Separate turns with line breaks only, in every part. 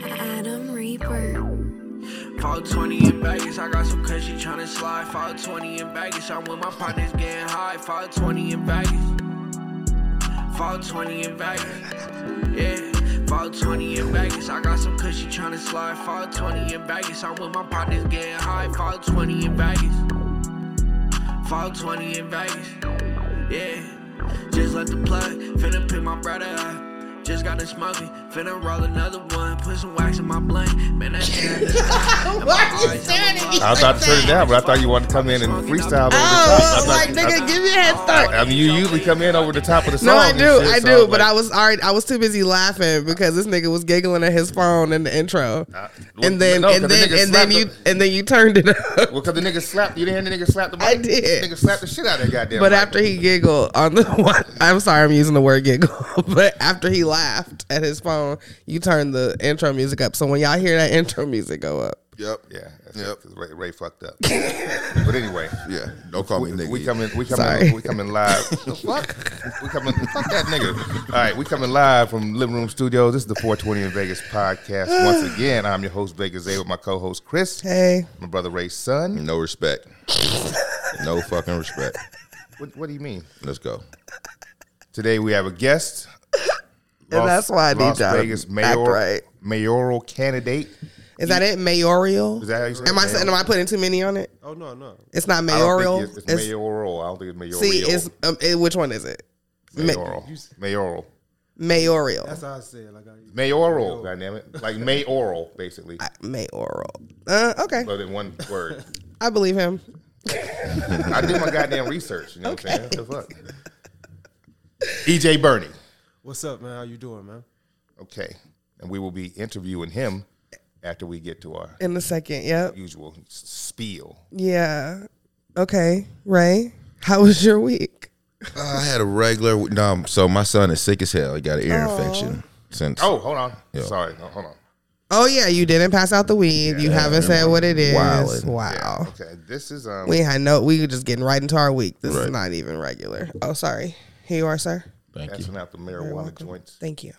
Adam Reaper.
520 in baggage, I got some cushy tryna slide. 520 in baggage, I'm with my partners getting high. 520 in baggage. 520 in baggage. Yeah. 520 in baggage, I got some cushy tryna slide. 520 in baggage, I'm with my partners getting high. 520 in baggage. 520 in Vegas. Yeah, just let the plug. Finna pick my brother up. Just got to smoking. Finna roll another one. Put some wax in my blunt. Man, that shit.
Why are you staring at me?
I was about to turn it down, but I thought you wanted to come in and freestyle. Over the top.
Oh,
I
I'm
thought
like,
you-
nigga, give me a head start.
I mean, you usually come in over the top of the song.
No, I
and
do,
shit,
I
so
do,
like-
but I was already, I was too busy laughing because this nigga was giggling at his phone in the intro,
Uh,
and then
no, 'cause
and
the
then
nigga
and then
slapped
you
the-
and then you turned it up.
Well, because the nigga slapped. You didn't hear the nigga slap the mic?
I did.
The nigga slapped the shit out of that goddamn
But
mic.
after he giggled on the one, I'm sorry, I'm using the word giggle, but after he laughed at his phone, you turned the intro music up. So when y'all hear that intro music go up,
Yep.
Yeah. That's
Yep.
yep. Ray, Ray fucked up. but anyway.
Yeah. Don't call me
We,
nigga.
we coming, we coming,
Sorry.
we coming live. The fuck, we coming, fuck that nigga. All right, we coming live from Living Room Studios. This is the 420 in Vegas podcast once again. I'm your host Vegas A with my co-host Chris,
hey,
my brother Ray's son.
No respect. no fucking respect.
What, what do you mean?
Let's go.
Today we have a guest. Las-
that's why I need
Las
y'all to
Vegas
act
mayor,
right.
mayoral candidate.
is that it? Mayoral?
Is that how you say
am I
it?
saying? Am I putting too many on it?
Oh no, no.
It's not
I don't think
mayoral.
It's, it's
It's-
mayoral. I don't think it's mayoral.
see, it's um, it, which one is it? ma-
mayoral. Mayoral.
Mayoral.
That's how I say it. Like I,
Mayoral. Goddamn it! Like mayoral, basically,
mayoral. Uh, okay,
but in one word.
I believe him.
I did my goddamn research. You know what I'm saying? What the fuck? EJ Bernie.
what's up, man? How you doing, man?
Okay, and we will be interviewing him after we get to our
In the second, yep,
usual s- spiel.
yeah, okay. Ray, how was your week?
Uh, I had a regular. No, so my son is sick as hell. He got an ear infection since.
Oh, hold on.
Yeah.
Sorry, no, hold on.
Oh yeah, you didn't pass out the weed. you haven't said what it is.
Wildin'.
Wow.
Okay, this is um.
We had no. We were just getting right into our week. This is
Right.
not even regular. Oh, sorry. Here you are, sir.
Thank you.
passing out the marijuana joints.
Thank you.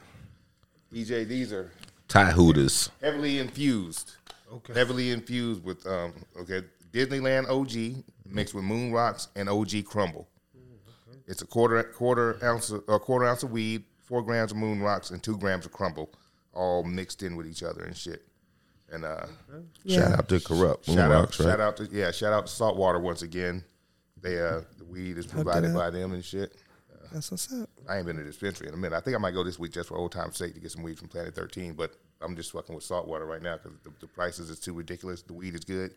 EJ, these are
Thai Hooters.
heavily infused.
Okay.
Heavily infused with um. Okay, Disneyland OG mixed with Moon Rocks and OG Crumble.
Mm-hmm.
It's a quarter quarter ounce of, a quarter ounce of weed, four grams of Moon Rocks, and two grams of Crumble, all mixed in with each other and shit. And uh,
Shout out to Corrupt. Moon
shout
Rocks,
out,
right?
shout out to yeah, shout out to Saltwater once again. They uh, the weed is provided
up.
by them and shit.
That's what's up.
I ain't been to the dispensary in a minute. I think I might go this week just for old time's sake to get some weed from Planet 13, but I'm just fucking with saltwater right now because the, the prices is too ridiculous. The weed is good.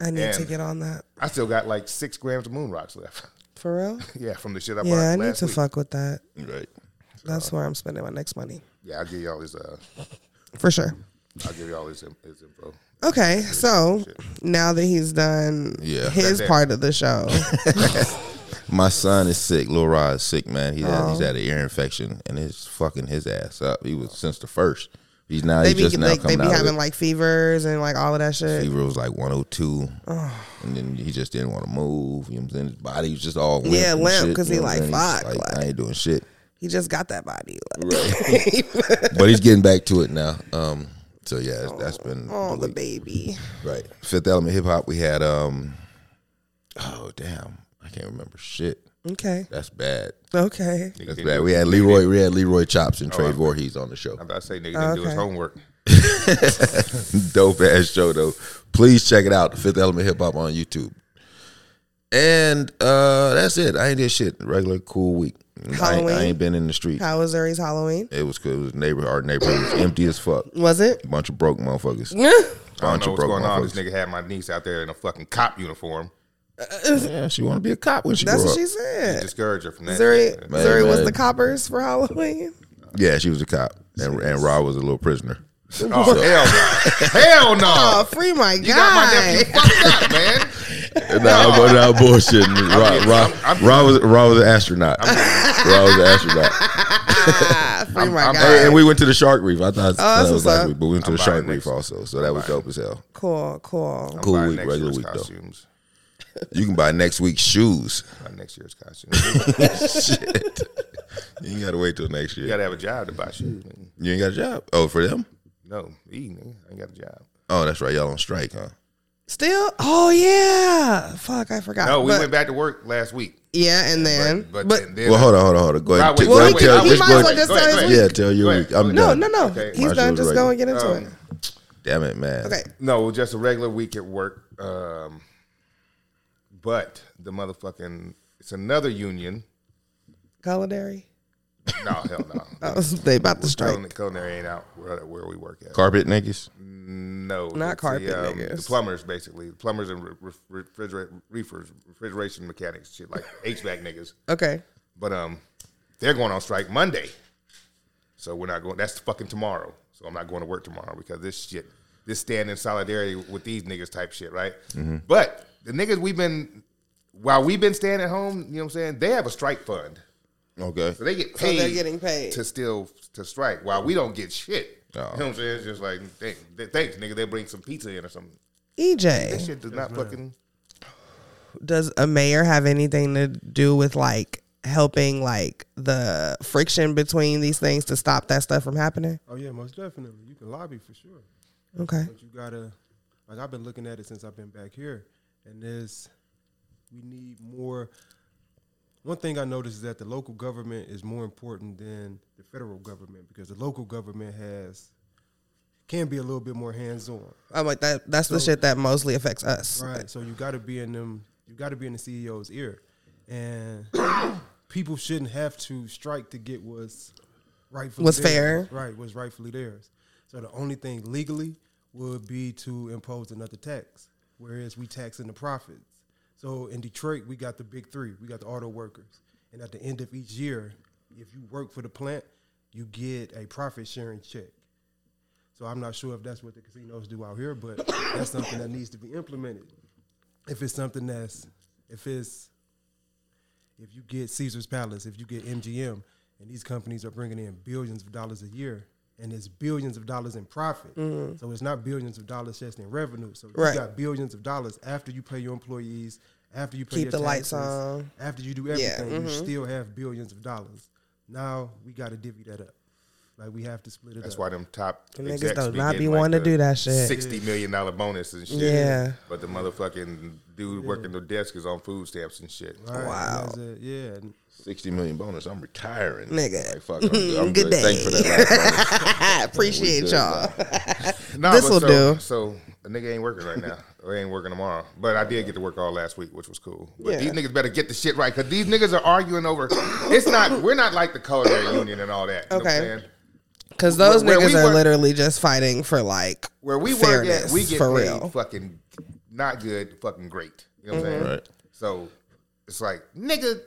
I need to
And-
get on that
I still got like six grams of moon rocks left.
for real.
yeah, from the shit I bought
Yeah, I
last
need to
week. Uh,
fuck with that.
Right.
That's where I'm spending my next money
Yeah, I'll give y'all his. Uh,
for sure.
I'll give y'all his, in- his info.
Okay, so now that he's done
Yeah.
his
That's it.
part of the show,
My son is sick. Lil Rod is sick, man. He's had, he's had an ear infection and it's fucking his ass up. He was since the first. He's now
they
he's
be
just now
like they
coming
be
out.
having
with,
like fevers and like all of that shit.
fever was like 102, and then he just didn't want to move. You know what I'm saying? His body was just all limp
Yeah,
and
limp,
shit,
'cause
you
he
know what I'm
like,
saying? He's
fuck,
just like,
like-
I ain't doing shit.
He just got that body. Like,
but he's getting back to it now. Um, so yeah, that's, that's been
oh, the
week.
baby.
right. Fifth Element Hip Hop. We had um, oh damn, I can't remember shit.
Okay,
That's bad.
okay.
That's bad. We had Leroy. We had Leroy Chops and Trey Voorhees on the show.
I'm about to say, nigga, didn't do his
Okay.
homework.
Dope ass show though. Please check it out. The Fifth Element Hip Hop on YouTube. And uh that's it. I ain't did shit. Regular cool week. I ain't- I ain't,
Halloween?
been in the street.
How was Zuri's Halloween?
It was cool. It was neighbor. Our neighborhood was empty as fuck.
Was it?
Bunch of broke motherfuckers.
I don't know
Bunch of
what's
broke
going on.
motherfuckers.
This nigga had my niece out there in a fucking cop uniform.
Yeah, she want to be a cop when she
That's
grow
what
up.
she said.
Discourage her from that.
Zuri,
shit.
Man,
Zuri was
man.
the coppers for Halloween.
Yeah, she was a cop, and, and Rob was a little prisoner.
Oh, hell no. hell no.
Oh, free my
you got my
guy.
nephew fucked up, man.
no, I'm not bullshitting. Rob,
getting-
Rob,
I'm- I'm-
Rob was Rob was an astronaut. Rob was an astronaut.
free my
Hey,
guy.
and we went to the shark reef. I thought that
Oh, that's
was
what's
last
up.
week, but we went to the
buying
shark
next-
reef also, so that was dope as hell.
Cool, cool.
Cool
Buy
week,
next
regular
year's
week though.
costumes.
You can buy next week's shoes.
Buy next year's costumes.
Shit. You ain't got to wait till next year.
You gotta have a job to buy shoes. nigga.
You ain't got a job. Oh, for them?
No, me, nigga. I ain't got a job.
Oh, that's right. Y'all on strike, huh?
Still? Oh yeah. Fuck, I forgot.
No, we
Ah, But-
went back to work last week.
Yeah, and then
But, but, then, then
Well, hold on, hold on, hold on. Go ahead.
Right, wait,
go
well,
ahead
wait,
tell
wait,
your-
wait,
might
go
as well
ahead-
just
go ahead,
tell
go
his
ahead.
Yeah, tell your
Go ahead,
week. I'm
go
No,
done.
ahead.
no, no.
Okay.
He's
My
done.
shit was
Just go
right.
and get into
Um,
it.
Damn it, man.
Okay.
No, just a regular week at work. Um, but the motherfucking it's another union.
Culinary.
No, hell no.
I was they about to strike.
Culinary, culinary ain't out where, where we work at.
Carpet niggas.
No,
Not
it's
carpet
The, um, the
niggas.
plumbers, basically, plumbers and re- re- refrigerate reefers, refrigeration mechanics, shit like HVAC niggas.
Okay.
But um, they're going on strike Monday, so we're not going. That's fucking tomorrow. So I'm not going to work tomorrow because this shit, this stand in solidarity with these niggas type shit, right? But the niggas we've been while we've been staying at home, you know what I'm saying? They have a strike fund,
Okay.
so they get
So
paid.
they're getting paid.
to still to strike while we don't get shit.
Oh.
You know what I'm saying? It's just like thanks, thanks, nigga. They bring some pizza in or something. That
EJ,
shit does not fucking.
E does a mayor have anything to do with like helping like the friction between these things to stop that stuff from happening?
Oh yeah, most definitely. You can lobby for sure,
Okay.
but you gotta. Like I've been looking at it since I've been back here, and there's we need more. One thing I noticed is that the local government is more important than the federal government because the local government has can be a little bit more hands on.
I'm like that that's the shit that mostly affects us.
Right. So you got to be in them. You got to be in the CEO's ear, and people shouldn't have to strike to get what's rightfully
What's
theirs.
fair.
Right. What's rightfully theirs. So the only thing legally would be to impose another tax, whereas we taxing the profits. So in Detroit, we got the big three. We got the auto workers, and at the end of each year, if you work for the plant, you get a profit sharing check. So I'm not sure if that's what the casinos do out here, but that's something that needs to be implemented. If it's something that's, if it's, if you get Caesar's Palace, if you get MGM, and these companies are bringing in billions of dollars a year, and it's billions of dollars in profit. So it's not billions of dollars just in revenue. So you
Mm-hmm. Right.
got billions of dollars after you pay your employees, after you pay
Keep
your
the lights
taxes,
on.
after you do
Yeah, mm-hmm.
everything, you still have billions of dollars. Now we got to divvy that up. Like we have to split it
That's
up.
why them top
Them niggas
execs
does
be
not be
getting, like,
wanting to
the
do that shit.
Sixty million dollar bonus and shit.
Yeah.
But the motherfucking dude working the desk is on food stamps and shit.
All right,
Wow.
that's it. Yeah. and-
Sixty million bonus. I'm retiring,
Nigga.
Like, fuck, I'm good. I'm
Good
good. Thanks for that. last bonus.
I
We
appreciate
good
y'all.
now.
Nah,
This'll
but so,
do.
So the nigga ain't working right now. or ain't working tomorrow. But I did get to work all last week, which was cool. But
Yeah.
these niggas better get the shit right because these niggas are arguing over. It's not. We're not like the culinary union and all that. You know what I'm
Okay.
saying?
Cause those
Where- where
niggas
we
are
work-
literally just fighting for like
Where we
fairness,
work at, we get
for
paid
real. Mm-hmm.
fucking not good, fucking great. You know what I'm saying?
Right.
So it's like, nigga,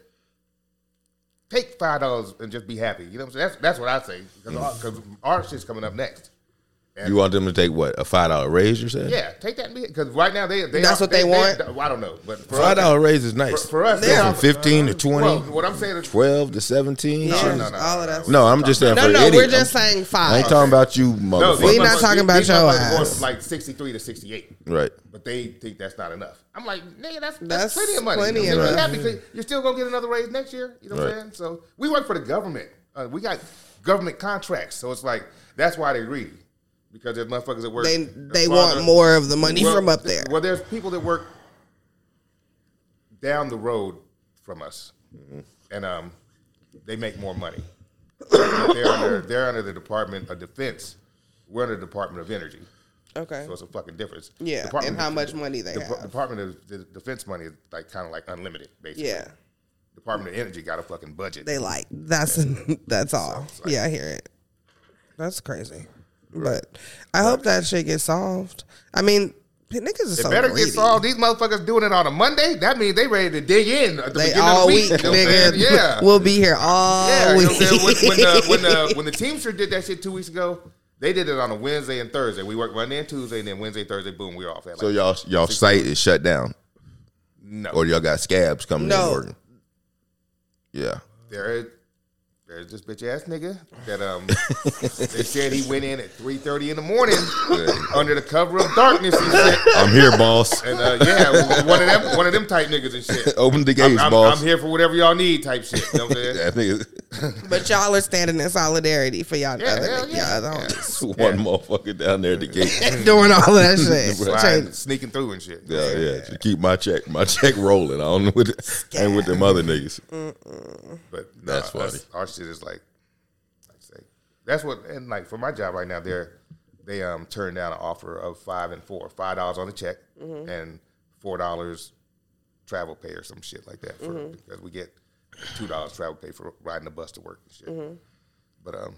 take five dollars and just be happy. You know what I'm saying? That's that's what I say because our shit's coming up next.
You want them to take what a five dollar raise? You said
Yeah, take that because right now they, they
That's
are-
what they want?
I don't know, but for
Five
us,
dollar raise is nice.
For- for us,
Go
they
from
are-
fifteen to
Well,
20,
what I'm saying is,
12 to seventeen.
Yeah,
shit.
no, no, no,
all of
no,
that.
No, I'm just saying.
No,
for
no,
idiots.
we're just saying
I ain't
five.
talking about you,
no,
motherfucker.
these
We not
motherfuckers-
talking about
these
your
motherfuckers going
ass.
from like 63 to 68.
right.
But they think that's not enough. I'm like, nigga, that's,
That's
that's, plenty of money.
plenty
You know,
of
you
money.
happy 'cause You're still gonna get another raise next year. You know what
Right.
I'm saying? So we work for the government. Uh, we got government contracts, so it's like that's why they greedy because there's motherfuckers that work.
They they
farther-
want more of the money
Well,
from up
th-
there.
Well, there's people that work down the road from us, and um, they make more money. But they're, under, they're under the Department of Defense. We're under the Department of Energy.
Okay.
So it's a fucking difference.
Yeah,
Department
and how
of-
much money they
Dep-
have.
Department of the Defense money is like kind of like unlimited, basically.
Yeah.
Department of Energy got a fucking budget.
They like that's that's all. Yeah, I hear it. That's crazy. But I hope that shit gets solved. I mean, p- niggas is
it
so
better
greedy.
get solved. These motherfuckers doing it on a Monday. That means they ready to dig in at the
They
beginning
all
of the
week,
week. you know what I'm
nigga.
saying? Yeah.
We'll be here all
Yeah, you know
week.
what I'm saying? When, when, uh, the, when, the, when the Teamster did that shit two weeks ago, they did it on a Wednesday and Thursday. We worked Monday and Tuesday, and then Wednesday, Thursday, boom, we're off. At like,
So y'all y'all site is shut down,
no,
or y'all got scabs coming
No.
in working. Yeah.
there, there's this bitch ass nigga that um, they said he went in at three thirty in the morning under the cover of darkness and shit.
I'm here, boss.
And uh, yeah, one of them, one of them type niggas and shit.
Open the gates,
I'm, I'm,
Oh, boss.
I'm here for whatever y'all need, type shit. You know what I'm saying?
That nigga-
But y'all are standing in solidarity for y'all
Yeah,
other
hell
y'all
yeah.
other homies.
It's one motherfucker down there at the gate.
doing all that shit.
Sliding,
Change-
sneaking through and shit.
Yeah, yeah. To keep my check, my check rolling. I don't know what the, ain't with them other niggas.
But nah,
That's funny.
Our shit is like, like say, that's what and like for my job right now, they're they um turned down an offer of five and four, five dollars on the check
Mm-hmm.
and four dollars travel pay or some shit like that for
Mm-hmm.
because we get two dollars travel pay for riding the bus to work and shit.
Mm-hmm.
But um.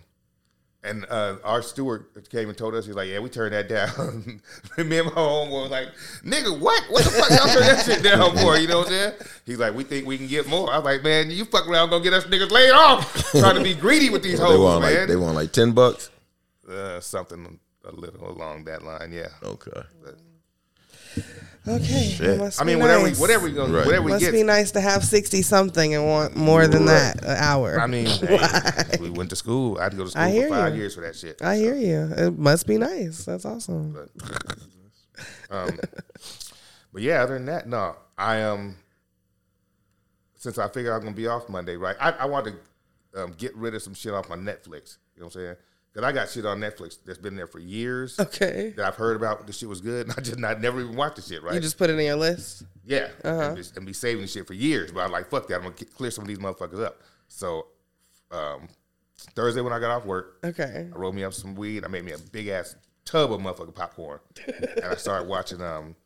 And uh, our steward came and told us, he's like, yeah, we turned that down. and me and my homeboy was like, nigga, what? What the fuck y'all turned that shit down for? You know what I'm saying? He's like, we think we can get more. I was like, man, you fuck around, gonna get us niggas laid off. Trying to be greedy with these
they
hoes,
want
man.
like they want like ten bucks.
uh, something a little along that line, yeah.
Okay.
Okay. it must
I mean,
be
whatever,
nice.
we, whatever we gonna,
Right.
whatever we
Must
get.
be nice to have sixty something and want more than
Right.
that an hour.
I mean, hey, we went to school. I had to go to
I
school
hear
for five
you.
years for that shit.
I hear you. It must be nice. That's awesome.
Um, but yeah, other than that, no. I um, since I figured I'm gonna be off Monday, right? I, I want to um, get rid of some shit off my Netflix. You know what I'm saying? Because I got shit on Netflix that's been there for years
Okay.
that I've heard about. The shit was good, and I just not never even watched the shit, right?
You just uh-huh. put it in your list.
yeah, and, be, and be saving the shit for years. But I'm like, fuck that. I'm gonna get, clear some of these motherfuckers up. So um, Thursday when I got off work,
Okay.
I rolled me up some weed. I made me a big ass tub of motherfucking popcorn, and I started watching um,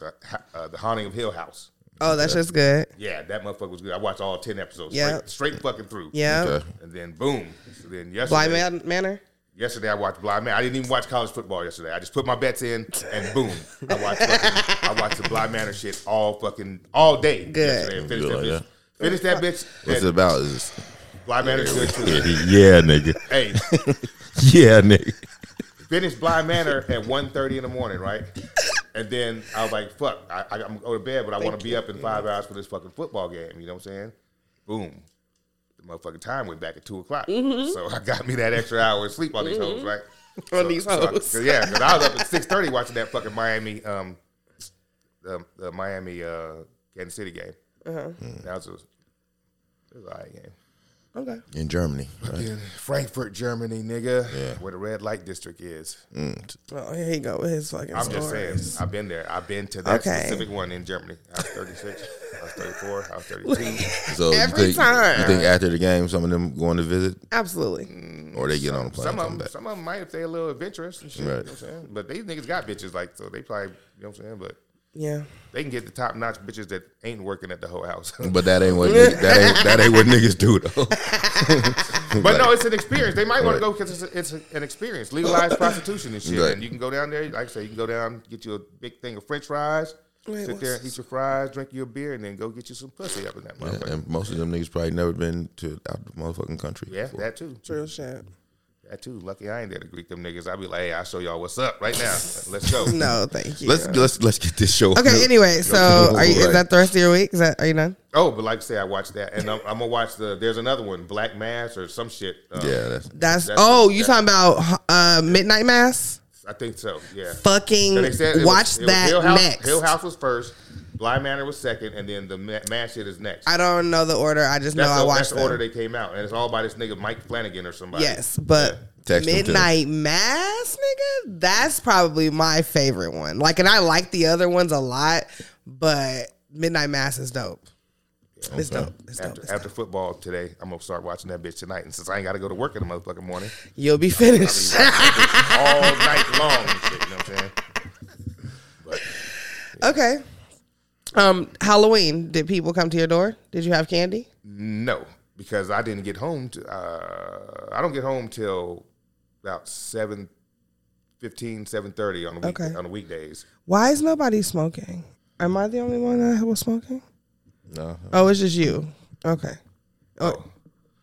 uh, Ha- uh, the Haunting of Hill House.
Oh, that's just good.
Yeah, that motherfucker was good. I watched all ten episodes.
Yeah.
Straight, straight fucking through.
Yeah.
Okay.
And then boom. So then yesterday,
Blind Man Manor.
yesterday I watched Blind Man. I didn't even watch college football yesterday. I just put my bets in, and boom, I watched. Fucking, I watched the Blind Manor shit all fucking all day.
Good.
Yesterday, and finished,
Good
that
idea.
bitch. finished that bitch.
What's it
and
about? Is
Blind Manor good too.
yeah, nigga.
Hey,
Yeah, nigga.
finished Blind Manor at 1.30 in the morning, right? And then I was like, fuck, I, I, am going to go to bed, but I want to be up in five hours for this fucking football game. You know what I'm saying? Boom. The motherfucking time went back at 2 o'clock. So I got me that extra hour of sleep on these hoes, right?
Mm-hmm. On
So-
these
so I-
hoes.
yeah, because I was up at 6.30 watching that fucking Miami, um, the, the Miami uh, Kansas City game.
Uh-huh.
Mm. That was a, it was a high game.
Okay.
In Germany. Right?
In Frankfurt, Germany, nigga, where the red light district is.
Oh, here he go with his fucking
I'm just
story.
saying, I've been there. I've been to that
Okay.
specific one in Germany. I was 36, I was 34, I was 32.
So you
Every
think-
time.
You think after the game, some of them going to visit,
Mm.
Absolutely.
or they get on a plane
Some
and
of
come
them,
back?
some of them might if they a little adventurous and shit. You know
Right.
what I'm saying? But these niggas got bitches, like so they probably, you know what I'm saying. But
Yeah.
they can get the top notch bitches that ain't working at the whole house. but
But that ain't what niggas- that ain't that ain't what niggas do though.
no, it's an experience. They might want to go
Right.
because it's, a- it's a- an experience. Legalized prostitution and shit.
Right.
And you can go down there, like I say, you can go down, get you a big thing of French fries,
Wait,
sit there,
what's-
and eat your fries, drink your beer, and then go get you some pussy up in that motherfucker.
and most of them niggas probably never been to out the motherfucking country.
Yeah,
before.
that too.
Real shit.
That too. Lucky I ain't there to greet them niggas. I be like, hey, I'll show y'all what's up right now. Let's go.
No, thank you.
Let's let's let's get this show.
okay. Anyway, so are you, is
Right.
that the rest of your week? Is that are you done?
Oh, but like I say, I watched that, and I'm, I'm gonna watch the. There's another one, Black Mass or some shit. Um,
Yeah, that's
That's,
That's-
oh, you
yeah.
talking about uh, midnight mass?
I think so. Yeah.
Fucking
And they said it was-
watch
it was
that
Hill House,
next.
Hill House was first. Blind Manor was second, and then the Ma- Mass shit is next.
I don't know the order. I just
that's
know I
the,
watched
that's the
them.
order they came out, and it's all by this nigga Mike Flanagan or somebody.
Yes, but
Text them to them.
Midnight Mass, nigga, that's probably my favorite one. Like, and I like the other ones a lot, but Midnight Mass is dope. It's dope. It's dope.
After,
It's
after football today, I'm gonna start watching that bitch tonight. And since I ain't gotta go to work in the motherfucking morning,
dope. You'll be finished.
all night long. and shit, you know what I'm saying?
okay. Um, Halloween. Did people come to your door? Did you have candy?
No, because I didn't get home. To, uh, I don't get home till about 7, 7.30 on the week,
Okay.
on the weekdays.
Why is nobody smoking? Am I the only one that was smoking?
no.
Oh, it's just you. Okay. Oh,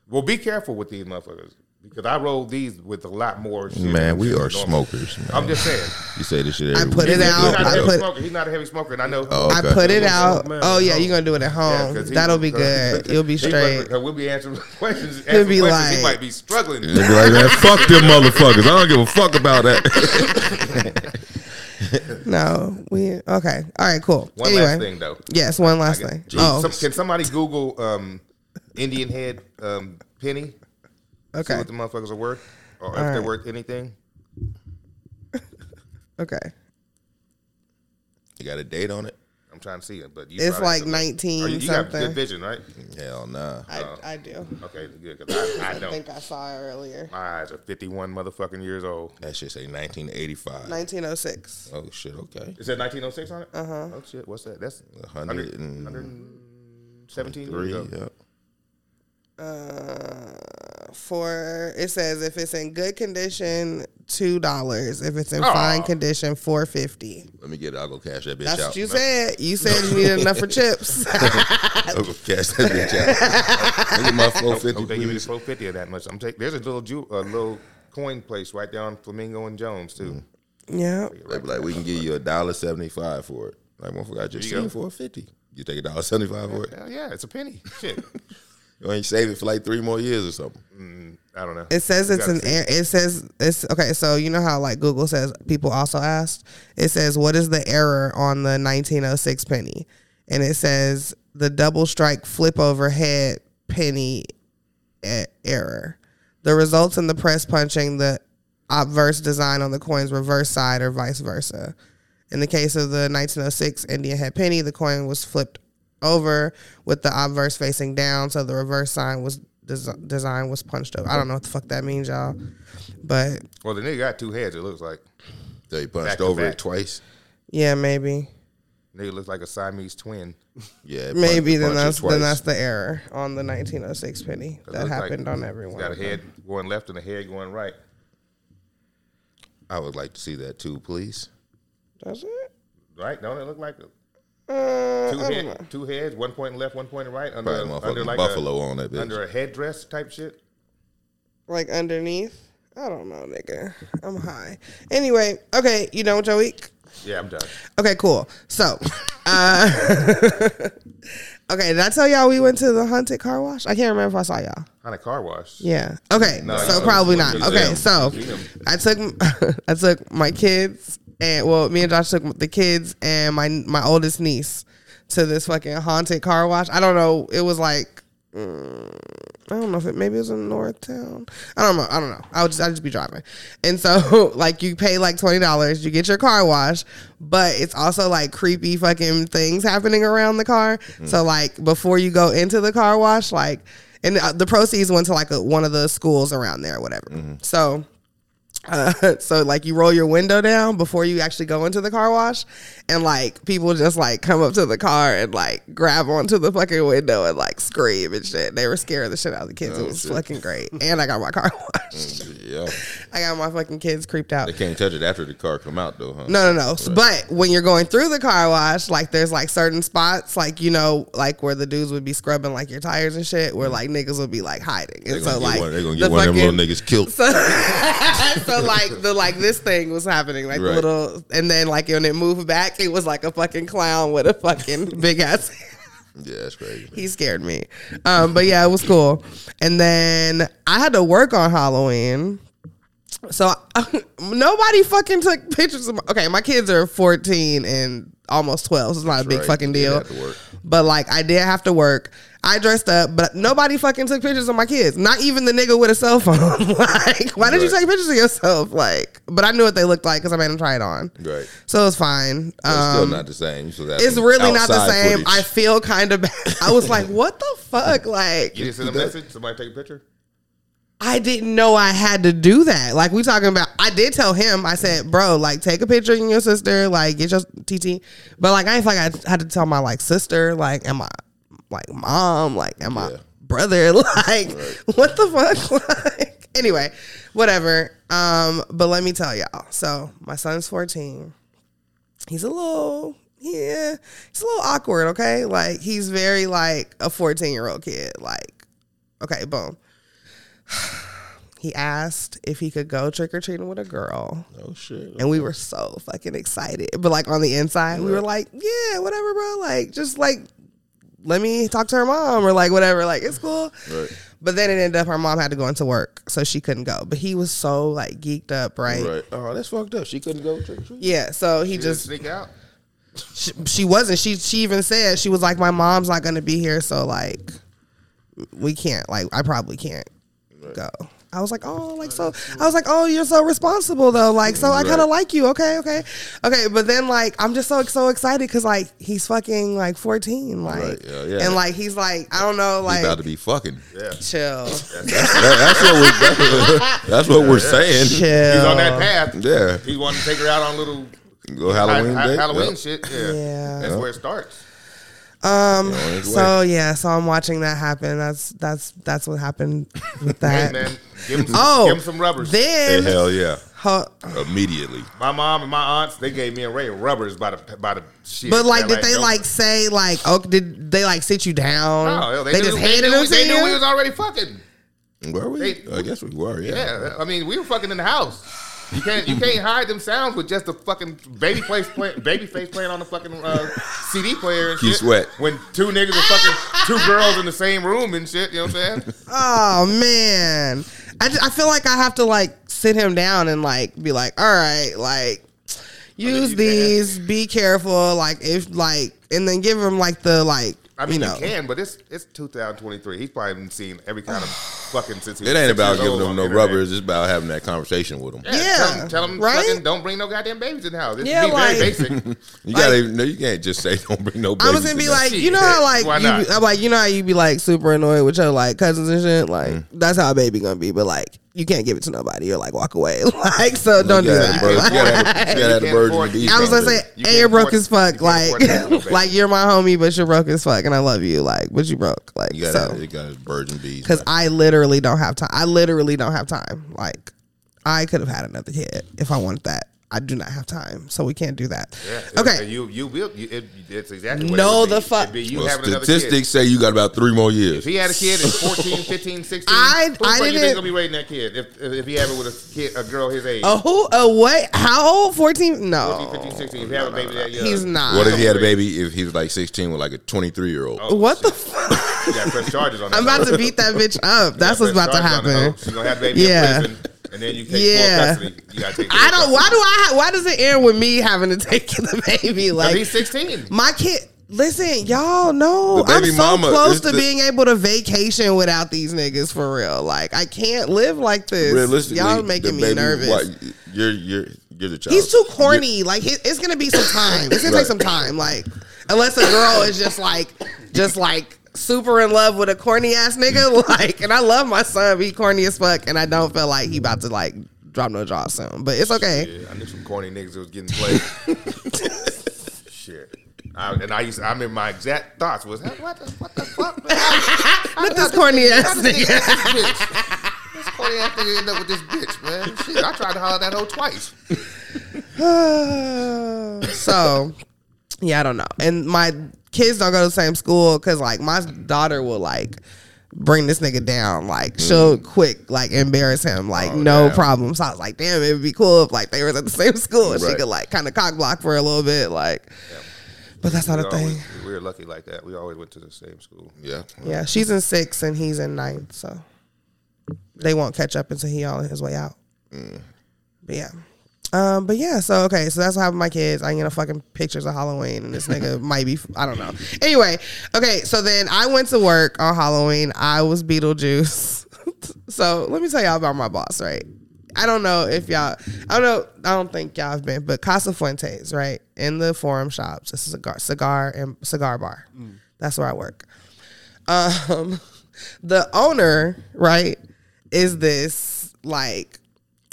Well, be careful with these motherfuckers because I roll these with a lot more. Shit
Man,
than
we are
normal.
smokers. Man.
I'm just saying.
You say this shit. Every
put
week.
it out.
He's not a
I
heavy
put-
smoker. He's not a heavy smoker, and I know.
Oh,
I
okay.
put it out.
man,
Oh yeah,
home.
you're gonna do it at home.
'cause he-
Oh, That'll be
'cause-
good. You'll be
he might-
straight.
'cause we'll be answering questions. Answering
be
questions.
like-
he might be struggling.
They be like, man, fuck them motherfuckers. I don't give a fuck about that.
No, we okay. All right, cool.
One
anyway,
last thing, though.
yes, one last
Okay.
thing.
Jeez.
Oh,
Some- can somebody Google um, Indian head um, penny. See
Okay.
what the motherfuckers are worth, or if they're
right.
worth anything.
Okay.
You got a date on it?
I'm trying to see it, but you
It's
probably-
like
Are you-
19
You got
something.
good vision, Oh. right?
Hell nah.
I, I do.
Okay, good. 'cause I, I
I
don't.
think I saw it earlier.
My eyes are 51 motherfucking years old.
That shit say 1985.
1906.
oh shit. Okay.
Is that 1906 on it? Uh huh.
Uh-huh.
Oh shit, what's that? That's
100 and
17 years
Three.
ago.
Yep.
Uh, for it says if it's in good condition, two dollars. If it's in fine
Aw.
condition, four fifty.
Let me get it. I'll go cash that bitch
That's
out.
what you said. You said you needed enough for chips.
I'll go cash that bitch out. Look at my
Nope,
450,
nope, they give me the
please.
slow 50 of that much. I'm taking. There's a little ju- a little coin place right down Flamingo and Jones too.
yeah.
They be like, we can give you a dollar seventy-five for it. Like, motherfucker, I just
There you go.
saved for a fifty. You take a dollar seventy-five for it.
Hell yeah, it's a penny. Shit,
You ain't save it for like three more years or something.
I don't know.
It says
You
it's
gotta
an
see.
air. It says it's okay. So you know how like Google says people also asked. It says what is the error on the 1906 penny, and it says the double strike flip over head penny e- error. The results in the press punching the obverse design on the coin's reverse side or vice versa. In the case of the 1906 Indian head penny, the coin was flipped over with the obverse facing down, so the reverse sign was des- design was punched over. I don't know what the fuck that means, y'all, but
Well, the nigga got two heads. It looks like
So you
Back
punched
to
over
back.
it twice.
yeah, maybe,
nigga looks like a Siamese twin.
Yeah. it
maybe then
punched- punched it
that's
twice.
then that's the error on the 1906 penny that
It looks like
happened on
He's
everyone.
got a head going left and a head going right.
I would like to see that too, please.
Does it?
Right? Don't it look like a-
Uh,
two,
I don't
head,
know.
two heads, one point left, one point right, under,
Probably motherfucking
under like
buffalo
a,
on that bitch.
under a headdress type shit?
like underneath. I don't know, nigga. I'm high. Anyway, okay, you done with your week?
Yeah, I'm done.
Okay, cool. So, uh, okay, did I tell y'all we went to the haunted car wash? I can't remember if I saw y'all.
On a car wash.
Yeah. Okay.
No,
so
you-
probably not.
you-
Okay.
you-
So
you-
I took I took my kids and well, me and Josh took the kids and my my oldest niece to this fucking haunted car wash. I don't know. It was like mm, I don't know if it maybe it was in North Town. I don't know. I don't know. I would just I just be driving, and so like you pay like twenty dollars, you get your car washed, but it's also like creepy fucking things happening around the car. So like before you go into the car wash, like and uh, the proceeds went to like a, one of the schools around there, or whatever. So uh, so like you roll your window down before you actually go into the car wash and like people just like come up to the car and like grab onto the fucking window and like scream and shit. They were scaring the shit out of the
Oh,
kids. it was fucking great. And I got my car washed.
Yeah.
I got my fucking kids creeped out.
Mm. They can't touch it after the car come out though, huh?
No, no, no. S- But when you're going through the car wash, like there's like certain spots, like you know, like where the dudes would be scrubbing like your tires and shit, where like niggas would be like hiding.
They're
And
gonna
so
get
like
one, Mm. they gonna
the
get one of them
fucking-
little niggas killed.
so, so like the like this thing was happening, like the
Right.
little, and then like when it moved back, it was like a fucking clown with a fucking big ass.
Yeah, that's crazy.
he scared me, um, but yeah, it was cool. And then I had to work on Halloween. So nobody fucking took pictures of my, okay, my kids are 14 and almost 12, so it's not a big
right.
fucking
They
deal.
had to work.
But like I did have to work. I dressed up, but nobody fucking took pictures of my kids. Not even the nigga with a cell phone. like, why did you
Right.
take pictures of yourself? Like, but I knew what they looked like because I made them try it on.
Right.
So it's fine.
But it's still
Um,
not the same. You still have
it's
some
really not the
outside
same.
footage.
I feel kind of bad. I was like, what the fuck? Like,
You didn't send a message? Somebody take a picture?
I didn't know I had to do that. Like we talking about, I did tell him. I said, "Bro, like take a picture of you and your sister. Like get your TT." But like I ain't feel like I had to tell my like sister, like am I like mom, like am I
Yeah.
brother, like what the fuck. Like anyway, whatever. Um, but let me tell y'all. So my son's fourteen he's a little yeah he's a little awkward okay like he's very like a 14 year old kid like okay boom he asked if he could go trick-or-treating with a girl
Oh shit.
and we were so fucking excited but like on the inside we were like yeah whatever bro like just like let me talk to her mom or like whatever like it's cool
Right.
but then it ended up her mom had to go into work so she couldn't go but he was so like geeked up right,
Right. Oh, that's fucked up. She couldn't go trick or treat.
yeah so he
You didn't
just
sneak out?
she, she wasn't. She she even said she was like, my mom's not gonna be here, so like, we can't. Like, I probably can't go. I was like, oh, like so. I was like, oh, you're so responsible though. Like, so I kind of like you. Okay, okay, okay. But then, like, I'm just so so excited because like he's fucking like 14, like,
Right, yeah, yeah.
and like he's like, I don't know,
We
like,
about to be fucking.
chill,
That- that's what we're, that's what we're saying.
chill.
He's on that path.
Yeah.
He wanted to take her out on little
Go Halloween
hi- hi-
day.
Halloween
Yep.
shit. Yeah.
Yeah.
That's where it starts.
Um.
on his
So yeah. So I'm watching that happen. That's that's that's what happened with that.
Hey, man, give him some,
Oh,
give him some rubbers.
Yeah,
Then,
hell yeah.
huh,
Immediately.
my mom and my aunts, they gave me and Ray rubbers by the by the shit.
but like,
They're
did they
"Don't-"
like say like, oh, did they like sit you down?
No, hell,
they,
Oh, they,
just
knew,
handed
they
them
knew,
to
They knew
you.
we was already fucking.
Were we?
They-
I guess we were, yeah.
Yeah, I mean, we were fucking in the house. You can't you can't hide them sounds with just the fucking baby face play, baby face playing on the fucking uh, CD player and
Key
shit.
Sweat.
When two niggas are fucking two girls in the same room and shit, you know what I'm saying?
oh man, I, ju- I feel like I have to like sit him down and like be like, all right, like use
you can.
these, be careful, like if like, and then give him like the like.
I mean,
you
you,
know,
can, but it's it's 2023. He's probably been seen every kind of fucking since he was
It ain't
six
about
years
giving
old
them
on
no
the internet.
rubbers. It's about having that conversation with them.
Yeah,
Yeah,
tell, him- tell him
right?
fucking don't bring no goddamn babies in the house. It's
Yeah,
yeah, be very
like-
basic.
You gotta. No, you can't just say don't bring no.
I
Babies
was gonna
in
be
there.
like, you know
shit.
how like
Why
you,
not?
I'm like you know how you be like super annoyed with your like cousins and shit. Like
Mm.
that's how a baby gonna be, but like you can't give it to nobody or like walk away. Like so, don't
you
do
gotta
that.
have the birds-
Like,
you gotta have the- you gotta have the
You
birds
can't
and the bees
I was gonna say,
conversation.
You
hey,
can't
you're broke
afford-
as
you
fuck.
can't
Like,
afford to have no baby.
like you're my homie, but you're broke as fuck, and I love you. Like, but you broke. Like,
You
so
gotta. you gotta have birds and bees.
because I literally don't have time. I literally don't have time. Like, I could have had another kid if I wanted that. I do not have time, so we can't do that.
And
Okay.
You you will. You, it, it's exactly. What
No,
it would be.
the fuck.
It'd be you
Well,
having another kid.
statistics say you got about three more years.
If he had a kid at 14, 15, 16,
I-
who the
I
fuck you
didn't- Oh.
think gonna be raising that kid if if he had it with a kid a girl his age?
A who? A what? How old? Fourteen?
14,
No.
15, 16, if he had a baby that young.
He's not.
What if he had a baby if he was like 16 with like a 23 year old?
What the fuck?
You gotta press charges on that.
I'm about to beat that bitch up. That's what's about to happen.
She's gonna have the baby
Yeah.
in prison, and then you take
Yeah.
full custody. You gotta take. full
I don't.
custody.
Why do I? Ha- why does it end with me having to take the baby?
'Cause
Like
he's 16.
my kid. Listen, y'all know
The
I'm
baby
so
mama
close
is
to
the-
being able to vacation without these niggas for real. Like I can't live like this.
Realistically,
y'all
the
making me
baby- uh,
nervous.
why- you're you're you're the child.
He's too corny. like it, it's gonna be some time. It's gonna
Right.
take some time. Like unless a girl is just like, just like super in love with a corny ass nigga. Like, and I love my son. He corny as fuck, and I don't feel like he about to like drop no jaw soon. But it's okay.
Yeah, I knew some corny niggas that was getting played. Shit. I, and I used to, I remember my exact thoughts was, "Hey, what the, what the fuck, man?
Look this corny ass
This nigga
nigga.
is this bitch. This corny ass nigga ended up with this bitch, man. Shit, I tried to holler at that hoe twice.
so yeah, I don't know. And my kids don't go to the same school because like my daughter will like bring this nigga down. Like she'll quick like embarrass him. Like no
Mm. Oh, damn.
problem. So I was like, damn, it would be cool if like they were at the same school and she
Right.
could like kind of cock block for a little bit. Like, but that's not
We
a thing.
always- we were lucky like that. We always went to the same school.
Yeah.
Yeah, she's in six and he's in ninth, so they won't catch up until he on his way out. But yeah. Um, but yeah, so okay, so that's what happened to my kids. I get a fucking pictures of Halloween and this nigga might be I don't know. Anyway, okay, so then I went to work on Halloween. I was Beetlejuice. so let me tell y'all about my boss, right? I don't know if y'all I don't know I don't think y'all have been, but Casa Fuentes, right? In the forum shops. This is a cigar cigar and cigar bar. That's where I work um the owner right is this like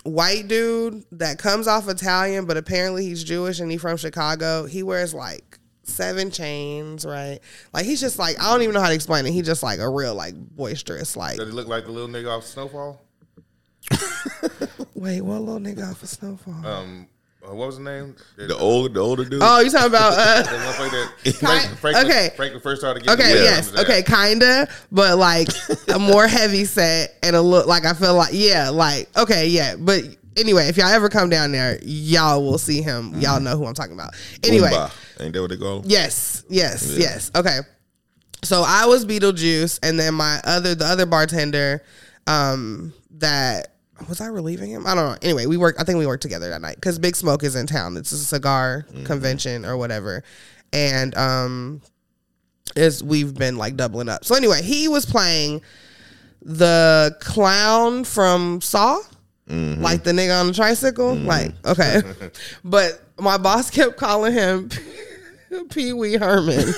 white dude that comes off italian but apparently he's jewish and he from chicago he wears like seven chains right like he's just like i don't even know how to explain it he just like a real like boisterous like
Does it look like the little nigga off Snowfall?
wait what little nigga off of snowfall
Um, uh, what was his name?
The old the older dude.
oh you talking about uh
The motherfucker that Frank, Franklin,
okay.
Franklin first started getting
Okay,
the
yes,
Williams
okay,
at.
kinda, but like a more heavy set and a look like I feel like yeah, like okay, yeah, but anyway, if y'all ever come down there, y'all will see him. Y'all know who I'm talking about. Anyway,
Boomba. ain't that what they call? him?
yes, yes, yes. Okay, so I was Beetlejuice, and then my other the other bartender, um, that was I relieving him. I don't know. Anyway, we worked. I think we worked together that night because Big Smoke is in town. It's a cigar convention or whatever, and um is we've been like doubling up. So anyway, he was playing the clown from Saw, like the nigga on the tricycle. Like okay, but my boss kept calling him Pee Wee Herman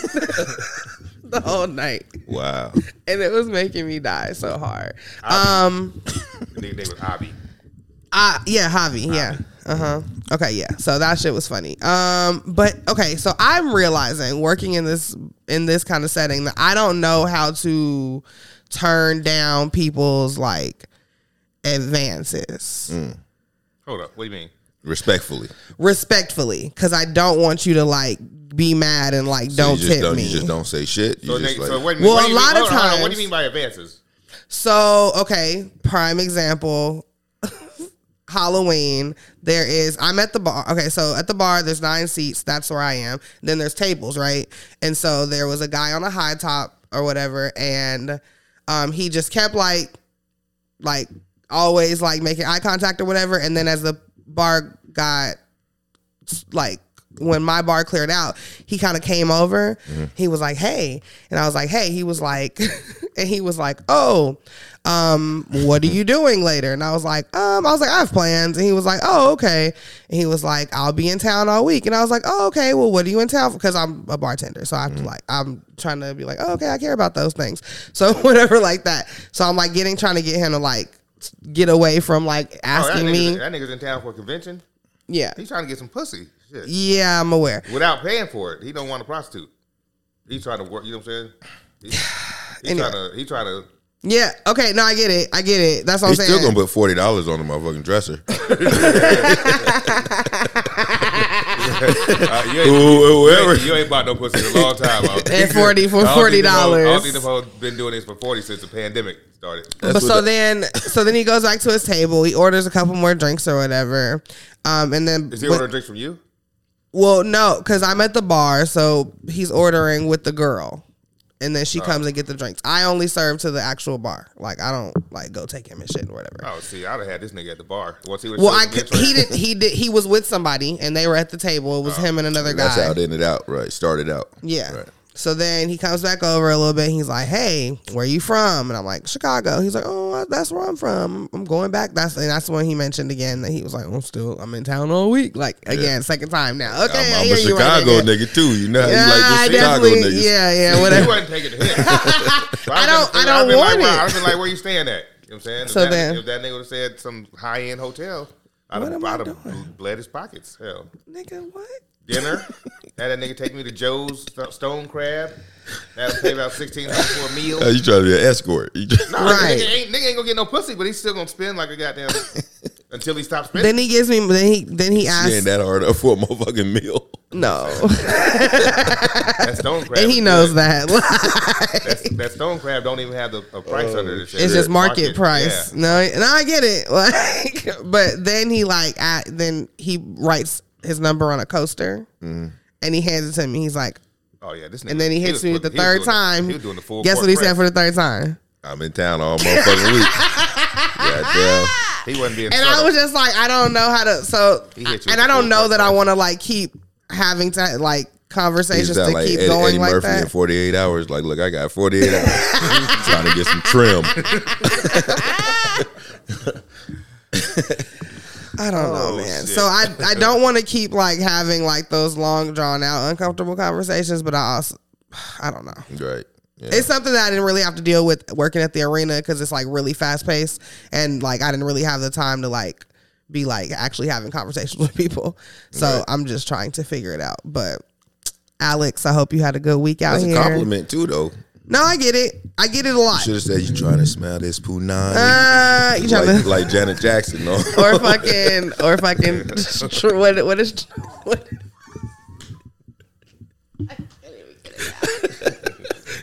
the whole night,
Wow.
and it was making me die so hard. Um.
The nigga name was Hobby.
Uh, yeah, Javi. Yeah. Uh huh. Okay. Yeah. So that shit was funny. Um, but okay. So I'm realizing working in this in this kind of setting that I don't know how to turn down people's like
Mm.
advances
Hold up. What do you mean?
Respectfully.
respectfully because I don't want you to like be mad and like
So
don't
you just
tip
don't,
me.
You just don't say shit. You
So,
just
nigga,
like,
so wait a minute.
Well,
what
a
do you
lot
mean,
of
hold on, hold on, What do
times-
you mean by advances?
So, okay, prime example. Halloween, there is, I'm at the bar. Okay, so at the bar, there's nine seats. That's where I am. Then there's tables, right? And so there was a guy on a high top or whatever, and um, he just kept like, like, always like making eye contact or whatever. And then as the bar got like when my bar cleared out, he kind of came over.
Mm-hmm.
He was like, "Hey," and I was like, "Hey." He was like, and he was like, "Oh, um, what are you doing later?" And I was like, "Um, I was like, I have plans." And he was like, "Oh, okay." And he was like, "I'll be in town all week." And I was like, "Oh, okay. Well, what are you in town for?" Because I'm a bartender, so
Mm-hmm.
I'm like, I'm trying to be like, oh, "Okay, I care about those things." So whatever, like that. So I'm like getting trying to get him to like get away from like
Oh, that,
asking
nigga's,
me.
that nigga's in town for a convention.
Yeah,
He's trying to get some pussy. Shit.
yeah, I'm aware.
without paying for it. He don't want a prostitute. He trying to work. You know what I'm saying? He, he
Anyway.
trying to. He trying to.
Yeah. Okay. No, I get it. I get it. That's what
He's
I'm
still
saying.
gonna put forty dollars on the motherfucking dresser.
Uh, you, ain't,
Who-
you,
Whoever.
ain't, you ain't bought no pussy in a long time. I don't-
And 40 for
I don't think them hoes- I don't
$40.
think them hoes been doing this for forty since the pandemic started.
but
That's
so
what
then, so then he goes back to his table. He orders a couple more drinks or whatever, um, and then
Is he
but-
ordering drinks from you?
well, no, because I'm at the bar, so he's ordering with the girl, and then
Oh.
she comes and get the drinks. I only serve to the actual bar. Like I don't like go take him and shit or whatever.
Oh, see, I'd have had this nigga at the bar. Once he was
Well, I could, he did. He did. He was with somebody, and they were at the table. It was him and another guy.
Oh, That's how it ended out, right? Started out.
Yeah.
Right.
So then he comes back over a little bit. And he's like, "Hey, where you from?" And I'm like, "Chicago." He's like, "Oh, that's where I'm from. I'm going back." That's and that's when he mentioned again that he was like, "I'm still. I'm in town all week." Like again, second time now. Okay,
I'm,
I
I'm
hear
a
you right
Chicago
there.
nigga too. You know how
Yeah,
you
I
like the Chicago
definitely.
niggas.
Yeah, yeah,
He
whatever.
wasn't taking the hit. I
don't- I don't
like,
want
wow,
it.
I've been like, where you staying at? You know what I'm saying? If,
So
that,
then-
if that nigga would have said some high end hotel, I'd
What
have,
am I
I'd have
doing?
bled his pockets. Hell.
Nigga, what?
dinner. Had that nigga take me to Joe's st- Stone Crab. Had to pay about sixteen dollars for a meal.
Oh, you trying to be an escort? You just-
Nah, nigga
Right.
ain't, nigga ain't gonna get no pussy, but he's still gonna spend like a goddamn until he stops spending.
Then he gives me. Then he. Then he
She ain't
asks.
that hard up for a motherfucking meal.
No,
That Stone Crab,
and
is
he
good.
knows that.
That's- that Stone Crab don't even have the a price under this. shit.
It's just market, price.
yeah.
No, no, I get it. Like, but then he like, I, then he writes his number on a coaster,
Mm-hmm.
and he hands it to me. He's like,
Oh yeah, this nigga.
and then he
was
hits me with the
putting-
third
he was doing the-
time.
he was doing the full.
Guess
court
what he
press.
said for the third time?
I'm in town all motherfucking week. Goddamn.
He wasn't being.
And I
subtle.
was just like, I don't know how to. So,
He hit you
and
with
I
the
don't know
full
that
court
I
press.
want to like keep having to like
He
conversations to
sound like
keep
Eddie,
going
Eddie
like
Murphy in
that.
48 hours. Like, look, I got 48 hours. trying to get some trim.
I don't know, man.
Oh, shit.
So I, I don't want to keep like having like those long drawn out uncomfortable conversations, but I also, I don't know.
Right. Yeah.
It's something that I didn't really have to deal with working at the arena because it's like really fast paced and like I didn't really have the time to like be like actually having conversations with people. So I'm just trying to figure it out. But Alex, I hope you had a good week out
That's a
here.
compliment too, though.
No, I get it. I get it a lot.
Should have said you trying to smell this punani.
Uh, you trying
like,
to
like Janet Jackson, no?
or fucking or fucking what what is what,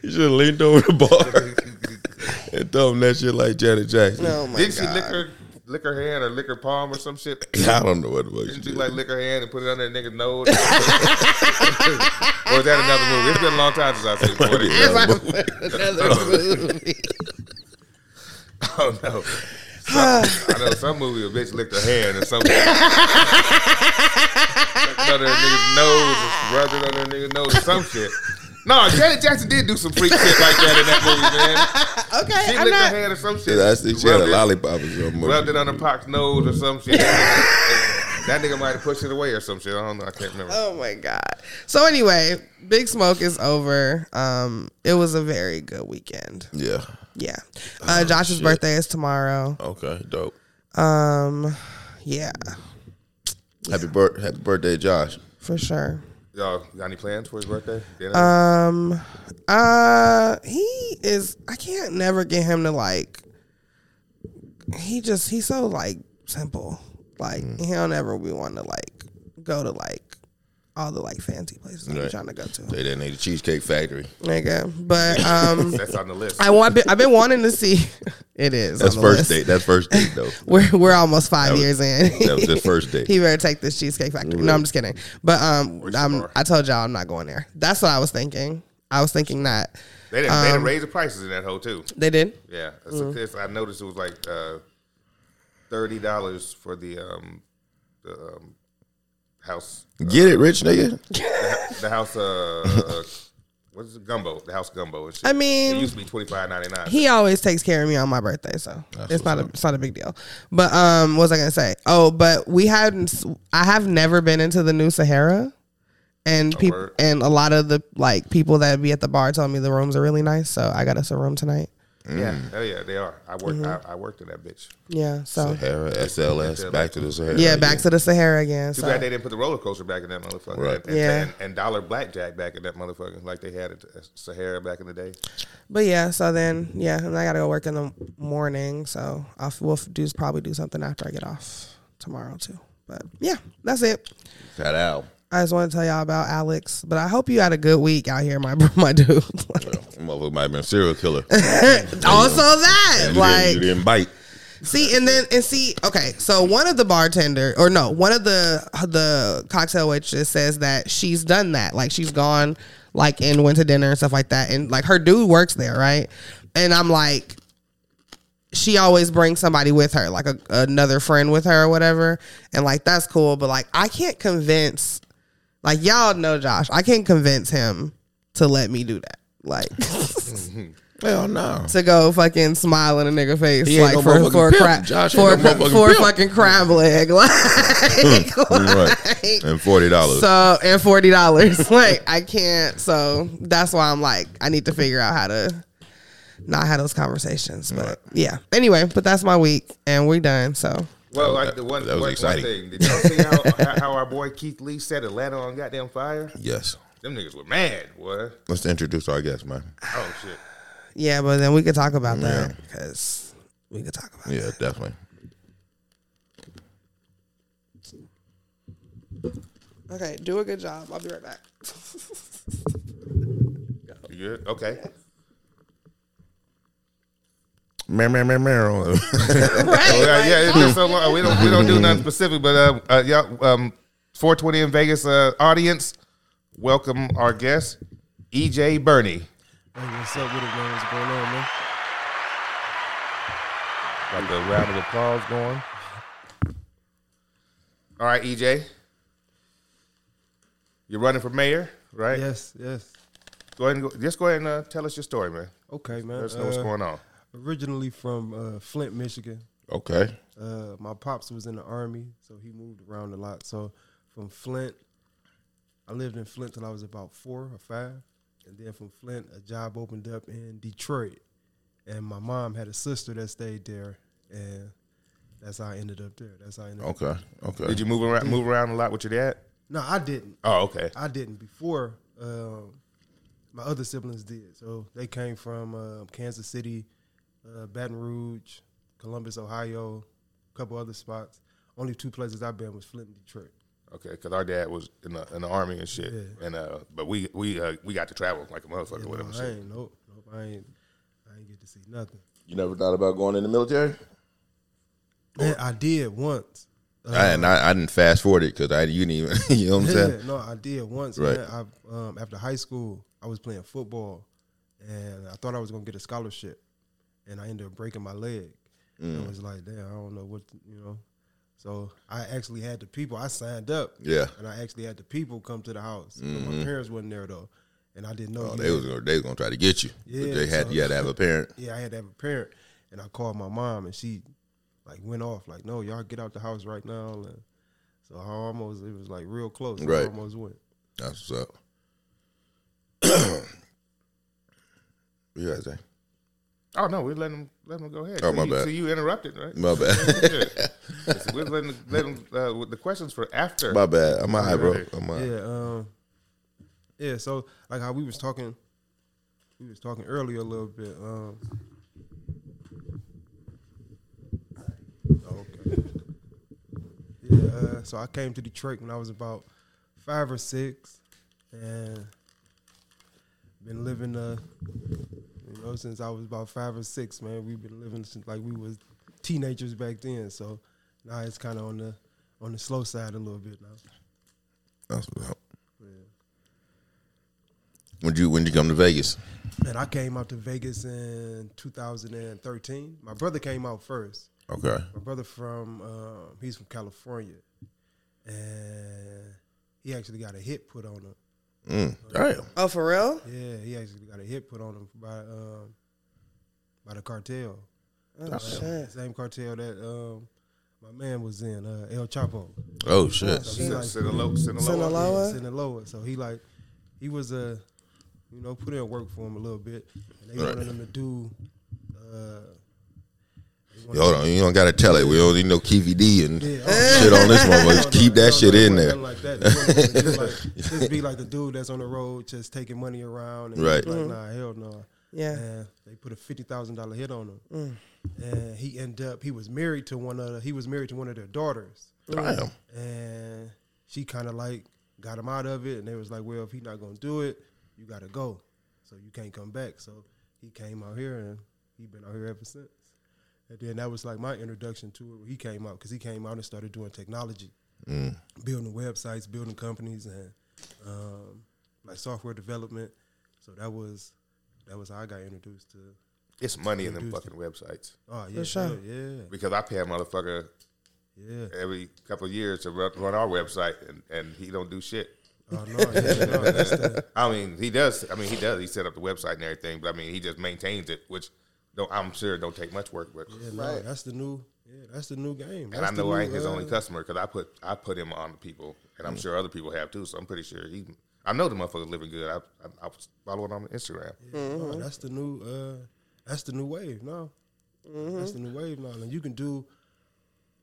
you should have leaned over the bar and told him that shit like Janet Jackson.
oh my
Didn't she
god.
lick her lick her hand or lick her palm or some shit?
I don't know what the fuck she
Didn't she
did.
like lick her hand and put it under that nigga's nose? or is that another movie? It's been a long time since I've seen forty.
That's
I
Another movie.
don't know. Some- Oh, I know some movie a bitch licked her hand and some licked under a nigga's nose, rubbed it under a nigga's nose or some shit. No, Janet Jackson did do some freak shit like that in that
Okay,
movie, man. She
I'm
licked her
not.
hand or some shit.
Shit, I see she had
rubbed
a
it-
lollipop or something.
Rubbed it on the pox nose or some shit. that nigga might have pushed it away or some shit. I don't know. I can't remember.
Oh my god. So anyway, Big Smoke is over. Um, it was a very good weekend.
Yeah.
Yeah. Uh, Josh's birthday is tomorrow.
Okay. Dope.
Um, yeah,
Happy birth. Happy birthday, Josh.
for sure.
Y'all got any plans for his birthday? Dinner?
Um, uh, he is. I can't never get him to like. He just he's so like simple. Like he'll never be one to like go to like all the like fancy places I'm
Right.
trying to go to,
Say that nigga Cheesecake Factory.
nigga. But um,
That's on the list.
I want. I've been wanting to see. It is.
That's
on the
first
list.
date. That's first date though.
We're we're almost five
was-
years in.
that was his first date.
he better take this cheesecake factory. No, I'm just kidding. But um,
Which
I'm,
bar?
I told y'all I'm not going there. That's what I was thinking. I was thinking that
they didn't.
um,
they didn't raise the prices in that hole too.
they did.
Yeah, it's
Mm.
it's- I noticed it was like uh, thirty dollars for the um, the um, house,
Get it, rich nigga.
the house. Uh, uh, what is it? Gumbo, the house gumbo and shit.
I mean-
it used to be twenty five ninety nine.
He always takes care of me on my birthday, so it's not a it's not a big deal. But um, what was I gonna say? Oh, but we hadn't. s- I have never been into the New Sahara, and
Oh,
people
word.
and a lot of the like people that be at the bar told me the rooms are really nice, so I got us a room tonight.
Mm.
Yeah, oh yeah, they are. I worked.
Mm-hmm.
I, I worked in that bitch.
Yeah, so
Sahara, SLS, back to the Sahara.
yeah, back to the Sahara again.
Too
so.
bad they didn't put the roller coaster back in that motherfucker.
Right.
And, and,
Yeah.
and, and dollar blackjack back in that motherfucker, like they had at Sahara back in the day.
But yeah, so then yeah, and I gotta go work in the morning, so I'll we'll f- do probably do something after I get off tomorrow too. But yeah, that's it.
Shout out.
I just want to tell y'all about Alex, but I hope you had a good week out here, my my dude. Like,
Motherfucker might have been a serial killer.
also that,
You didn't, you
like,
didn't bite.
see, and then and see, okay, so one of the bartender, or no, one of the the cocktail waitress says that she's done that, like she's gone, like and went to dinner and stuff like that, and like her dude works there, right? And I'm like, she always brings somebody with her, like a, another friend with her or whatever. And like that's cool, but like I can't convince like y'all know Josh, I can't convince him to let me do that. Like
Hell no.
to go fucking smile in a nigga face
He
like
ain't no
for
motherfucking
for a
pimp.
crab
Josh
for,
ain't no
a cra-
motherfucking
for a
pimp.
fucking crab leg like,
right. And forty dollars.
so and forty dollars like I can't so that's why I'm like I need to figure out how to not have those conversations but yeah anyway but that's my week and we're done so
Well, like the one,
that was
one, one
exciting.
thing. Did y'all see how, how- how our boy Keith Lee set Atlanta on goddamn fire?
yes.
Them niggas were mad, boy.
Let's introduce our guest, man.
Oh shit.
yeah but then we could talk about that because we could talk about
Yeah, definitely.
it. okay do a good job I'll be right back
You good? Okay.
Mer, mer, mer, mer.
Oh, yeah, yeah, it's been so long. We don't we don't do nothing specific, but uh, uh y'all um 420 in Vegas uh, audience, welcome our guest, EJ Bernie.
Hey, what's up with it, man? What's going on, man?
Got the round of applause going. All right, EJ. You're running for mayor, right?
Yes, yes.
Go ahead and go, just go ahead and uh, tell us your story, man.
Okay, man.
Let us know what's
Uh,
going on.
Originally from uh, Flint, Michigan.
okay.
Uh, my pops was in the army, so he moved around a lot. So from Flint, I lived in Flint till I was about four or five, and then from Flint, a job opened up in Detroit, and my mom had a sister that stayed there, and that's how I ended up there. That's how I ended up.
Okay. Okay.
Did you move around move around a lot with your dad?
No, I didn't.
Oh, okay.
I didn't before. Um, my other siblings did. So they came from uh, Kansas City, uh, Baton Rouge, Columbus, Ohio, a couple other spots. Only two places I've been was Flint, and Detroit.
Okay, because our dad was in the, in the army and shit, and uh, but we we uh, we got to travel like a motherfucker
You
with
know,
him. and
I
shit.
ain't nope, nope, I ain't, I ain't get to see nothing.
You never thought about going in the military?
Man, I did once.
I, and I, I didn't fast forward it because I you didn't even. you know what I'm
Uh-huh. Yeah,
saying?
no, I did once.
Right.
Man, I, um, after high school, I was playing football, and I thought I was gonna get a scholarship, and I ended up breaking my leg.
Mm.
And I was like, damn, I don't know what to- you know. So I actually had the people. I signed up.
Yeah. Mm-hmm.
And I actually had the people come to the house. But my parents wasn't there though. and I didn't know.
Oh,
you
they
had-
was gonna, they was gonna try to get you, but
Yeah,
they had
so-
you had to have a parent.
yeah, I had to have a parent, and I called my mom, and she like went off like, "No, y'all get out the house right now." And so I almost it was like real close.
Right.
I almost went.
That's what's up. you guys, say?
Oh no, we let them let them go ahead.
Oh,
So
my
you,
bad.
So you interrupted, right?
my bad,
Yeah. So we're letting letting uh, with the questions for after.
my bad. I'm high, bro. I'm high.
Yeah. Um, yeah. So like how we was talking, we was talking earlier a little bit. Um, Oh, okay. Yeah. Uh, so I came to Detroit when I was about five or six, and been living uh, you know, since I was about five or six. Man, we've been living since like we was teenagers back then. So now it's kind of on the on the slow side a little bit now.
That's what's up. When you when you come to Vegas?
And I came out to Vegas in 2013. My brother came out first.
Okay,
My brother from um, he's from California, and he actually got a hit put on him.
damn.
Oh, for real?
Yeah, he actually got a hit put on him by um, by the cartel,
Oh, shit.
same cartel that um, my man was in, uh, El Chapo.
Oh shit.
So he
Sin-
like-
Sinaloa, Sinaloa.
Sinaloa.
Yeah, Sinaloa. So he like he was uh, you know, put in work for him a little bit. And they
Right.
wanted him to do uh they wanted-
Hold on, you don't gotta tell it. We don't need no KVD and
Yeah,
shit on this
No,
motherfucker.
no,
Keep
no,
that
no,
shit
it
in
wasn't
there.
Like that. It wasn't like- it was like- just be like the dude that's on the road just taking money around. And
Right.
Like, nah, hell no.
Yeah.
And they put a fifty thousand dollar hit on him, and he ended up. He was married to one of. The, he was married to one of their daughters,
Damn.
and she kind of like got him out of it and they was like well if he not gonna do it you gotta go so you can't come back so he came out here and he been out here ever since and then that was like my introduction to it when he came out because he came out and started doing technology building websites building companies and um, like software development so that was that was how i got introduced to
It's money in them fucking websites
oh yeah
sure.
yeah yeah,
because I pay a motherfucker
yeah.
every couple of years to run, run our website, and, and he don't do shit.
Oh, no, yeah, no, that's the,
I mean, he does. I mean, he does. He set up the website and everything, but I mean, he just maintains it, which don't, I'm sure don't take much work. But
Yeah, no, that's the new. Yeah, that's the new game.
and
That's
I
the
know I
new,
ain't his
uh, Mm.
only customer because I put I put him on to people, and I'm sure other people have too. So I'm pretty sure he. I know the motherfucker's living good. I I, I was following on Instagram.
no, that's the new. Uh, that's the new wave now. That's the new wave now, and you can do.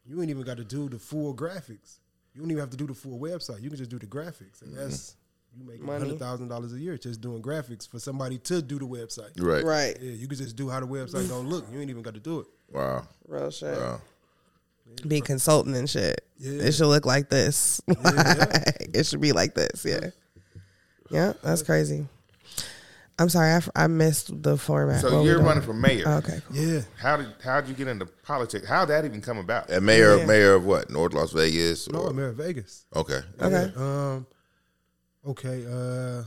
You ain't even got to do the full graphics. You don't even have to do the full website. You can just do the graphics, and that's
Mm-hmm.
you make hundred thousand dollars a year just doing graphics for somebody to do the website.
Right.
Right.
Yeah, you can just do how the website don't look. You ain't even got to do it.
Wow.
Real shit.
Wow.
Be consulting and shit.
Yeah.
It should look like this. it should be like this. Yeah. Yeah. That's crazy. I'm sorry. I, f- I missed the format. What
So
we
you're
doing?
running for mayor.
Okay. Cool.
Yeah,
How did how would you get into politics? How would that even come about?
And mayor,
Yeah.
mayor of what? North Las Vegas.
no,
or-
Oh, I'm here in Vegas.
Okay.
Okay.
Um, okay. Uh,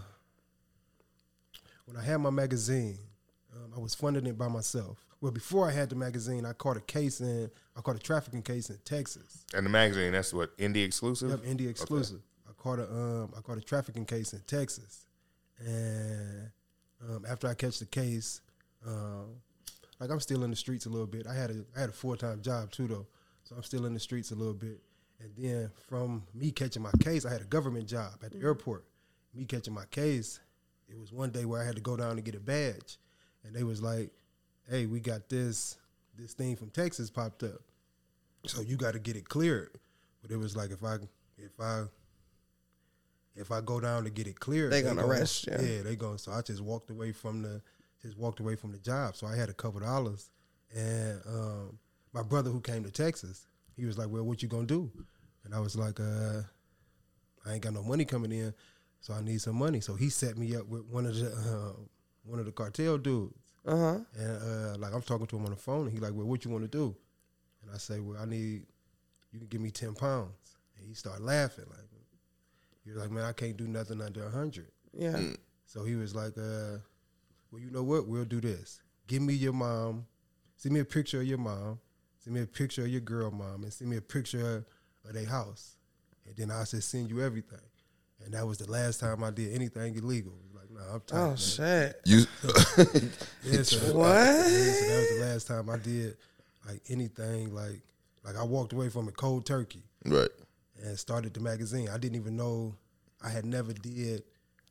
when I had my magazine, um, I was funding it by myself. Well, before I had the magazine, I caught a case in I caught a trafficking case in Texas.
And the magazine, that's what indie exclusive.
Yep, indie exclusive. I caught a um, I caught a trafficking case in Texas, and um, after I catch the case, um, like I'm still in the streets a little bit. I had a I had a full time job too though, so I'm still in the streets a little bit. And then from me catching my case, I had a government job at the airport. Me catching my case, it was one day where I had to go down to get a badge, and they was like, "Hey, we got this this thing from Texas popped up." So you got to get it cleared. But it was like if I if I if I go down to get it cleared,
They gonna arrest you.
Yeah, they going. So I just walked away from the just walked away from the job. So I had a couple dollars, and um, my brother who came to Texas, he was like, "Well, what you gonna do?" And I was like, "Uh, I ain't got no money coming in, so I need some money." So he set me up with one of the uh, one of the cartel dudes.
Uh huh.
And uh, like I'm talking to him on the phone, and he like, "Well, what you want to do?" And I say, "Well, I need you can give me ten pounds." And he started laughing like, "You're like, man, I can't do nothing under a hundred.
Yeah.
So he was like, uh, "Well, you know what? We'll do this. Give me your mom. Send me a picture of your mom. Send me a picture of your girl mom, and send me a picture of their house. And then I said, send you everything." And that was the last time I did anything illegal. Like like, nah, I'm tired.
Oh
man.
shit.
You
Yeah, so-
What?
yeah, so that was the last time I did like anything like like I walked away from it cold turkey
right.
and started the magazine. I didn't even know I had never did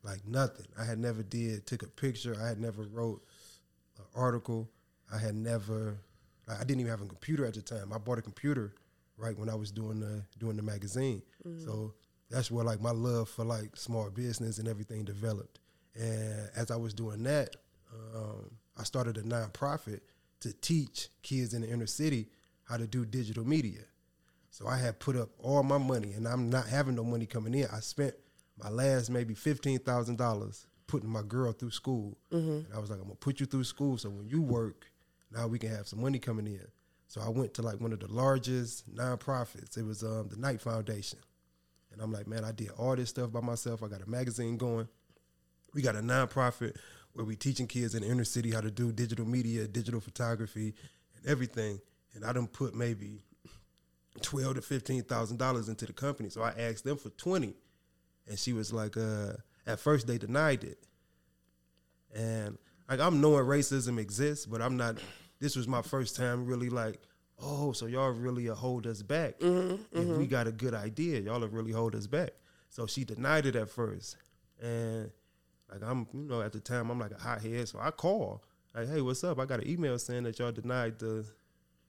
like nothing. I had never did took a picture. I had never wrote an article. I had never. I I didn't even have a computer at the time. I bought a computer right when I was doing the doing the magazine. So that's where like my love for like small business and everything developed. And as I was doing that, um, I started a nonprofit to teach kids in the inner city how to do digital media. So I had put up all my money, and I'm not having no money coming in. I spent my last maybe fifteen thousand dollars putting my girl through school, and I was like, I'm gonna put you through school, so when you work, now we can have some money coming in. So I went to like one of the largest nonprofits. It was um, the Knight Foundation, and I'm like, man, I did all this stuff by myself. I got a magazine going. We got a nonprofit where we teaching kids in the inner city how to do digital media, digital photography, and everything. And I done put maybe twelve to fifteen thousand dollars into the company. So I asked them for twenty, and she was like, uh, "At first they denied it, and like I'm knowing racism exists, but I'm not. This was my first time really like, oh, so y'all really a hold us back. If we got a good idea, y'all will really hold us back. So she denied it at first, and like I'm, you know, at the time I'm like a hothead, so I call like, hey, what's up? I got an email saying that y'all denied the,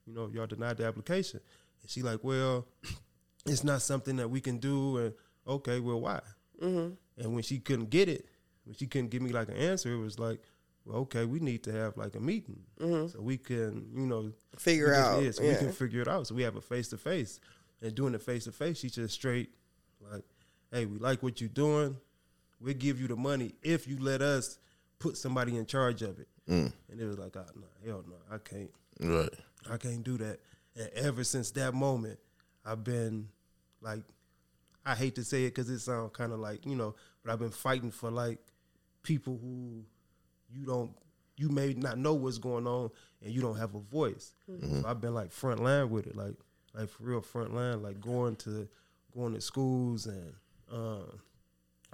you know, y'all denied the application. And she like, well, it's not something that we can do. And okay, well, why?
Mm-hmm.
And when she couldn't get it, when she couldn't give me like an answer, it was like, well, okay, we need to have like a meeting so we can, you know,
Mm-hmm. Figure
we just-
out,
yeah, so we
yeah.
can figure it out. So we have a face to face, and doing the face to face, she just straight like, hey, we like what you're doing. We'll give you the money if you let us put somebody in charge of it. And it was like, oh, no, hell no, I can't.
Right.
I can't do that. And ever since that moment, I've been like, I hate to say it because it sounds kind of like you know, but I've been fighting for like people who you don't, you may not know what's going on, and you don't have a voice. So I've been like front line with it, like like for real front line, like going to going to schools and um,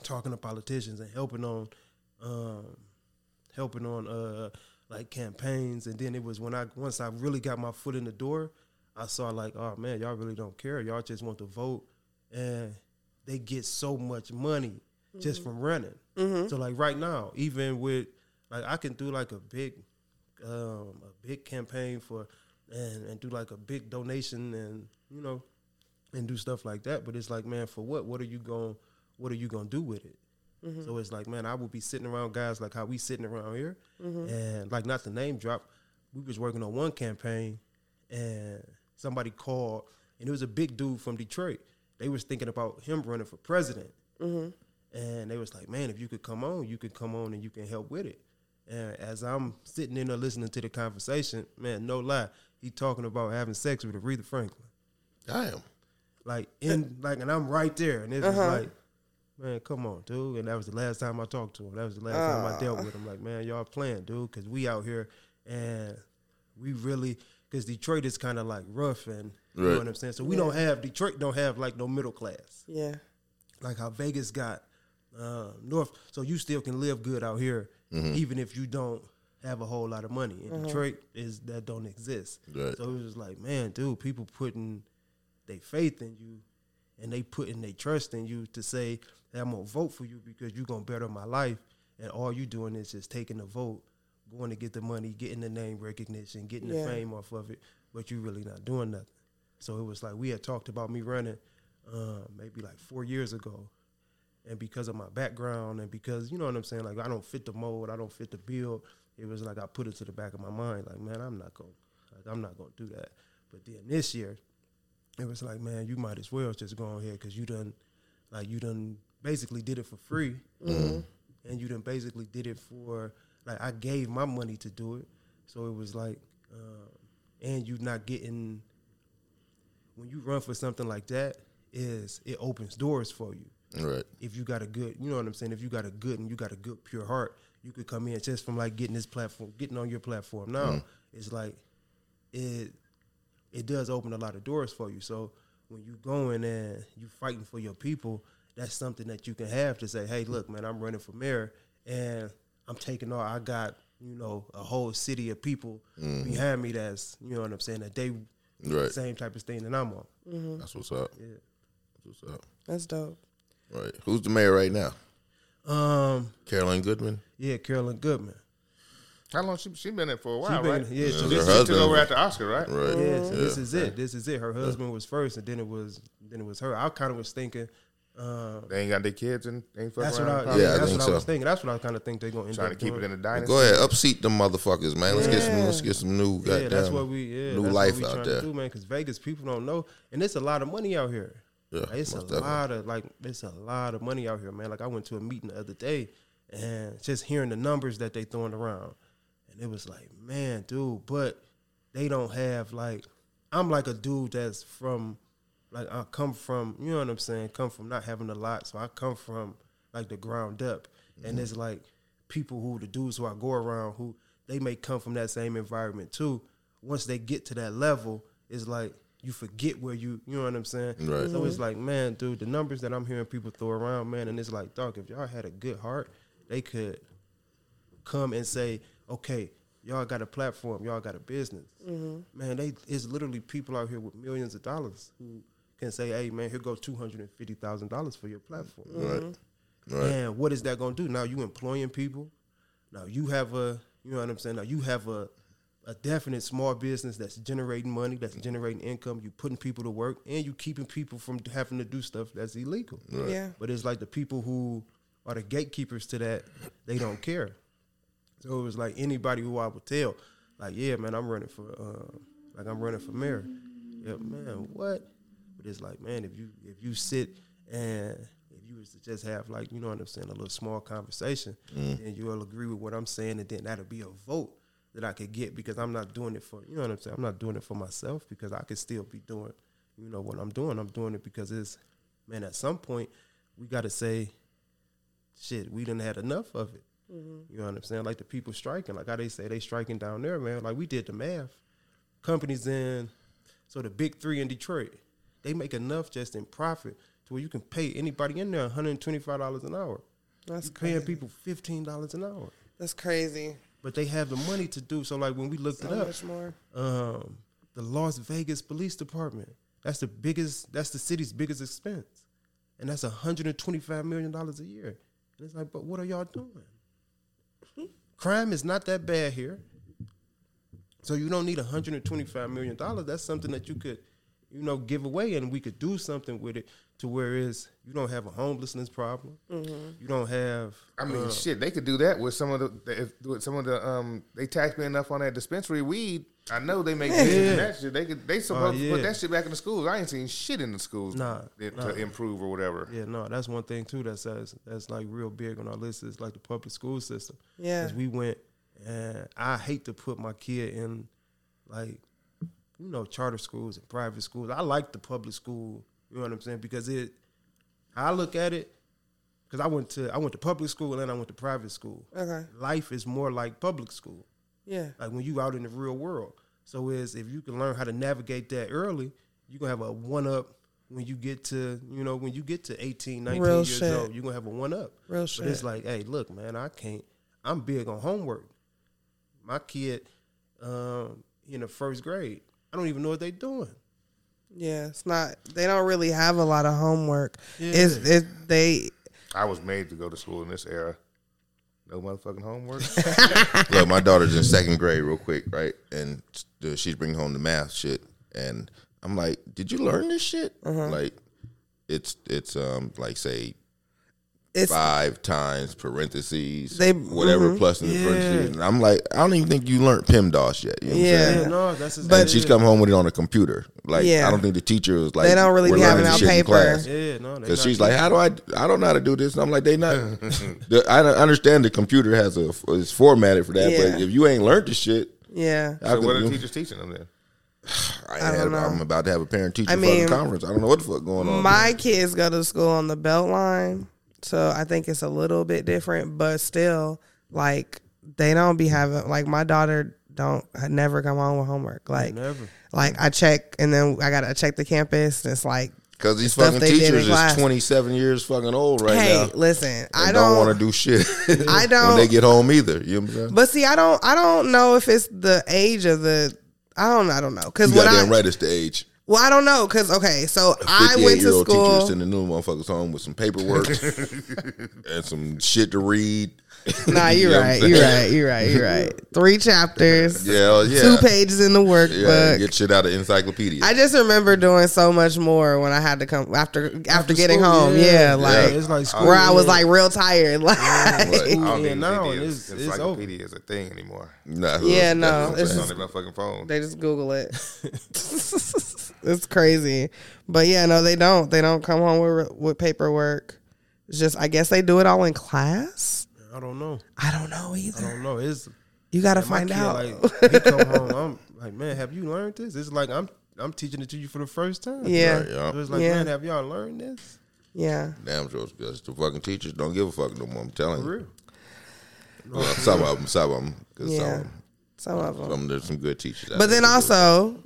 talking to politicians and helping on um, helping on uh like campaigns and then it was when I once I really got my foot in the door, I saw like, oh man, y'all really don't care. Y'all just want to vote and they get so much money just from running. So like right now, even with like I can do like a big um a big campaign for and, and do like a big donation and you know and do stuff like that. But it's like, man, for what? What are you going? What are you going to do with it? So it's like, man, I would be sitting around guys like how we sitting around here, and like not the name drop. We was working on one campaign, and somebody called, and it was a big dude from Detroit. They was thinking about him running for president, and they was like, man, if you could come on, you could come on and you can help with it. And as I'm sitting in there listening to the conversation, man, no lie, he talking about having sex with Aretha Franklin
Damn.
like in like and I'm right there and it's like man come on dude and that was the last time I talked to him that was the last time I dealt with him like man y'all playing dude cuz we out here and we really cuz Detroit is kind of like rough and you know
Right.
what I'm saying so we don't have Detroit don't have like no middle class
Yeah.
like how Vegas got uh, North. So you still can live good out here,
Mm-hmm.
even if you don't have a whole lot of money. In Detroit, is that don't exist.
Right.
So it was just like, man, dude, people putting their faith in you, and they putting their trust in you to say, hey, I'm gonna vote for you because you're gonna better my life, and all you doing is just taking the vote. Going to get the money, getting the name recognition, getting
Yeah.
the fame off of it, but you really not doing nothing. So it was like we had talked about me running uh, maybe like four years ago. And because of my background and because, you know what I'm saying, like I don't fit the mold, I don't fit the build, it was like I put it to the back of my mind, like, man, I'm not gonna like I'm not gonna do that. But then this year, it was like, man, you might as well just go on here because you done like you done basically did it for free. And you done basically did it for like I gave my money to do it. So it was like um, and you not getting when you run for something like that is it opens doors for you
Right.
if you got a good you know what i'm saying if you got a good and you got a good pure heart you could come in just from like getting this platform getting on your platform now it's like it it does open a lot of doors for you so when you going and you fighting for your people that's something that you can have to say hey look man i'm running for mayor and I'm taking all I got. You know, a whole city of people behind me. That's you know what I'm saying. That they
Right.
same type of thing that I'm on.
That's what's up. That's what's up.
That's dope.
Right. Who's the mayor right now?
Um,
Caroline Goodman.
yeah, Carolyn Goodman.
How long she she been there for a
She
while,
been-
right?
yeah, she-
her
She took
husband.
over after Oscar, right?
Right.
Yeah, so this is it. This is it. Her husband was first, and then it was then it was her. I kind of was thinking. Uh,
They ain't got their kids and they ain't fucking
that's what
around.
I.
probably
Yeah, I
that's
think
what I was
so.
thinking. That's what I kind of think they're gonna end
Trying to
up
keep it
doing.
in the dynasty.
Go ahead, upseat them motherfuckers, man. Let's get some.
Yeah.
Let's get some new. Goddamn,
Yeah, that's what we. Yeah,
new
that's
life
what we
out
trying
there.
to do, man. Because Vegas people don't know, and it's a lot of money out here.
Yeah,
Like, it's a
most definitely.
lot of like it's a lot of money out here, man. Like I went to a meeting the other day, and just hearing the numbers that they throwing around, and it was like, man, dude, but they don't have like I'm like a dude that's from like I come from you know what I'm saying, come from not having a lot, so I come from like the ground up, and it's like people who the dudes who I go around who they may come from that same environment too. Once they get to that level, it's like you forget where you you know what I'm saying.
Right.
So it's like, man, dude, the numbers that I'm hearing people throw around, man, and it's like, dog, if y'all had a good heart, they could come and say, okay, y'all got a platform, y'all got a business. Man, they it's literally people out here with millions of dollars who can say, hey, man, here goes two hundred and fifty thousand dollars for your platform.
Right. Right.
And what is that gonna do? Now you employing people. Now you have a you know what I'm saying. Now you have a a definite small business that's generating money, that's generating income. You putting people to work, and you keeping people from having to do stuff that's illegal.
Yeah.
But it's like the people who are the gatekeepers to that, they don't care. So it was like anybody who I would tell, like, yeah, man, I'm running for, uh, like, I'm running for mayor. Yeah, man, what? But it's like, man, if you if you sit and if you was to just have like, you know what I'm saying, a little small conversation, then you'll agree with what I'm saying, and then that'll be a vote that I could get because I'm not doing it for, you know what I'm saying, I'm not doing it for myself because I could still be doing, you know, what I'm doing. I'm doing it because it's, man, at some point we got to say, shit, we didn't had enough of it.
Mm-hmm.
You know what I'm saying? Like the people striking, like how they say they striking down there, man. Like we did the math. Companies in, so the big three in Detroit, they make enough just in profit to where you can pay anybody in there $125 an hour.
That's
you paying
crazy.
people $15 an hour.
That's crazy.
But they have the money to do. So like when we looked
So
it up,
much more.
um, the Las Vegas Police Department. That's the biggest. That's the city's biggest expense, and that's 125 million dollars a year. And it's like, but what are y'all doing? Crime is not that bad here, so you don't need 125 million dollars. That's something that you could, you know, give away, and we could do something with it to where is you don't have a homelessness problem. You don't have.
I mean,
uh,
shit, they could do that with some of the if, with some of the um they tax me enough on that dispensary weed. I know they make millions in that shit. They could they supposed to put
Oh, yeah.
that shit back in the schools. I ain't seen shit in the schools
Nah,
that-
nah.
to improve or whatever.
Yeah, no, that's one thing too that says that's like real big on our list is like the public school system.
Yeah.
'Cause we went and I hate to put my kid in like you know charter schools and private schools. I like the public school, you know what I'm saying? Because it I look at it cuz I went to I went to public school and I went to private school.
Okay.
Life is more like public school
Yeah.
like when you out in the real world. So is if you can learn how to navigate that early, you gonna have a one up when you get to you know when you get to 18, 19
Real
years
shit.
old. You are gonna have a one up.
Real
but
shit.
It's like, hey, look, man, I can't. I'm big on homework. My kid um, in the first grade, I don't even know what they doing.
Yeah. It's not. They don't really have a lot of homework. It's it. They.
I was made to go to school in this era. No motherfucking homework.
Look, my daughter's in second grade, real quick, right? And the- she's bringing home the math shit, and I'm like, "Did you learn this shit?
Uh-huh.
Like, it's it's um like say
It's
five times parentheses,
They- mm-hmm.
whatever plus in the parentheses." And I'm like, "I don't even think you learned PEMDAS yet." You know what I'm
Yeah.
saying?
Yeah, no, that's just,
and she's come home with it on a computer. Like,
Yeah.
I don't think the teacher was like,
They don't really
"We're
be having
learning
it on
this shit in
paper."
class."
Yeah, no, they
Cause
not
she's like, how do I? I don't know how to do this. And I'm like, they not. the, I don't understand the computer has a is formatted for that,
Yeah.
but if you ain't learned the shit,
yeah.
how
so
could
what are
you-
the teachers teaching them then?
I
I
had,
don't know.
I'm about to have a parent teacher
I mean,
fucking conference. I don't know what the fuck going on.
My kids go to school on the Beltline, so I think it's a little bit different, but still, like they don't be having like my daughter don't never come home with homework. Like
never.
Like I check and then I gotta check the campus. And it's like
Because these
Stuff
fucking
they did in
teachers is
class.
27 years fucking old right
hey,
now.
listen, I
and
don't,
don't want to do shit.
I
when
don't-
they get home either. You know what I'm saying?
But see, I don't, I don't know if it's the age of the. I don't, I don't know. Because
you
when I,
goddamn right, it's the age.
well, I don't know. Because okay, so I went to
58-year-old teacher
school.
sending new motherfuckers home with some paperwork and some shit to read.
Nah,
You
you're
know what
right.
I'm
You're
saying?
right. You're right. You're right. Three chapters.
Yeah, hell yeah.
Two pages in the
Yeah,
workbook.
get shit out of encyclopedia.
I just remember doing so much more when I had to come after after, getting
school,
home.
yeah.
Yeah,
Yeah,
like
it's like school,
where I was
yeah.
like real tired. Like
Like,
I don't
Yeah,
think
now
encyclopedia
it's-
is-
it's
encyclopedia is a thing anymore.
nah,
Yeah,
that's
no,
what I'm
it's
saying.
It's on their motherfucking phone.
they just Google it. it's crazy, but yeah, no, they don't. They don't come home with with paperwork. It's just I guess they do it all in class.
I don't know.
I don't know
I
either.
don't know. It's
You got to
my
find
kid,
out.
Like, he come home. I'm like, man, have you learned this? It's like I'm I'm teaching it to you for the first time.
yeah,
Right, yeah.
So it's like,
Yeah.
man, have y'all learned this?
yeah.
Damn, George, because the fucking teachers don't give a fuck no more. I'm telling you.
For real.
Well, some of them, some of them, cause some,
Yeah.
of 'em-
Some of
some
them.
of 'em, there's some good teachers. out
But
there
then
that do it.
also,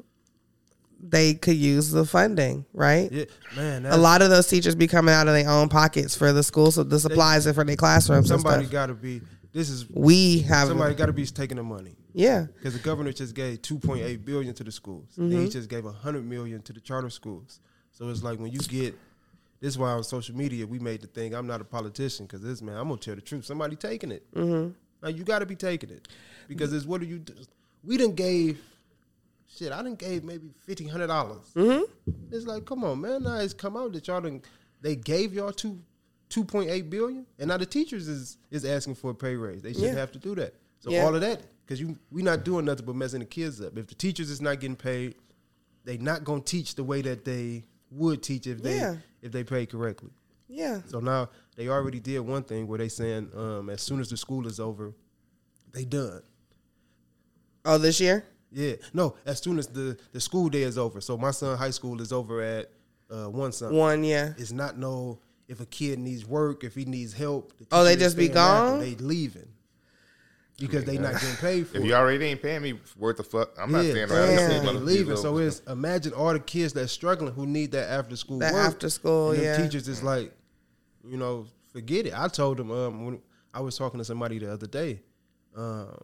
they could use the funding, right?
Yeah, man.
A
That's,
lot of those teachers be coming out of their own pockets for the schools, so the supplies and for their classrooms and
somebody
stuff.
got to be. This is
We have,
somebody got to be taking the money
yeah,
because the governor just gave 2.8 billion to the schools. and he just gave 100 million to the charter schools. So it's like when you get. This is why on social media we made the thing. I'm not a politician because this man. I'm gonna tell the truth. Somebody taking it. Mm-hmm. Like you got to be taking it because it's what do you? Do? We done gave shit. I done gave maybe fifteen hundred dollars. It's like, come on, man. Now it's come out that y'all done, they gave y'all two two point eight billion, and now the teachers is is asking for a pay raise. They shouldn't
Yeah.
have to do that. So
Yeah.
all of that because you we not doing nothing but messing the kids up. If the teachers is not getting paid, they not gonna teach the way that they would teach if they
Yeah.
if they paid correctly.
yeah,
So now they already did one thing where they saying um, as soon as the school is over, they done.
oh, this year,
Yeah, no. As soon as the, the school day is over, so my son high school is over at uh, one something.
one, yeah,
It's not no if a kid needs work, if he needs help. the
Oh, they
teacher is
just be
staying after,
gone?
They leaving because they not getting paid for.
If
it.
you already ain't paying me worth the fuck, I'm not
yeah,
staying
yeah.
around.
Damn.
Yeah.
they leaving. So it's imagine all the kids that's struggling who need that after school.
That
work.
after school,
And them
yeah.
Teachers is like, you know, forget it. I told them um, when I was talking to somebody the other day, um,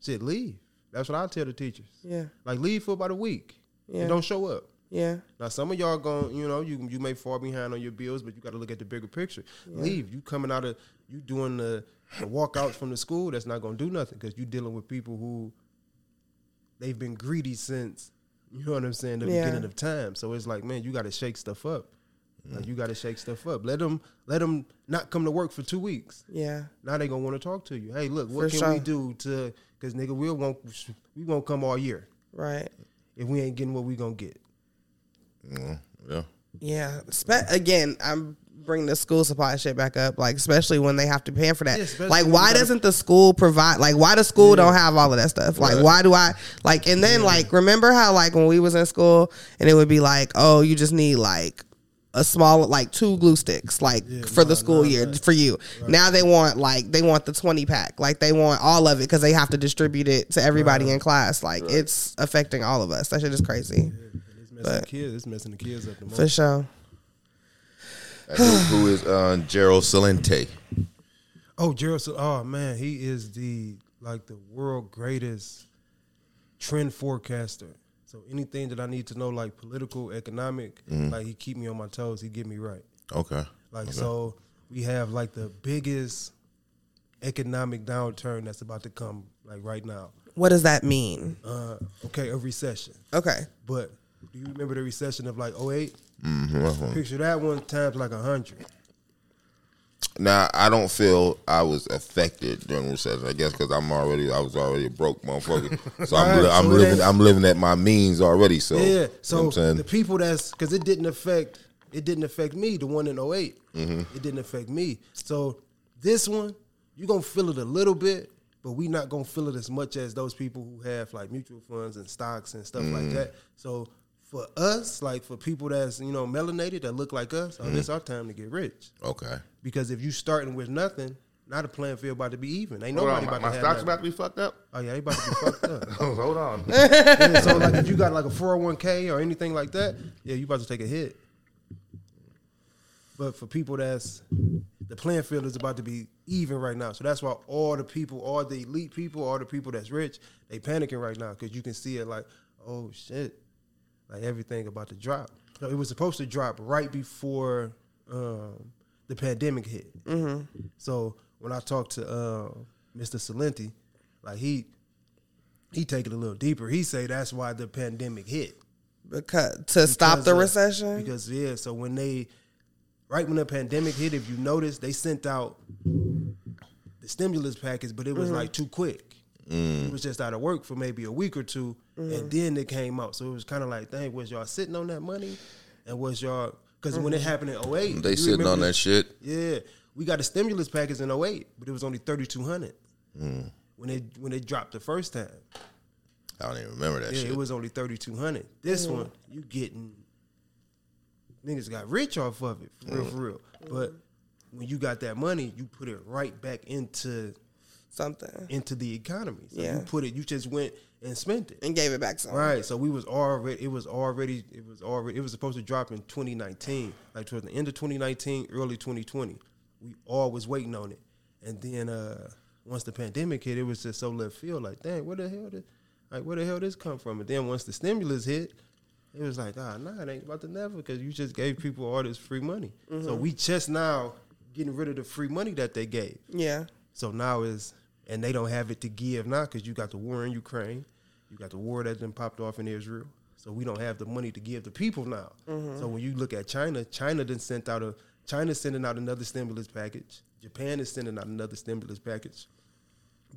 said leave. That's what I tell the teachers.
yeah,
Like leave for about a week. and
Yeah.
don't show up.
yeah,
Now some of y'all going, you know, you you may fall behind on your bills, but you got to look at the bigger picture. Leave. You coming out of you doing the, the walkouts from the school. That's not going to do nothing because you dealing with people who they've been greedy since. You know what I'm saying? The
Yeah.
beginning of time. So it's like, man, you got to shake stuff up. Like you got to shake stuff up. Let them let them not come to work for two weeks.
yeah,
Now they gonna want to talk to you. Hey, look, what
For
can we
sure.
do to? Because nigga, we won't we won't come all year
right,
if we ain't getting what we gonna get.
Mm, yeah.
yeah. Spe- again, I'm bringing the school supply shit back up, like especially when they have to pay for that.
Yeah, especially
like,
when
why
you gotta-
doesn't the school provide? Like, why does school don't have all of that stuff? Like,
Right.
why do I like? And then like, remember how like when we was in school and it would be like, oh, you just need like a small like two glue sticks like for the school year for you. Now they want like they want the 20 pack. Like they want all of it cuz they have to distribute it to everybody in class. Like it's affecting all of us. That shit is crazy.
It's messing the kids. It's messing the kids up the most.
For sure.
That dude who is uh, Gerald Salente?
Oh, Gerald. Sil- Oh man, he is the like the world greatest trend forecaster. So anything that I need to know, like political, economic,
Mm-hmm.
like he keep me on my toes. He get me right.
Okay.
Like so, we have like the biggest economic downturn that's about to come like right now.
What does that mean?
Uh, okay, a recession.
Okay.
But do you remember the recession of like 08?
Mm.
Mhm.
Picture that one times like a hundred.
Now I don't feel I was affected during recession. I guess because I'm already I was already a broke motherfucker, so I'm,
Right,
li- I'm
so it
living
ain't-
I'm living at my means already. So
Yeah.
you know
So
what I'm saying?
the people that's because it didn't affect it didn't affect me. The one in 8 it didn't affect me. So this one, you gonna feel it a little bit, but we not gonna feel it as much as those people who have like mutual funds and stocks and stuff like that. So for us, like for people that's you know melanated that look like us, oh, this our time to get rich
okay.
because if you starting with nothing. Not a playing field about to be even. Ain't
Hold
nobody
on, my,
about
my
to have
stock's
nothing.
about to be fucked up.
Oh yeah, they about to be fucked up.
Hold on.
oh Yeah, so like if you got like a 401k or anything like that, yeah, you about to take a hit. But for people that's the playing field is about to be even right now. So that's why all the people, all the elite people, all the people that's rich, they panicking right now because you can see it like, oh shit, like everything about to drop. So it was supposed to drop right before um, the pandemic hit. So when I talked to uh, Mr. Salenti, like he he take it a little deeper. He say that's why the pandemic hit
because to stop the
because of-
recession.
Because yeah, so when they right when the pandemic hit, if you notice, they sent out the stimulus package, but it was
Mm-hmm.
like too quick. It was just out of work for maybe a week or 2
Mm-hmm.
and then it came out. So it was kind of like, dang, was y'all sitting on that money? And was y'all because when it happened in 08,
Mm-hmm. They
you
sitting
remember
on
this-
that shit.
yeah, we got a stimulus package in 08, but it was only thirty two hundred
Mm.
when it when it dropped the first time.
I don't even remember that
Yeah,
shit.
it was only thirty two hundred. This one, you getting niggas got rich off of it, for real, for real. But when you got that money, you put it right back into
something
into the economy. So you
Yeah.
put it, you just went and spent it.
and gave it back some.
Right. So we was already it was already it was already it was supposed to drop in 2019, like towards the end of 2019, early 2020. We all was waiting on it. And then uh once the pandemic hit, it was just so left field like, "Dang, where the hell did like where the hell this come from?" And then once the stimulus hit, it was like, "Ah, nah, it ain't about to never cuz you just gave people all this free money." So we just now getting rid of the free money that they gave.
Yeah.
So now is and they don't have it to give now because you got the war in Ukraine, you got the war that then popped off in Israel. So we don't have the money to give the people now. So when you look at China, China then sent out a China's sending out another stimulus package. Japan is sending out another stimulus package.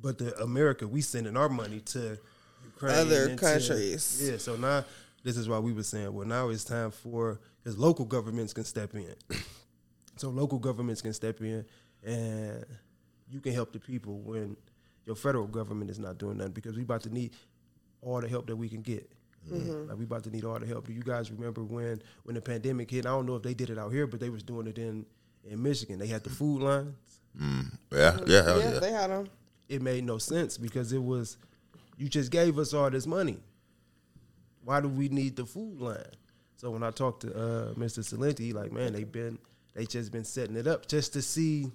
But the America, we sending our money to Ukraine,
Other
and to-
countries.
yeah. So now this is why we were saying, well, now it's time for because local governments can step in. So local governments can step in and you can help the people when your federal government is not doing nothing because we about to need all the help that we can get.
Mm-hmm.
Like we about to need all the help. Do you guys remember when when the pandemic hit? I don't know if they did it out here, but they was doing it in in Michigan. They had the food lines.
Yeah, yeah, hell
Yeah,
yeah.
they had them.
It made no sense because it was you just gave us all this money. Why do we need the food line? So when I talked to uh, Mr. Salenti, he like, man, they been they just been setting it up just to see,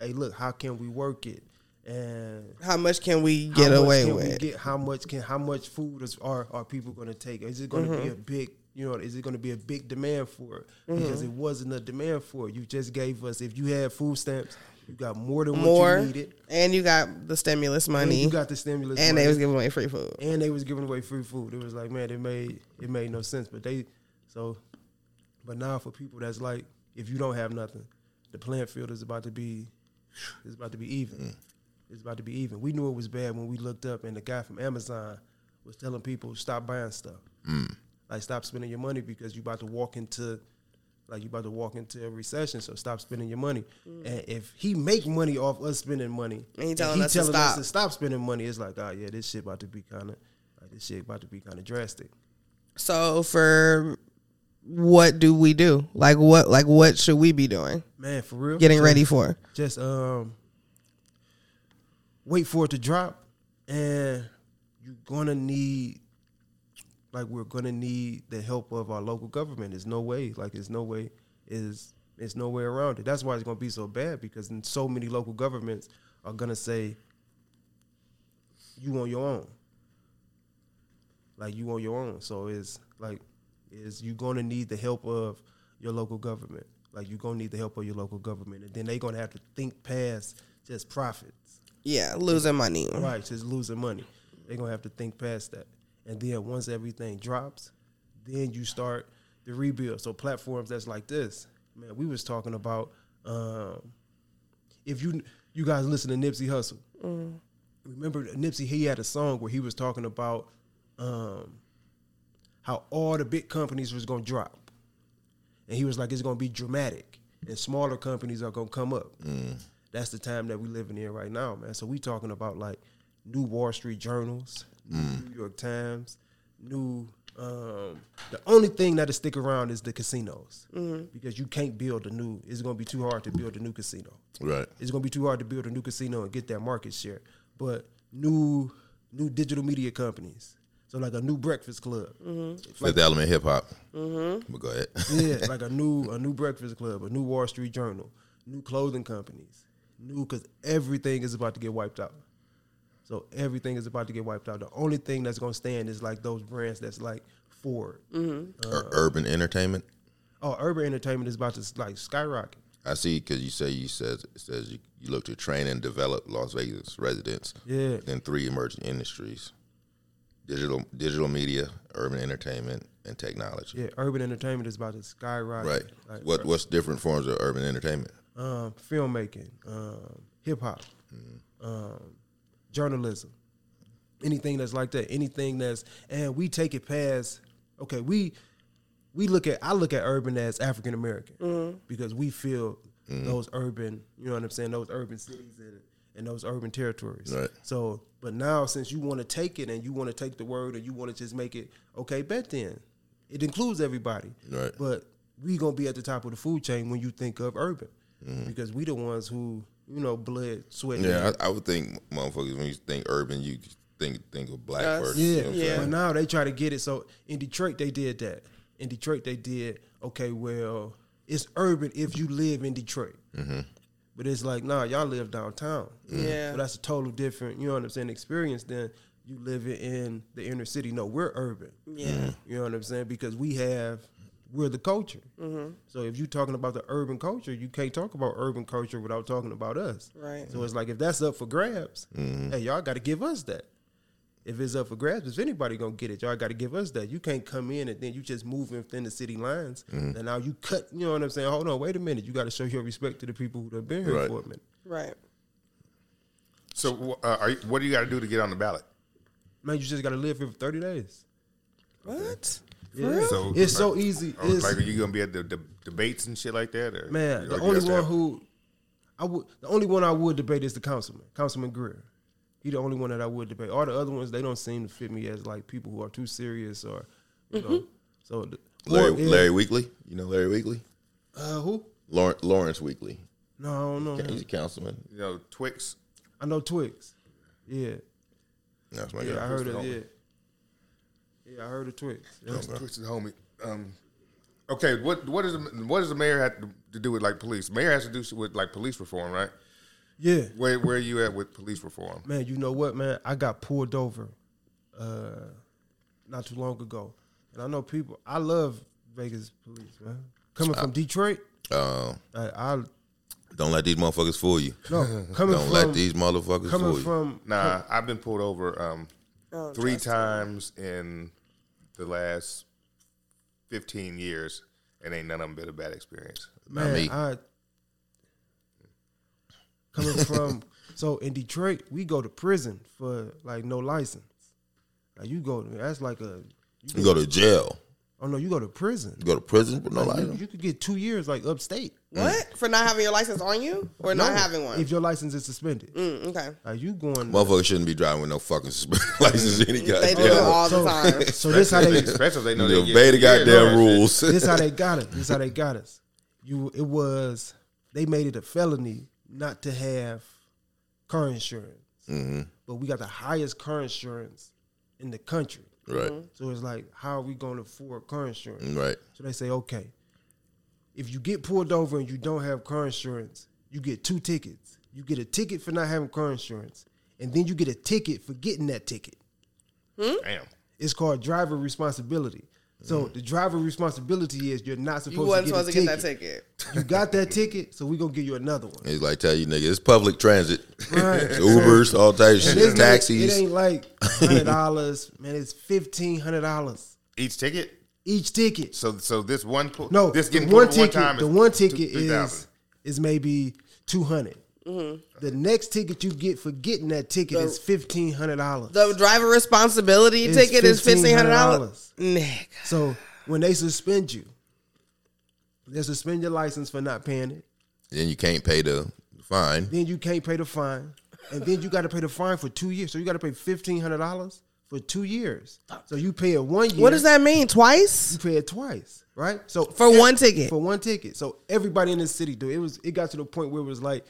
hey, look, how can we work it? And
How much can we
how
get
much
away
can
with?
We get how much can how much food is are are people going to take? Is it going to
Mm-hmm.
be a big you know? Is it going to be a big demand for it? Because
Mm-hmm.
it wasn't a demand for it. You just gave us if you had food stamps, you got more than what
More,
you needed.
and you got the stimulus
And
money,
you
and,
got the stimulus,
they
money
was giving away free food.
and they was giving away free food. It was like, man, it made it made no sense. But they so but now for people that's like, if you don't have nothing, the playing field is about to be it's about to be even. It's about to be even. We knew it was bad when we looked up and the guy from Amazon was telling people stop buying stuff. Like stop spending your money because you about to walk into like you about to walk into a recession, so stop spending your money. And if he make money off us spending money,
Mm. And he telling us to stop.
stop spending money, it's like, oh yeah, this shit about to be kind of like this shit about to be kind of drastic.
So for what do we do? Like what? Like what should we be doing?
Man, for real.
Getting
Just-
ready for?
Just um wait for it to drop and you're gonna need like we're gonna need the help of our local government. There's no way, like there's no way is there's no way around it. That's why it's gonna be so bad because then so many local governments are gonna say you on your own. Like you on your own. So it's like is you gonna need the help of your local government. Like you're gonna need the help of your local government. And then they're gonna have to think past just profits.
Yeah, losing money.
Right, just losing money. They're gonna have to think past that. And then once everything drops, then you start the rebuild. So platforms that's like this, man. We was talking about um, if you you guys listen to Nipsey Hussle. Remember Nipsey? He had a song where he was talking about um, how all the big companies was gonna drop, and he was like, it's gonna be dramatic, and smaller companies are gonna come up that's the time that we living in right now, man. So we talking about like new Wall Street journals, New York Times, new. Um, the only thing that'll stick around is the casinos because you can't build a new. It's gonna be too hard to build a new casino.
Right.
It's gonna be too hard to build a new casino and get that market share. But new new digital media companies. So like a new Breakfast Club.
Fifth Element Hip Hop. But go ahead.
Yeah, like a new a new Breakfast Club, a new Wall Street Journal, new clothing companies, new because everything is about to get wiped out. So everything is about to get wiped out. The only thing that's gonna stand is like those brands that's like Ford.
Ur- Urban Entertainment.
Oh, Urban Entertainment is about to like skyrocket.
I see because you say you says it says you, you look to train and develop Las Vegas residents.
Yeah.
In three emerging industries: digital, digital media, urban entertainment, and technology.
Yeah, Urban Entertainment is about to skyrocket.
Right.
Like,
what What's different forms of urban entertainment?
um, filmmaking, um, hip hop, um, journalism, anything that's like that, anything that's and we take it past. Okay, we we look at I look at urban as African American because we feel
Mm-hmm.
those urban, you know what I'm saying, those urban cities and and those urban territories.
Right.
So, but now since you want to take it and you want to take the word and you want to just make it okay, bet then it includes everybody.
Right.
But we gonna be at the top of the food chain when you think of urban, because we the ones who you know blood, sweat. and
Mm. Yeah, I, I would think motherfuckers when you think urban, you think think of black
Us.
first.
Yeah,
you know what I'm
yeah.
saying?
But now they try to get it. So in Detroit, they did that. In Detroit, they did. Okay, well, it's urban if you live in Detroit.
Mm-hmm.
But it's like, nah, y'all live downtown.
Yeah.
So that's a total different, you know what I'm saying, experience than you live in the inner city. No, we're urban.
Yeah.
Mm-hmm.
You know what I'm saying? Because we have, we're the culture.
Mm-hmm.
So if you're talking about the urban culture, you can't talk about urban culture without talking about us.
Right.
So it's like if that's up for grabs,
Mm-hmm.
hey, y'all got to give us that. If it's up for grabs, if anybody gonna get it, y'all got to give us that. You can't come in and then you just move within the city lines,
Mm-hmm.
and now you cut. You know what I'm saying? Hold on, wait a minute. You got to show your respect to the people who have been here
Right.
for a minute.
Right.
So, uh, are you, what do you got to do to get on the ballot?
Man, you just got to live here for 30 days.
What?
Yeah.
real?
So
It's so easy.
I was
It's-
like, are you gonna be at the, the debates and shit like that? Or,
Man,
or
the
you
only
have to
one
have-
who I would the only one I would debate is the councilman, Councilman Greer. He the only one that I would debate. All the other ones they don't seem to fit me as like people who are too serious or you know. So the,
Larry,
or if-
Larry Weekly. You know Larry Weekly.
uh, who?
Lawrence, Lawrence Weekly.
No, I don't know.
He's
him.
a councilman.
you know Twix.
I know Twix. Yeah,
That's my
yeah, I
guy.
heard
Twix
of
is
yeah. Yeah, I heard of Twix.
Twix is the homie. Um, okay, what what is the, what does the mayor have to, to do with like police? Mayor has to do shit with like police reform, right?
Yeah,
Where where are you at with police reform?
man, you know what, man? I got pulled over uh, not too long ago, and I know people. I love Vegas police, man. Coming from Detroit,
Uh,
I, I
don't let these motherfuckers fool you.
no coming
Don't
from
let these motherfuckers fool
coming
you.
from
Nah, I've been pulled over um,
Oh,
three times in the last fifteen years, and ain't none of them been a bad experience.
Not
man,
me.
I coming from so in Detroit we go to prison for like no license. Like you go that's like a
you go to jail.
oh no you go to prison.
You go to prison with no
You,
license.
you could get two years like upstate.
What? For not having your license on you or not
No,
having one?
if your license is suspended.
Mm, okay.
Like you going
Motherfuckers shouldn't be driving with no fucking license any
They
goddamn.
do it all the
So-
time.
so this how they
Especially if they know
You
they get
obey the
yeah,
goddamn
no,
rules.
this how they got us. This how they got us. You it was they made it a felony not to have car insurance, but we got the highest car insurance in the country.
right,
So it's like, how are we going to afford car insurance?
right.
So they say, okay, if you get pulled over and you don't have car insurance, you get two tickets. You get a ticket for not having car insurance, and then you get a ticket for getting that ticket.
Damn.
It's called driver responsibility. So the driver responsibility is you're not supposed
Mm. You wasn't
to, get,
supposed
a
to get
ticket.
that ticket.
You got that ticket, so we gonna give you another one.
He's like, tell you nigga, it's public transit.
Right.
It's Ubers, all types of
And it's
shit,
not- It
taxis.
ain't like hundred dollars, man. It's fifteen hundred dollars
Each ticket.
each ticket.
So so this one pu-
No,
this
the
getting
one
pulled one
ticket.
time.
the
is
one
two-
ticket
3,000.
is is maybe two
Mm-hmm.
The next ticket you get for getting that ticket is fifteen hundred dollars.
The driver responsibility
It's
ticket is fifteen hundred
$1,500.
dollars. Nigga.
So when they suspend you, they suspend your license for not paying it.
Then you can't pay the fine.
Then you can't pay the fine, and then you got to pay the fine for two years. So you got to pay fifteen hundred dollars for two years. So you pay it one year.
What does that mean? Twice
You pay it twice, right? So
for one ticket?
for one ticket. So everybody in the city, dude, it was it got to the point where it was like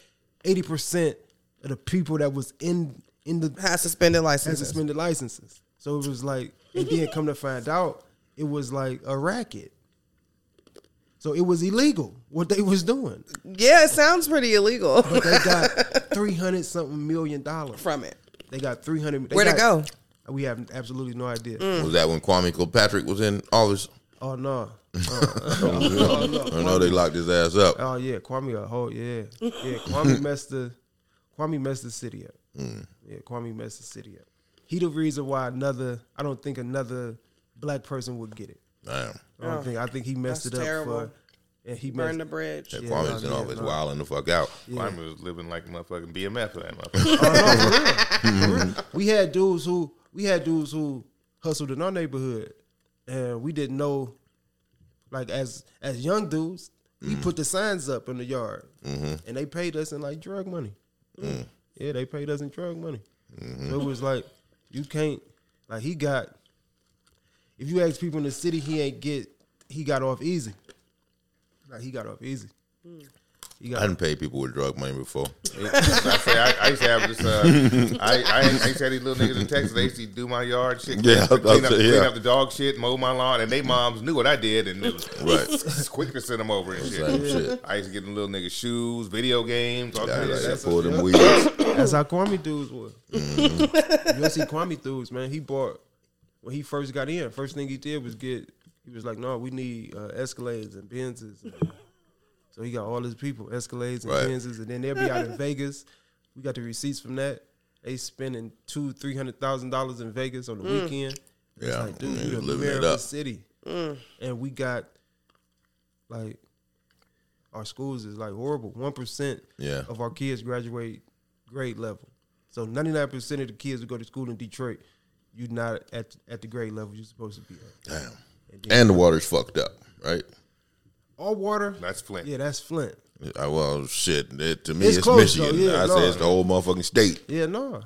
eighty percent of the people that was in in the
Has suspended
had
licenses.
suspended licenses. So it was like, and then come to find out, it was like a racket. So it was illegal what they was doing.
Yeah, it sounds pretty illegal
But they got three hundred something million dollars.
from it.
They got three hundred.
Where'd it Mm.
got- We have absolutely no idea.
Was that when Kwame Kilpatrick was in office?
Oh no.
I know they locked his ass up.
Oh yeah, Kwame a whole yeah yeah Kwame messed the Kwame messed the city up. Yeah, Kwame messed the city up. He the reason why another I don't think another black person would get it.
Damn.
I don't think I think he messed
Oh, That's
it up
terrible.
for and he
Burn
messed
the bridge.
That
Yeah,
Kwame was
no,
in
yeah,
office
no.
wilding the fuck out.
Mine was living like motherfucking BMF for that motherfucker.
we had dudes who we had dudes who hustled in our neighborhood, and we didn't know. Like as as young dudes, we put the signs up in the yard, and they paid us in like drug money. Yeah, they paid us in drug money. So it was like you can't like he got. If you ask people in the city, he ain't get he got off easy. Like he got off easy. He
I
got
didn't pay people with drug money before.
I, say, I, I used to have this. Uh, I, I, I used to have these little niggas in Texas. They used to do my yard shit.
Yeah,
clean,
I'll
up,
say,
clean
yeah.
up the dog shit, mow my lawn, and they moms knew what I did, and it was
Right.
quick to send them over and shit.
Same shit.
I used to get them little niggas shoes, video games, all
Yeah,
kinds
like,
of shit.
that pull them weeds.
That's how Kwame dudes were. you don't see Kwame dudes, man. He bought when he first got in. First thing he did was get. He was like, "No, we need uh, Escalades and Benzes." And- so he got all his people Escalades and
Right.
Benzes, and then they'll be out in Vegas. We got the receipts from that. They spending two, three hundred thousand dollars in Vegas on the weekend.
Yeah,
Like, dude,
niggas
you the
living
mayor
it
of the
up.
city, and we got like our schools is like horrible. One percent
Yeah.
of our kids graduate grade level, so ninety nine percent of the kids who go to school in Detroit, you're not at at the grade level you're supposed to be at.
Damn. And the water's fucked up, right?
All water,
That's Flint.
yeah, that's Flint.
I, well, shit. It, to me,
It's
it's,
close, though,
Michigan.
yeah,
I
no.
say it's the whole motherfucking state.
Yeah, no,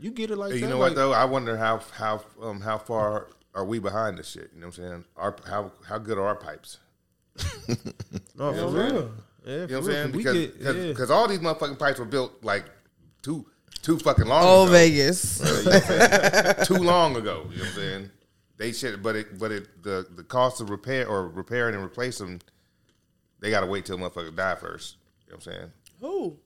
you get it like
You
that,
know
like,
what though? I wonder how how um, how far are we behind this shit? You know what I'm saying? Our how how good are our pipes?
No,
You know
for real. Yeah, for
what I'm
real.
saying?
We
Because
get-
cause,
yeah.
'cause all these motherfucking pipes were built like too too fucking long
Oh,
ago.
Vegas.
too long ago. You know what I'm saying? They should, but it, but it, the the cost of repair or repairing and replacing, they gotta wait till motherfuckers die first. You know what I'm saying?
Who?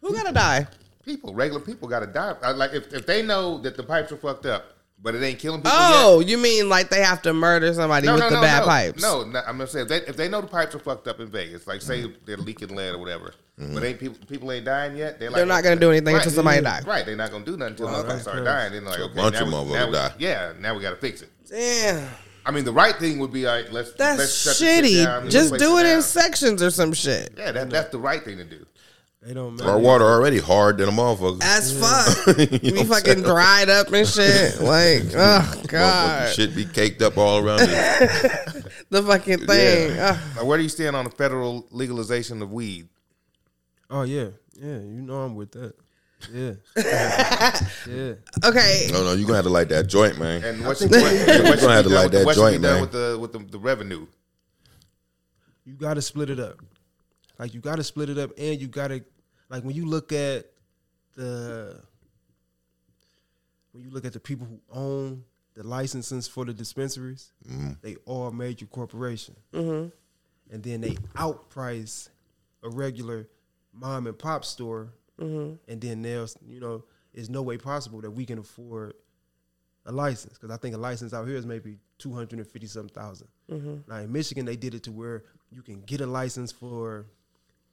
Who gotta die?
People, regular people, gotta die. I, like if, if they know that the pipes are fucked up, but it ain't killing people.
Oh, you mean like they have to murder somebody
yet,
with the bad
no.
pipes?
No, no, I'm gonna say if they, if they know the pipes are fucked up in Vegas, like say they're leaking lead or whatever, but ain't people people ain't dying yet. They're, like,
Mm-hmm. They're not gonna do anything until somebody die.
Right, they're not gonna do nothing until motherfuckers
that's
start
crazy.
dying. Then like okay,
bunch
now
of
we-
motherfuckers
now we-
die.
Yeah, now we gotta fix it.
Damn.
I mean, the right thing would be like let's
That's
let's shut the shit down
shitty.
and
Just
replace
do it
down.
in sections or some shit.
Yeah, that, that's the right thing to do.
They don't
Our
matter.
water already hard than a motherfucker.
As fuck. we fucking dried up and shit. Like, oh
Motherfucking
god,
shit be caked up all around it.
the fucking thing. Ugh.
Now, where do you stand on the federal legalization of weed?
Oh yeah, yeah. You know I'm with that. Yeah, yeah.
Okay,
No, no, you're gonna have to light that joint, man.
And what should, what, what should
gonna have
be done,
to light
with, the-
that
what should be
joint,
done
man.
with the with the, the revenue?
you gotta split it up. Like you gotta split it up and you gotta like when you look at the when you look at the people who own the licenses for the dispensaries, they all major corporation. And then they outprice a regular mom and pop store. And then there's, you know, it's no way possible that we can afford a license because I think a license out here is maybe two hundred and fifty some 1000 Now in Michigan, they did it to where you can get a license for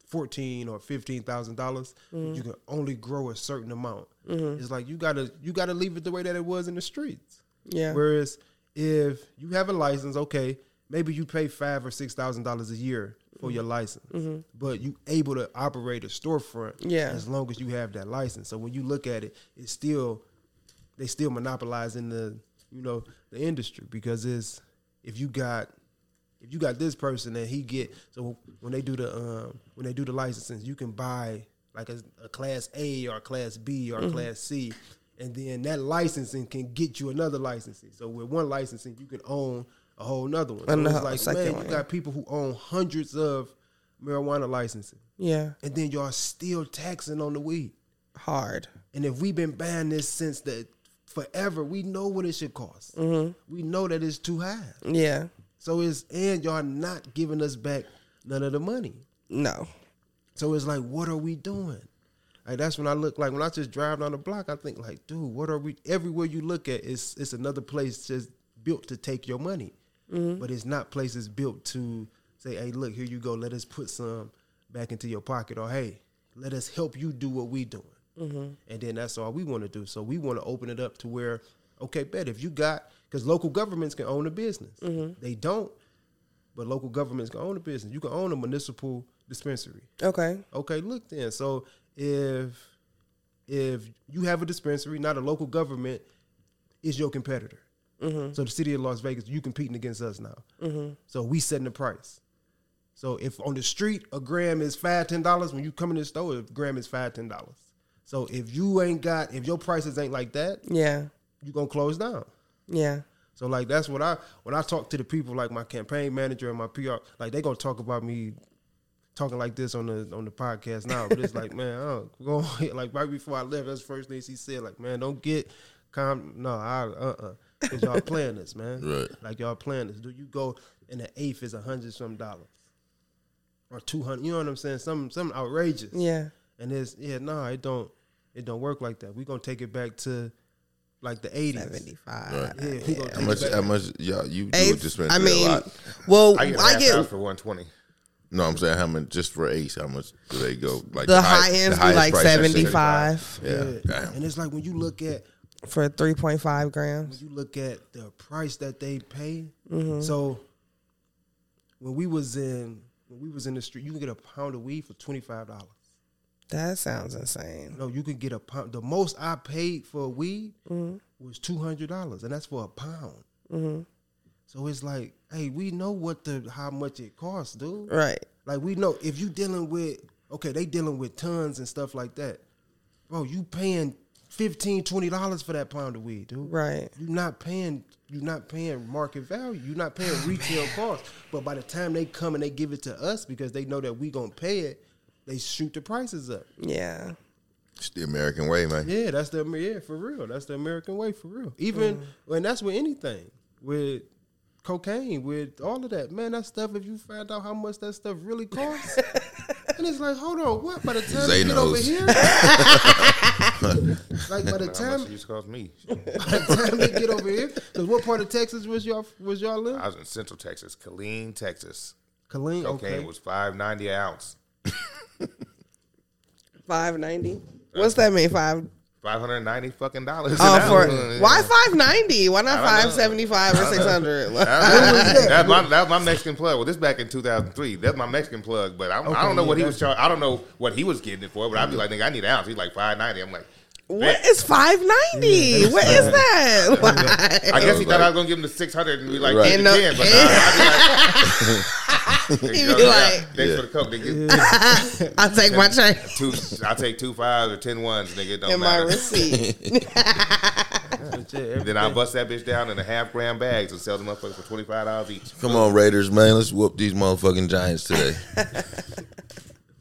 fourteen or fifteen thousand dollars. You can only grow a certain amount. It's like you gotta you gotta leave it the way that it was in the streets.
yeah,
Whereas if you have a license, okay, maybe you pay five or six thousand dollars a year for your license, but you able to operate a storefront
Yeah.
as long as you have that license. So when you look at it, it's still they still monopolizing the you know the industry because it's if you got if you got this person and he get so when they do the um, when they do the licenses, you can buy like a, a class A or a class B or
Mm-hmm.
a class C, and then that licensing can get you another licensing. So with one licensing, you can own a whole nother one. So
Another
it's like
second
man,
one,
you
yeah.
got people who own hundreds of marijuana licenses,
yeah,
and then y'all still taxing on the weed.
hard.
And if we've been buying this since the forever. We know what it should cost. We know that it's too high.
Yeah.
So it's and y'all not giving us back none of the money.
No.
So it's like, what are we doing? Like that's when I look like when I just drive down the block, I think like, dude, what are we? Everywhere you look at, it's it's another place just built to take your money, but it's not places built to say, hey, look, here you go, let us put some back into your pocket, or hey, let us help you do what we doing, and then that's all we want to do. So we want to open it up to where, okay, bet if you got because local governments can own a business, they don't, but local governments can own a business. You can own a municipal dispensary.
Okay.
Okay, look then. So if if you have a dispensary, not a local government, is your competitor. So the city of Las Vegas, you competing against us now. So we setting the price. So if on the street a gram is five ten dollars, when you come in the store, a gram is five ten dollars. So if you ain't got if your prices ain't like that,
Yeah.
you gonna close down.
Yeah.
So like that's what I when I talk to the people like my campaign manager and my PR like they gonna talk about me talking like this on the on the podcast now. But it's like man, I don't go ahead. like right before I left, that's the first thing she said like man, don't get calm. No, I uh uh because y'all playing this man.
Right.
Like y'all playing this. Do you go and the eighth is a hundred some dollars or two hundred? You know what I'm saying? Some some outrageous.
Yeah.
And it's yeah no, it don't it don't work like that. We gonna take it back to like the eighties.
Seventy five.
Yeah, he gonna
How
take
much?
it back.
How much? Y'all, you do a
Eighth,
dispensary
I
a
mean,
lot.
well,
I get
I
half hours
get
for one twenty.
No, I'm saying how much just for Ace? How much do they go? Like
the
high-
high ends
the
be
highest
like
price I've seen.
seventy five
Yeah,
Yeah.
damn.
And it's like when you look at
for three point five grams.
you look at the price that they pay. So when we was in when we was in the street, you can get a pound of weed for twenty five dollars.
That sounds insane.
No, you can get a pound. The most I paid for weed was two hundred dollars, and that's for a pound. So it's like, hey, we know what the how much it costs, dude.
Right.
Like we know if you dealing with okay, they dealing with tons and stuff like that. Bro, you paying 15 dollars for that pound of weed, dude.
Right.
You're not paying you're not paying market value. You're not paying
Oh,
retail cost. But by the time they come and they give it to us because they know that we gonna pay it, they shoot the prices up.
Yeah.
It's the American way, man.
Yeah, that's the yeah for real. That's the American way for real. Even
Mm-hmm.
and that's with anything with cocaine, with all of that. Man, that stuff. If you find out how much that stuff really costs, and it's like, hold on, what? By the time you get over
Zanos.
here, like by the
How much
time
it used to cost me?
by the time they get over here, because what part of Texas was y'all was y'all live?
I was in Central Texas, Killeen, Texas.
Killeen,
Cocaine
okay.
was five ninety an ounce,
Five ninety. What's that mean? Five.
five hundred ninety fucking dollars.
Oh,
an
for
ounce.
why five ninety? Why not
don't know.
five seventy five or six hundred?
That's my, that was my Mexican plug. Well, this back in 2003. That's my Mexican plug, but I, I
Okay,
don't know what
yeah,
he was charging. I don't know what he was getting it for, but I'd be like, nigga, I need an ounce. He's like 590. I'm like,
What
bet.
is five ninety? What is that? Why?
I guess he
was
thought I
like-
was going to give him the 600 and be like,
Right.
right.
And no-
but nah, I'd be like,
He
"There you
be
go.
like-
thanks for the coke. Nigga.
I'll take my change
Two, I'll take two fives or ten ones, nigga. It don't
in my
matter.
receipt.
But yeah, every-
Then I'll bust that bitch down in a half gram bags and sell them motherfuckers for $25 each.
Come on, Raiders, man. Let's whoop these motherfucking Giants today.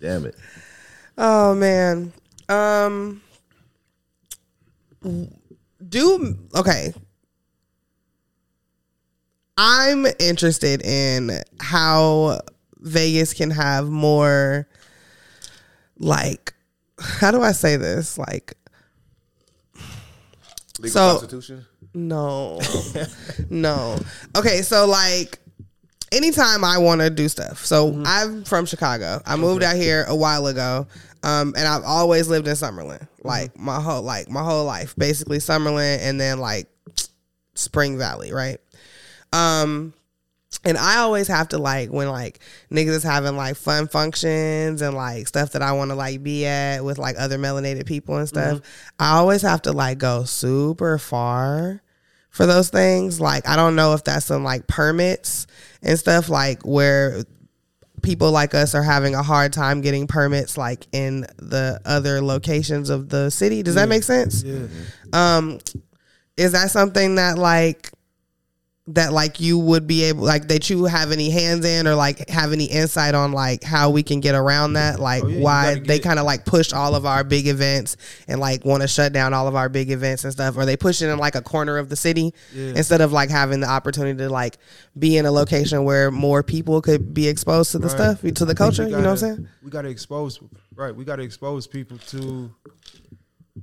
Damn it.
Oh man. Um do okay. I'm interested in how Vegas can have more like how do I say this? Like
Legal
So-
prostitution?
no. no. Okay, so like anytime I want to do stuff. So I'm from Chicago. I moved out here a while ago. Um, and I've always lived in Summerlin. Like my whole like my whole life. Basically Summerlin and then like Spring Valley, right? Um and I always have to like when like niggas is having like fun functions and like stuff that I want to like be at with like other melanated people and stuff. I always have to like go super far for those things. Like I don't know if that's some like permits and stuff like where people like us are having a hard time getting permits like in the other locations of the city. Mm-hmm. Does that make sense?
yeah.
Um, is that something that like that like you would be able like that you have any hands in or like have any insight on like how we can get around that like
Oh, yeah, you
why
gotta
they
get-
kind of like pushed all of our big events and like want to shut down all of our big events and stuff or they push it in like a corner of the city instead of like having the opportunity to like be in a location where more people could be exposed to the stuff to the culture you know what i'm saying
We gotta expose, right? We gotta expose people to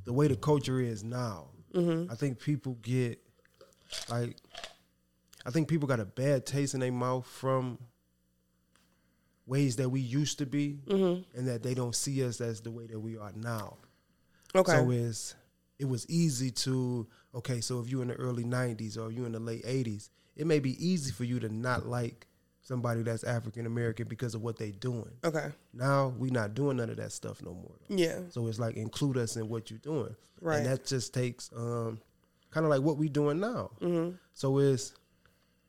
the way the culture is now.
Mm-hmm.
I think people get like, I think people got a bad taste in their mouth from ways that we used to be,
Mm-hmm.
and that they don't see us as the way that we are now.
okay
So it's it was easy to okay. So if you in the early '90s or you in the late '80s, it may be easy for you to not like somebody that's African American because of what they doing.
okay
Now we not doing none of that stuff no more. though.
yeah
So it's like include us in what you're doing.
Right.
And that just takes um, kind of like what we doing now.
Mm-hmm.
So it's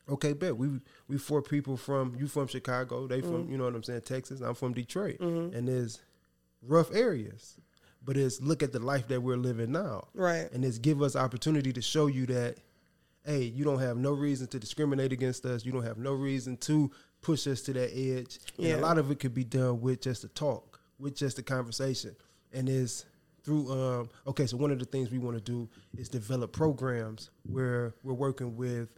okay, bet we we four people from you from Chicago, they from
Mm-hmm.
you know what I'm saying Texas, I'm from Detroit, and there's rough areas, but it's look at the life that we're living now,
Right.
And it's give us opportunity to show you that. Hey, you don't have no reason to discriminate against us. You don't have no reason to push us to that edge. And
Yeah.
a lot of it could be done with just a talk, with just a conversation, and it's through. Um, okay, so one of the things we want to do is develop programs where we're working with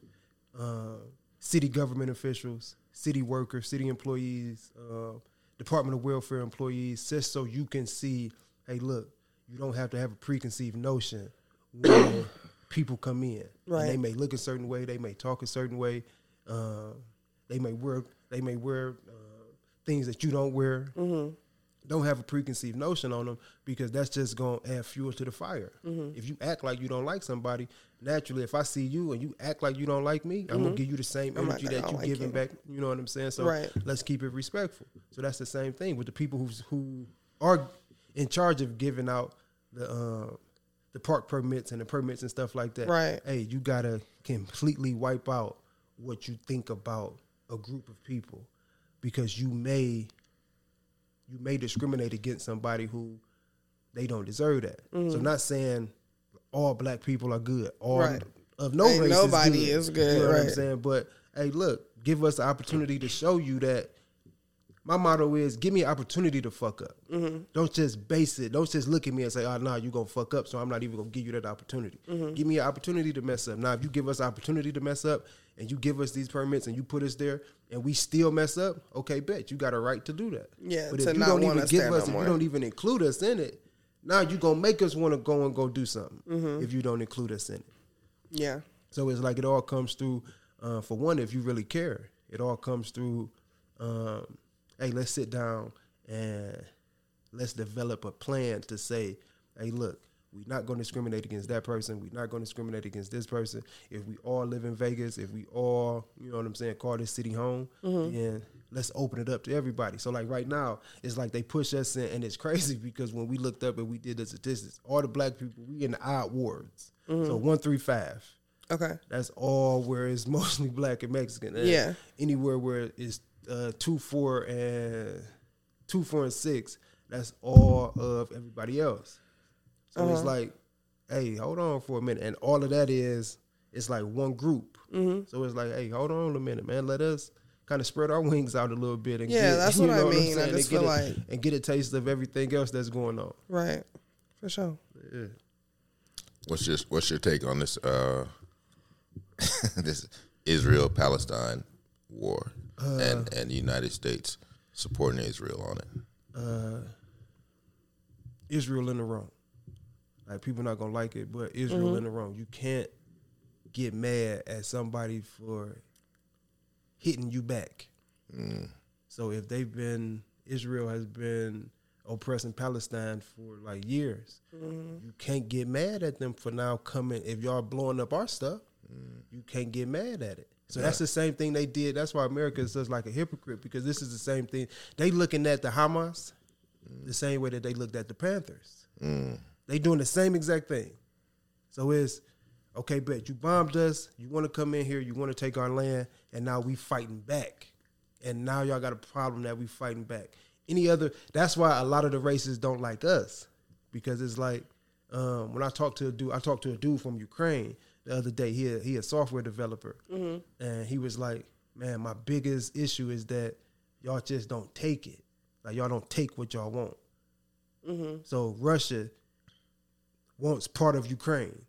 uh, city government officials, city workers, city employees, uh, Department of Welfare employees, just so you can see, hey, look, you don't have to have a preconceived notion when people come in.
Right.
And they may look a certain way, they may talk a certain way, uh, they may wear they may wear uh, things that you don't wear.
Mm-hmm.
Don't have a preconceived notion on them because that's just gonna add fuel to the fire.
Mm-hmm.
If you act like you don't like somebody, naturally, if I see you and you act like you don't like me, I'm gonna give you the same
Mm-hmm. I'm
energy
like, I
that
don't
you
like
giving
you.
back. You know what I'm saying? So
Right.
let's keep it respectful. So that's the same thing with the people who's who are in charge of giving out the um, the park permits and the permits and stuff like that.
Right.
Hey, you gotta completely wipe out what you think about a group of people because you may you may discriminate against somebody who they don't deserve that. So I'm not saying all black people are good. All
Mm-hmm. Right.
of no
Ain't
race
nobody
is good.
is good,
You know what I'm
right.
saying? But hey, look, give us the opportunity to show you that my motto is give me an opportunity to fuck up.
Mm-hmm.
Don't just base it. Don't just look at me and say, oh, nah, you going to fuck up, so I'm not even going to give you that opportunity.
Mm-hmm.
Give me an opportunity to mess up. Now, if you give us an opportunity to mess up and you give us these permits and you put us there and we still mess up, okay, bet you got a right to do that.
Yeah,
but
to
if you
not
don't
want
even
us
give
there
us,
no
if you
more.
don't even include us in it, now you going to make us want to go and go do something
Mm-hmm.
if you don't include us in it.
yeah
So it's like it all comes through. Uh, for one, if you really care, it all comes through. Um, hey, let's sit down and let's develop a plan to say, hey, look, we're not going to discriminate against that person. We're not going to discriminate against this person. If we all live in Vegas, if we all, you know what I'm saying, call this city home, then let's open it up to everybody. So like right now, it's like they push us in, and it's crazy because when we looked up and we did the statistics, all the black people we in the odd wards, so one three five.
okay
That's all where it's mostly black and Mexican. And
Yeah.
Anywhere where it's uh, two, four, and two, four, and six, that's all of everybody else. So
Uh-huh.
it's like, hey, hold on for a minute, and all of that is it's like one group.
Mm-hmm.
So it's like, hey, hold on a minute, man. Let us kind of spread our wings out a little bit and
Yeah,
get,
that's
you
what I
know I'm
mean. I
saying, and
just
get
feel
a-
like-
and get a taste of everything else that's going on.
right for sure
What's your What's your take on this? Uh, this Israel Palestine war
Uh.
and and the United States supporting Israel on it.
Israel in the wrong. Like people not gonna like it, but Israel in the wrong. You can't get mad at somebody for hitting you back. So if they've been Israel has been oppressing Palestine for like years, you can't get mad at them for now coming. If y'all blowing up our stuff, you can't get mad at it. So that's the same thing they did. That's why America is just like a hypocrite because this is the same thing. They looking at the Hamas the same way that they looked at the Panthers. They doing the same exact thing. So it's okay, bet you bombed us. You want to come in here. You want to take our land, and now we fighting back. And now y'all got a problem that we fighting back. Any other? That's why a lot of the races don't like us because it's like um, when I talk to a dude, I talked to a dude from Ukraine, the other day. He a, he a software developer, and he was like, "Man, my biggest issue is that y'all just don't take it. Like y'all don't take what y'all want. So Russia wants part of Ukraine.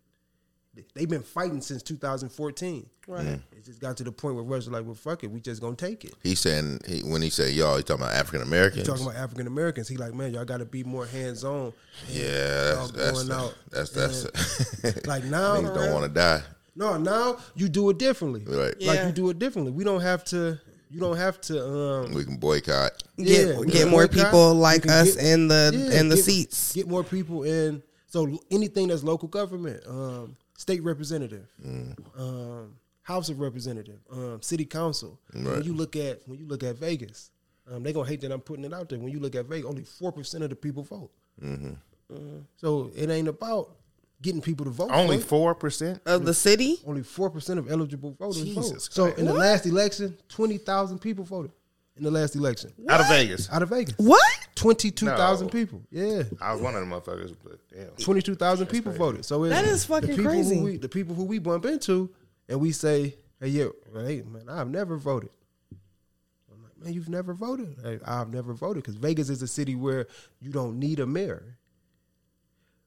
They've been fighting since 2014. Right. It just got to the point where Russia like, well, fuck it, we just gonna take it.
He's saying he, when he say y'all, he's talking about African Americans.
Talking about African Americans, he like, man, y'all got to be more hands on.
yeah,
Y'all
that's
going out
that's that's, that's
Like now,
niggas don't want to die.
No, now you do it differently.
Right.
Like
Yeah.
you do it differently. We don't have to. You don't have to. Um,
We can boycott.
Get,
yeah,
get more
boycott.
people like
You can
us
get-
in the
yeah,
in the
get-
seats.
Get more people in. So l- anything that's local government, um, state representative,
Mm.
um, House of Representative, um, City Council. When you look at when you look at Vegas, um, they gonna hate that I'm putting it out there. When you look at Vegas, only four percent of the people vote.
Mm-hmm.
Uh, so it ain't about getting people to vote.
Only
for it.
four percent.
Of the city?
Only four percent of eligible voters
Jesus
voted. So
Christ.
in the last election, twenty thousand people voted. In the last election,
Out of Vegas.
out of Vegas,
What?
twenty-two thousand
No.
people. Yeah,
I was one of them motherfuckers, but damn.
twenty-two thousand people voted. So it's,
That is fucking
the people
crazy.
Who we, the people who we bump into, and we say, "Hey, yeah, well, hey, man, I've never voted." I'm like, "Man, you've never voted? Hey, I've never voted because Vegas is a city where you don't need a mayor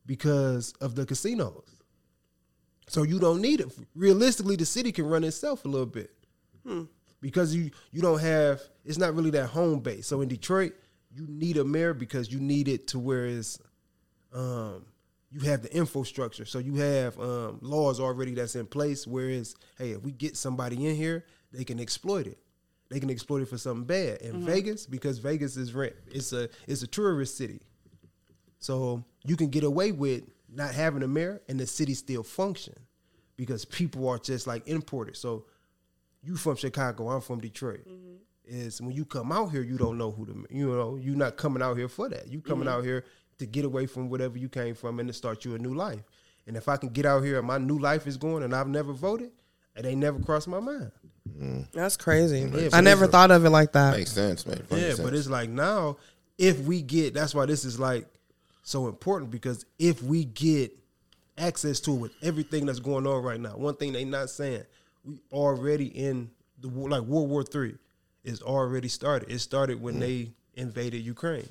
because of the casinos." So you don't need it. Realistically, the city can run itself a little bit
Hmm.
because you you don't have. It's not really that home base. So in Detroit, you need a mayor because you need it to where it's, um, you have the infrastructure. So you have um, laws already that's in place. Whereas, hey, if we get somebody in here, they can exploit it. They can exploit it for something bad. In Vegas, because Vegas is rent, it's a it's a tourist city. So you can get away with not having a mayor and the city still function because people are just like imported. So you from Chicago, I'm from Detroit. Is when you come out here, you don't know who the you know you're not coming out here for that. You coming out here to get away from whatever you came from and to start you a new life. And if I can get out here and my new life is going and I've never voted, it ain't never crossed my mind.
That's crazy. I
but
never thought of it like that.
Makes sense, man.
Yeah, but it's like now, if we get that's why this is like so important because if we get access to it with everything that's going on right now, one thing they not saying, we already in the war, like World War Three is already started. It started when they invaded Ukraine.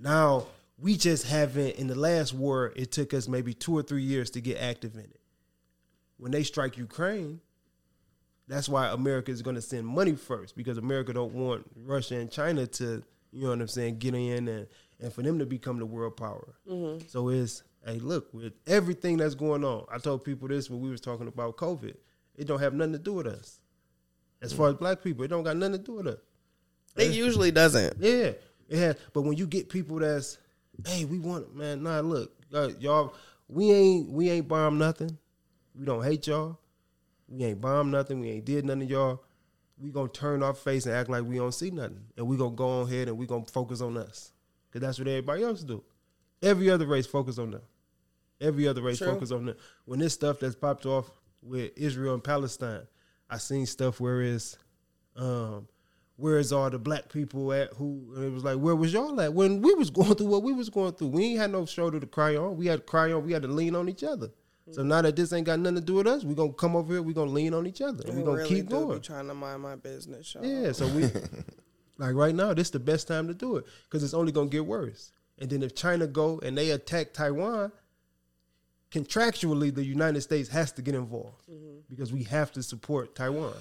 Now we just haven't in the last war. It took us maybe two or three years to get active in it. When they strike Ukraine, that's why America is going to send money first because America don't want Russia and China to, you know what I'm saying, get in and, and for them to become the world power. So it's, hey, look, with everything that's going on, I told people this when we was talking about COVID, it don't have nothing to do with us. As far as black people, it don't got nothing to do with us.
It usually doesn't.
Yeah, it has. But when you get people that's, hey, we want man, nah, look, uh, y'all, we ain't we ain't bomb nothing. We don't hate y'all. We ain't bomb nothing. We ain't did nothing to y'all. We gonna turn our face and act like we don't see nothing, and we gonna go on ahead and we gonna focus on us, cause that's what everybody else do. Every other race focus on them. Every other race focus on them. When this stuff that's popped off with Israel and Palestine, I seen stuff where it's um, where's all the black people at who and it was like where was y'all at when we was going through what we was going through we ain't had no shoulder to cry on we had to cry on we had to lean on each other so now that this ain't got nothing to do with us we gonna come over here we gonna lean on each other and we gonna keep going
trying to mind my business, y'all.
yeah so we like right now this the best time to do it because it's only gonna get worse and then if china go and they attack taiwan contractually the united states has to get involved
Mm-hmm.
because we have to support taiwan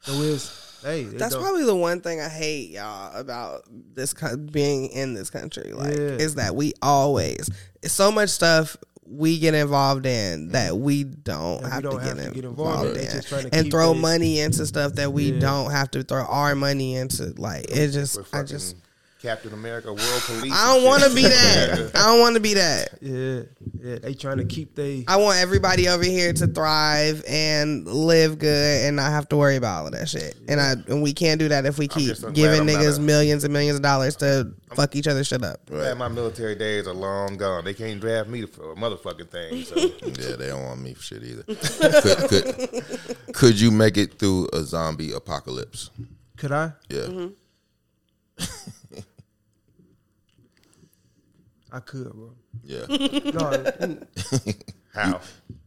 so it's hey it
That's
don't-
probably the one thing I hate, y'all, about this co- being in this country. Like,
Yeah.
is that we always so much stuff we get involved in that we don't
Mm-hmm. we
have
don't
to get
have to get involved
involved
in. It's just trying
in,
to
and
keep
throw
it-
money into stuff that we don't have to throw our money into. Like, it just,
We're
I
fucking
just,
Captain America, World Police.
I don't want to be that. I don't want to be that.
Yeah, yeah. They trying to keep they.
I want everybody over here to thrive and live good and not have to worry about all of that shit. And I and we can't do that if we keep
just so glad
giving
I'm not
niggas
a-
millions and millions of dollars to fuck each other shit up.
Glad my military days are long gone. They can't draft me for a motherfucking thing. So
Yeah, they don't want me for shit either. could, could, could you make it through a zombie apocalypse?
Could I?
Yeah.
Mm-hmm. I could, bro.
Yeah.
No, I-
how?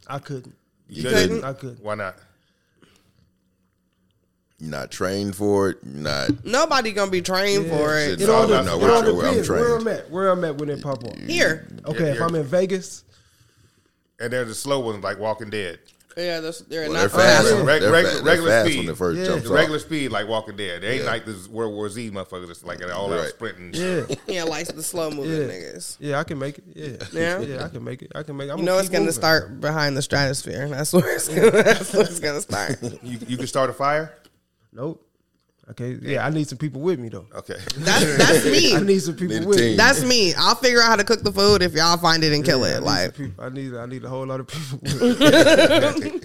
I couldn't.
You
couldn't?
couldn't.
I could.
Why not?
You're not trained for it. You're not.
Nobody gonna be trained for it.
Shit,
It
no,
all
no,
depends.
no,
It
we're
all
tra- we're- I'm
depends. Where
trained.
I'm at. Where I'm at when it pop up.
Here,
Okay, if
you're-
I'm in Vegas,
And there's the slow ones like Walking Dead.
yeah, that's, they're
Well,
not
they're
fast.
fast.
Yeah. Reg-
They're
reg-
fa- they're
regular
fast
speed.
when the first
Yeah.
jumps
The
off.
regular speed like Walking Dead. They ain't
Yeah.
like this World War Z motherfuckers. It's like an all out
Right.
sprinting.
yeah,
Yeah, like the slow moving
Yeah.
niggas.
yeah, I can make it. Yeah,
Yeah?
yeah, I can make it. I can make. It. I'm
You know
gonna
it's
keep
gonna
moving.
start behind the stratosphere. That's where it's gonna, that's where it's gonna start.
You, you can start a fire.
Nope. Okay. Yeah, I need some people with me though.
Okay.
That's that's
I
me.
need some people
Need a
with
team.
me.
That's me. I'll figure out how to cook the food if y'all find it and kill
I
it.
need
Like
some people. I need I need a whole lot of people. With me.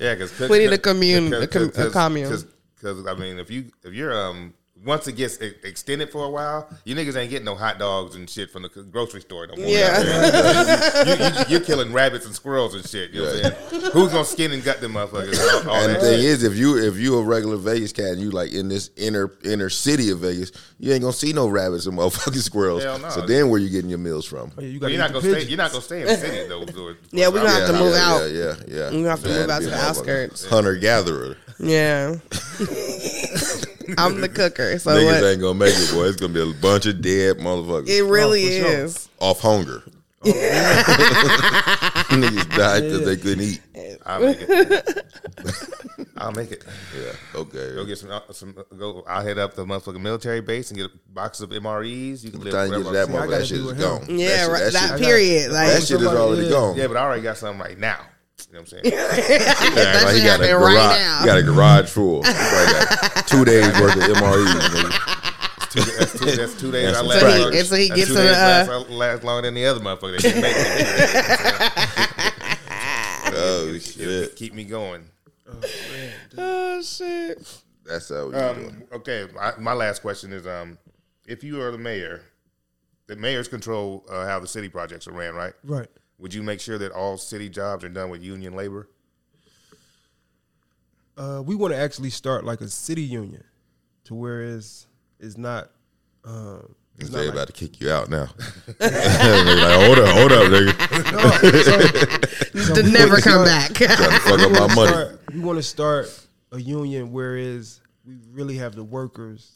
yeah, because
We need a commune- a com- a commune.
Because I mean, if you if you're um once it gets e- extended for a while, you niggas ain't getting no hot dogs and shit from the c- grocery store no more.
Yeah.
you, you, you're killing rabbits and squirrels and shit. You know what I'm saying? Who's gonna skin and gut them motherfuckers? and All, all
And the
that
thing
shit.
is, if you if you a regular Vegas cat and you like in this inner inner city of Vegas, you ain't gonna see no rabbits and motherfucking squirrels.
Hell no.
So then, where you getting your meals from?
Yeah, you
Well, you're
gotta eat
not
the
gonna stay.
pigeons.
You're not gonna stay in the city though. dude.
Yeah, we gonna have to move
yeah,
out.
Yeah, yeah, yeah.
You have to move out to the outskirts.
Hunter gatherer.
Yeah. I'm the cooker, so
Niggas
what?
ain't gonna make it, boy. It's gonna be a bunch of dead motherfuckers
It really
Oh, for sure.
is.
off hunger. Niggas died because they couldn't eat.
I'll make it. I'll make it.
Yeah. Okay.
Go get some. uh, some go. I'll head up the motherfucking military base and get a box of MREs. You can
By the time you get to
wherever
that
I'm-
I
motherfucker,
gotta
that shit
do
is
it
gone.
him.
Yeah,
shit-
right. That,
shit,
period. Like
that shit is already
Yeah.
gone.
Yeah, but I already got something right now. You know what I'm saying?
Yeah,
That
like he
shit
got a
happening
garage.
right
He
now.
got a garage full. He probably got two days worth of MREs.
Two- that's, two, that's two days
That's
I
right.
last.
So he-
longer-
and so he
that's
gets
two
to uh,
days
the,
last, last longer than the other motherfucker. That you make
Oh
It'll
shit!
keep me going.
oh shit.
That's how you do it.
Um, okay, my, my last question is: um, If you are the mayor, the mayors control uh, how the city projects are ran, right?
Right.
Would you make sure that all city jobs are done with union labor?
Uh, we want to actually start like a city union, to where it's it's not. Um, it's not
They
like-
about to kick you out now. They like, hold up, hold up, nigga.
To never come back.
Trying to fuck up my money.
Start- we want to start a union whereas we really have the workers,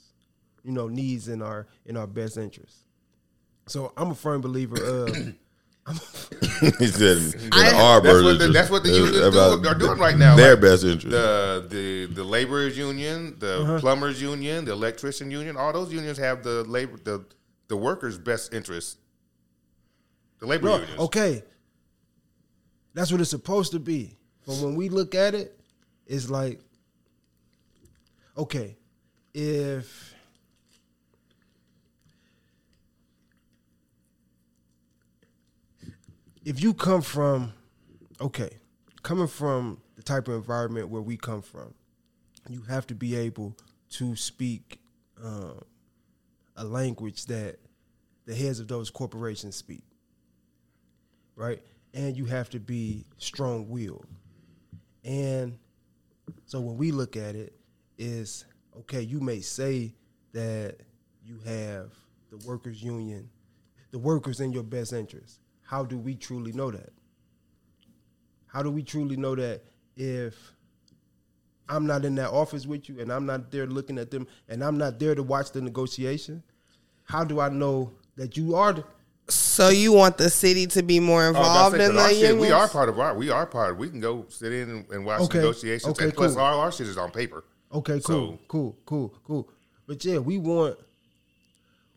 you know, needs in our in our best interest. So I'm a firm believer of
he said,
I-
in
That's
our best
what the,
interest.
that's what the unions
It's about
do, are doing right now.
Their
Like,
best interest.
the the the laborers union, the
Uh-huh.
plumbers union, the electrician union, all those unions have the labor the the workers' best interests. The labor
Bro,
unions.
okay. That's what it's supposed to be. But when we look at it, it's like, okay, if if you come from, okay, coming from the type of environment where we come from, you have to be able to speak um, a language that the heads of those corporations speak right? And you have to be strong willed. And so when we look at it, is okay, you may say that you have the workers' union, the workers in your best interest. How do we truly know that? How do we truly know that if I'm not in that office with you and I'm not there looking at them and I'm not there to watch the negotiation? How do I know that you are? The,
So you want the city to be more
I was about to
involved
say,
in
'cause our
the
shit-
union?
We are part of our. We are part. Of, we can go sit in and, and watch
Okay.
negotiations.
Okay,
and plus,
cool.
all our shit is on paper.
Okay, cool,
So-
cool, cool, cool. But yeah, we want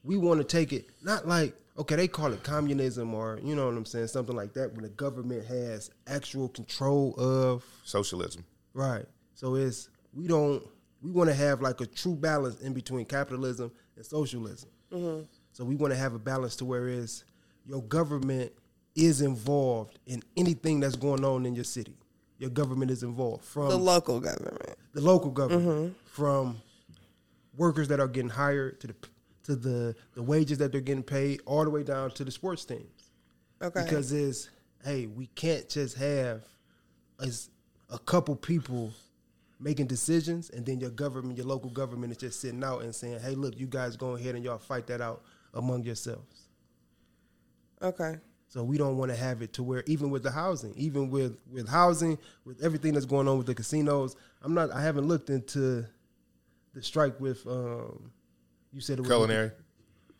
we want to take it not like okay, they call it communism or you know what I'm saying, something like that when the government has actual control of
Socialism.
right. So it's we don't we want to have like a true balance in between capitalism and socialism. So we want to have a balance to where is your government is involved in anything that's going on in your city. Your government is involved from
the local government.
the local government from workers that are getting hired to the to the the wages that they're getting paid all the way down to the sports teams
Okay.
because it's hey we can't just have as a couple people making decisions and then your government your local government is just sitting out and saying hey look you guys go ahead and y'all fight that out among yourselves
okay.
So we don't want to have it to where even with the housing, even with with housing, with everything that's going on with the casinos, I'm not. I haven't looked into the strike with. um You said it was
Culinary.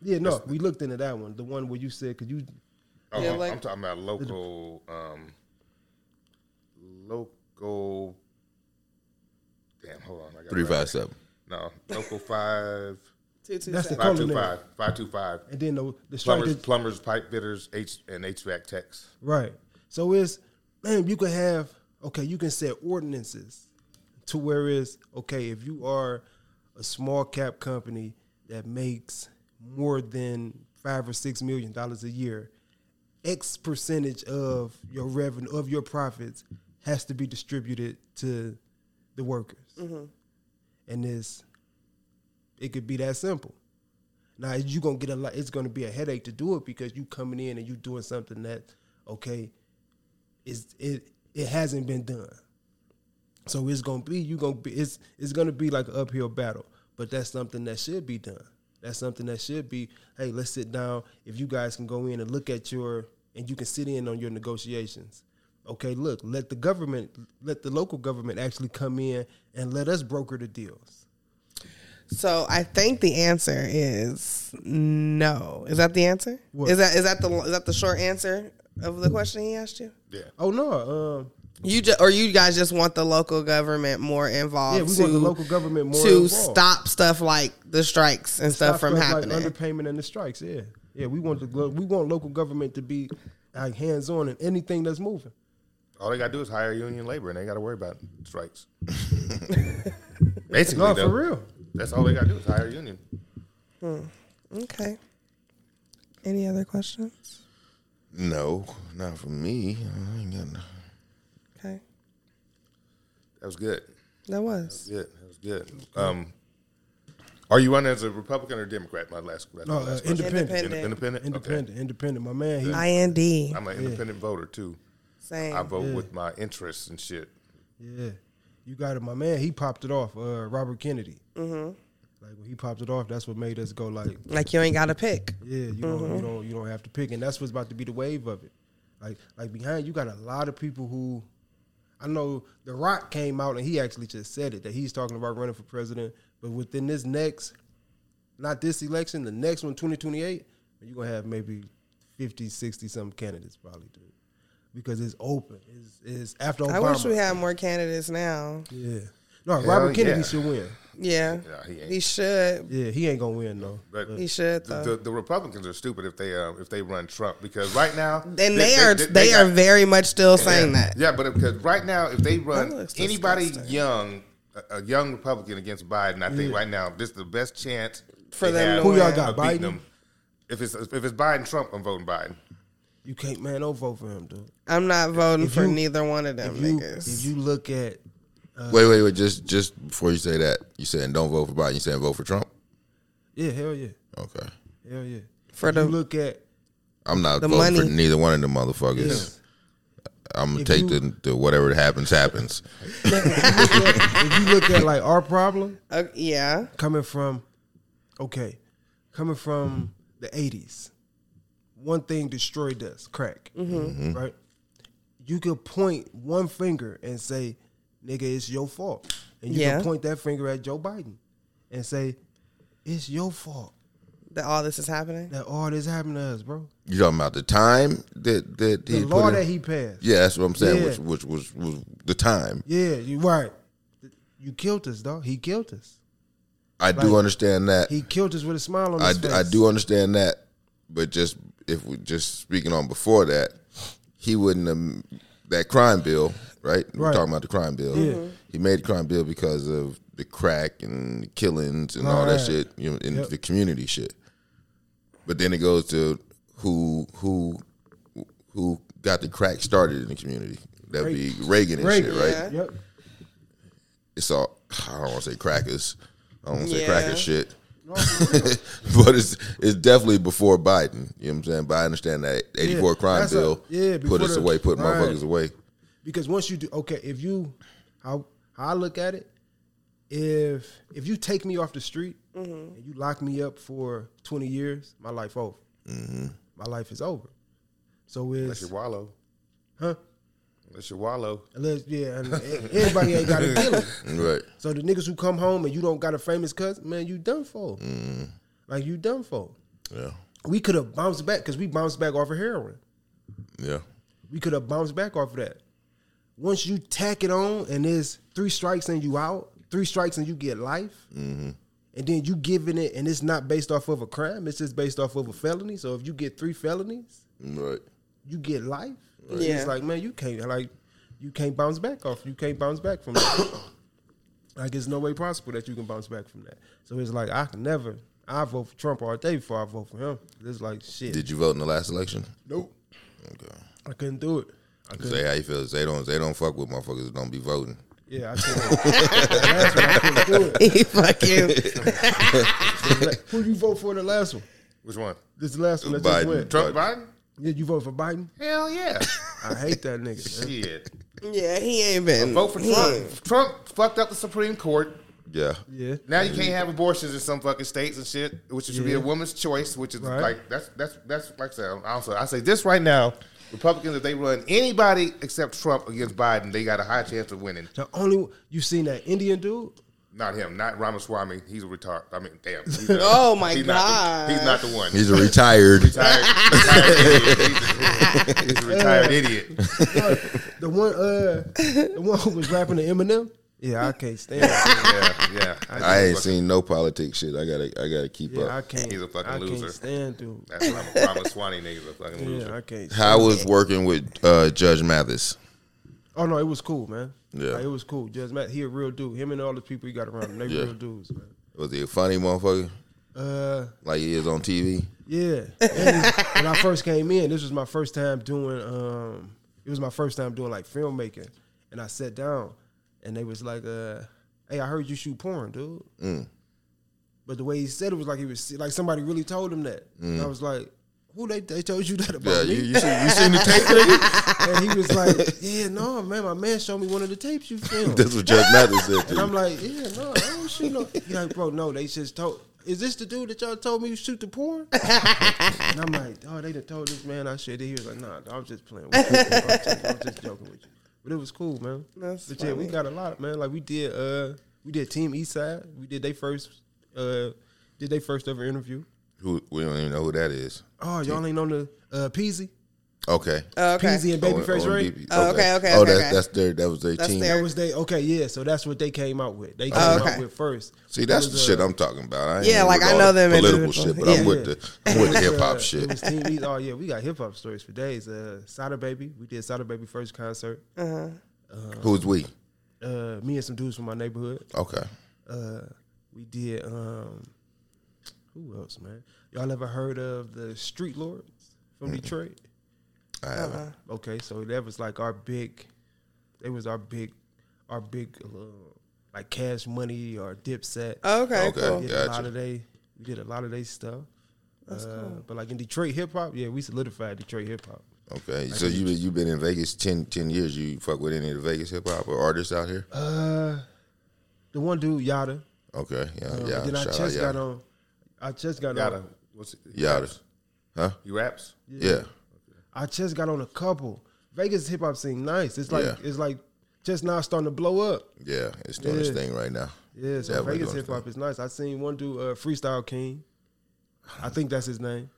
Yeah, no, we looked into that one. The one where you said because you
Oh,
Yeah,
I'm,
like-
I'm talking about local, um, local. Damn, hold on. I got
Three five seven.
No, local five
Two two
That's the
seven.
five two
Culinary.
five five two five.
and then the the strike
Plumbers,
that-
plumbers, pipe fitters, H and HVAC techs.
Right. So it's man, you can have okay, you can set ordinances to where it's okay if you are a small cap company that makes more than five or six million dollars a year, X percentage of your revenue of your profits has to be distributed to the workers. And this it could be that simple. Now you gonna get a lot. It's gonna be a headache to do it because you coming in and you doing something that okay is it it hasn't been done. So it's gonna be you gonna be it's it's gonna be like an uphill battle. But that's something that should be done. That's something that should be. Hey, let's sit down. If you guys can go in and look at your and you can sit in on your negotiations. Okay, look, let the government, let the local government actually come in and let us broker the deals.
So I think the answer is no. Is that the answer?
What?
Is that is that the is that the short answer of the question he asked you?
Yeah.
Oh no, um,
You just or you guys just want the local government more involved
Yeah, we
to
want the local government more
to
involved.
stop stuff like the strikes and stuff from
like
happening.
underpayment and the strikes. Yeah, yeah. We want the glo- we want local government to be like hands on in anything that's moving.
All they gotta do is hire union labor, and they gotta worry about strikes. Basically,
No,
though,
for real.
That's all they gotta do is hire union.
okay. Any other questions?
No, not for me. I ain't got no-
Okay.
That was good.
That was.
Good. That was good. Um, are you running as a Republican or Democrat? My last, that's my
No,
last
uh,
question.
independent,
Independent.
independent,
Ind- independent.
independent, My man, he,
I N D.
Okay. I'm an independent voter too.
Same.
I vote with my interests and shit.
yeah, you got it. My man, he popped it off. Uh, Robert Kennedy. Mm-hmm. Like when he popped it off, that's what made us go like,
like you ain't got to pick.
yeah, you don't,
Mm-hmm.
you don't, you don't have to pick, and that's what's about to be the wave of it. Like, like behind you got a lot of people who, I know The Rock came out and he actually just said it that he's talking about running for president, but within this next, not this election, the next one, 2028, you're gonna have maybe 50, 60 some candidates probably, dude, because it's open. It's, it's after Obama.
I wish we had more candidates now.
Yeah. No, Robert Kennedy
yeah.
should win.
Yeah.
Yeah, he ain't.
He should.
Yeah, he ain't gonna win though.
But
He should
the,
though.
the, the Republicans are stupid if they uh, if they run Trump because right now
and they, are they, are
got-
very much still saying
yeah,
that.
Yeah, but because right now if they run
looks
anybody
disgusting.
young, a, a young Republican against Biden, I think right now this is the best chance
For
they
them
have
to Who y'all
of
got,
beating
Biden?
them. If it's if it's Biden Trump, I'm voting Biden.
You can't, man. Don't vote for him, dude.
I'm not voting
If
for
you-
neither one of them
If you,
niggas.
if you look at
Uh,
Wait, wait, wait. Just, just before you say that, you saying don't vote for Biden. You saying vote for Trump?
yeah, hell yeah,
Okay.
hell yeah.
For
If
the-
you look at
I'm not
The
voting for
money.
neither one of them motherfuckers.
yes.
I'm gonna
If
take
you-
the, the whatever happens happens.
if, you look at, if you look at like our problem
Uh, yeah.
coming from, okay, coming from the '80s, one thing destroyed us: crack.
Mm-hmm.
Right? You could point one finger and say, "Nigga, it's your fault," and you
Yeah.
can point that finger at Joe Biden and say, "It's your fault."
That all this is happening.
that all this happened to us, bro.
You talking about the time that that
The
he put
law
in?
that he passed.
yeah, that's what I'm saying.
Yeah.
Which, which was was the time.
Yeah, you right. You killed us, dog. He killed us.
I do
Like,
understand that.
He killed us with a smile on
I
his
do,
face.
I do understand that, but just if we just speaking on before that, he wouldn't have that crime bill, right? We're
Right.
talking about the crime bill.
Yeah.
He made the crime bill because of the crack and the killings and all that
Right.
shit, you know, in
Yep.
the community shit. But then it goes to who who who got the crack started in the community. That'd be Reagan and
Reagan.
shit, right?
Yeah.
Yep.
It's all I don't want to say crackers. I don't want to say
Yeah.
cracker shit. but it's it's definitely before Biden. You know what I'm saying? But I understand that 84
Yeah,
crime
that's a-
bill
yeah,
put
before
us
the-
away, put
right.
motherfuckers away.
Because once you do, okay, if you, how how I look at it, if if you take me off the street and
Mm-hmm.
you lock me up for twenty years, my life over. My life is over. So
Unless
it's
you wallow.
huh?
Unless you wallow.
Unless yeah, and e- everybody ain't got a dealer.
Right.
So the niggas who come home and you don't got a famous cousin, man, you done for.
Mm.
Like you done for.
Yeah.
We could have bounced back because we bounced back off of heroin.
Yeah.
We could have bounced back off of that. Once you tack it on and there's three strikes and you out, three strikes and you get life, and then you giving it and it's not based off of a crime, it's just based off of a felony. So if you get three felonies,
Right.
you get life.
Yeah.
It's like, man, you can't like you can't bounce back off. You can't bounce back from that. like it's no way possible that you can bounce back from that. So it's like I can never I vote for Trump all day before I vote for him. It's like shit.
Did you vote in the last election?
nope.
Okay.
I couldn't do it. I couldn't
Say how you feel. They don't. They don't fuck with motherfuckers. that Don't be voting.
Yeah, I couldn't. That's why I couldn't do it.
he fucking
It's like, who you vote for the last one?
Which one?
This last one that just
Biden.
went.
Trump Biden?
Yeah, you vote for Biden?
Hell yeah.
I hate that nigga.
Shit.
yeah. He ain't been
Vote for
he
Trump.
ain't-
Trump fucked up the Supreme Court.
Yeah.
Yeah.
Now you can't have abortions in some fucking states and shit, which should be
Yeah.
a woman's choice, which is
Right.
like that's that's that's like I said. Also, I say this right now: Republicans, if they run anybody except Trump against Biden, they got a high chance of winning.
The only one, you seen that Indian dude?
Not him, not Ramaswamy. He's a retard. I mean, damn. he's a-
Oh, my
he's not the- he's not the one.
He's a retired.
retired, retired idiot. He's a, he's a retired idiot.
Like, the one uh the one who was rapping to Eminem? Yeah, I can't stand it.
Yeah, yeah.
I ain't seen no politics shit. I gotta. I gotta keep
Yeah, I
up.
can't.
He's a fucking
I
loser.
Can't stand dude.
That's Ram- Ramaswamy nigga's a fucking loser.
Yeah, I can't. stand-
How was working with uh, Judge Mathis?
Oh no, it was cool, man.
Yeah.
Like, it was cool. Just Matt, he a real dude. Him and all the people he got around him, they
Yeah.
real dudes, man.
Was he a funny motherfucker
Uh,
like he is on TV?
yeah. And when I first came in, this was my first time doing. Um, it was my first time doing like filmmaking, and I sat down, and they was like, uh, "Hey, I heard you shoot porn, dude."
Mm.
But the way he said it was like he was like somebody really told him that. And I was like, "Who they they told you that
Mm. Yeah.
about Oh, me?"
You you seen, you seen the tape? nigga?
And he was like, "Yeah, no, man, my man showed me one of the tapes you filmed."
That's what Judge Mathis said. To
And I'm
you.
like, yeah, no, I don't shoot no. He like, bro, no, they just told. Is this the dude that y'all told me you shoot the porn? and I'm like, oh, they done told this man I shit. He was like, nah, I was just playing with you. I was just, I was just joking with you. But it was cool, man.
That's
but yeah, we
funny.
got a lot, man. Like we did, uh, we did Team Eastside. We did they first, uh, did they first ever interview.
Who, we don't even know who that is.
Oh, y'all ain't on the uh, Peasy,
Okay.
okay.
Peasy and Uh, Babyface
O-
Ray.
OMDB.
Oh, okay, okay,
Oh,
okay,
that's
okay.
that's their that was their
That's
team.
their-
That was they. Okay, yeah. So that's what they came out with. They came
Oh, okay.
out with first.
See,
It
that's
was,
the
uh,
shit I'm talking about. I ain't
Yeah,
with
like, I
all
know
the
them as
political
people.
shit, but
Yeah.
I'm with the I'm with the hip hop
It was
shit.
Team East. Oh yeah, we got hip hop stories for days. Uh, Sada Baby, we did Sada Baby first concert.
Who's we?
Uh, me and some dudes from my neighborhood.
Okay.
Uh, we did. Um, who else, man? Y'all ever heard of the Street Lords from Detroit? Uh-uh.
I haven't.
Okay, so that was like our big. It was our big, our big uh, like Cash Money or Dipset.
Okay.
Okay.
We
Cool.
did a lot
Gotcha.
of they we did a lot of they stuff. uh, But like in Detroit hip hop, yeah, we solidified Detroit hip hop.
Okay. So you you been in Vegas 10, 10 years. You fuck with any of the Vegas hip hop or artists out here?
Uh, the one dude Yada.
Okay. Yeah.
Um,
yeah.
Then I
shout out
just got
Yada.
on. I just got
Yada.
on.
What's he
Yada.
raps?
Huh?
He raps?
Yeah.
I just got on a couple. Vegas hip hop scene nice. It's like
Yeah.
it's like just now starting to blow up.
Yeah. It's doing its
Yeah.
thing right now.
Yeah, so
Definitely
Vegas
doing
hip hop is nice. I seen one dude, uh, Freestyle King. I think that's his name.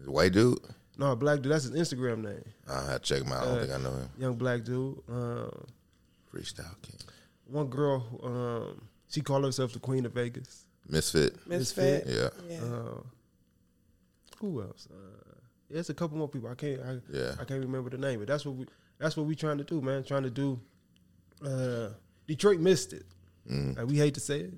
The White dude.
No, a black dude. That's his Instagram name.
I have to check him out. I don't think I know him.
Young black dude. Um,
Freestyle King.
one girl. Um, she called herself the Queen of Vegas.
Misfit.
Misfit.
Yeah.
Yeah.
Uh, who else? Uh, yeah, it's a couple more people. I can't. I,
Yeah.
I can't remember the name, but that's what we. That's what we trying to do, man. Trying to do. Uh, Detroit missed it.
Mm.
Like, we hate to say it.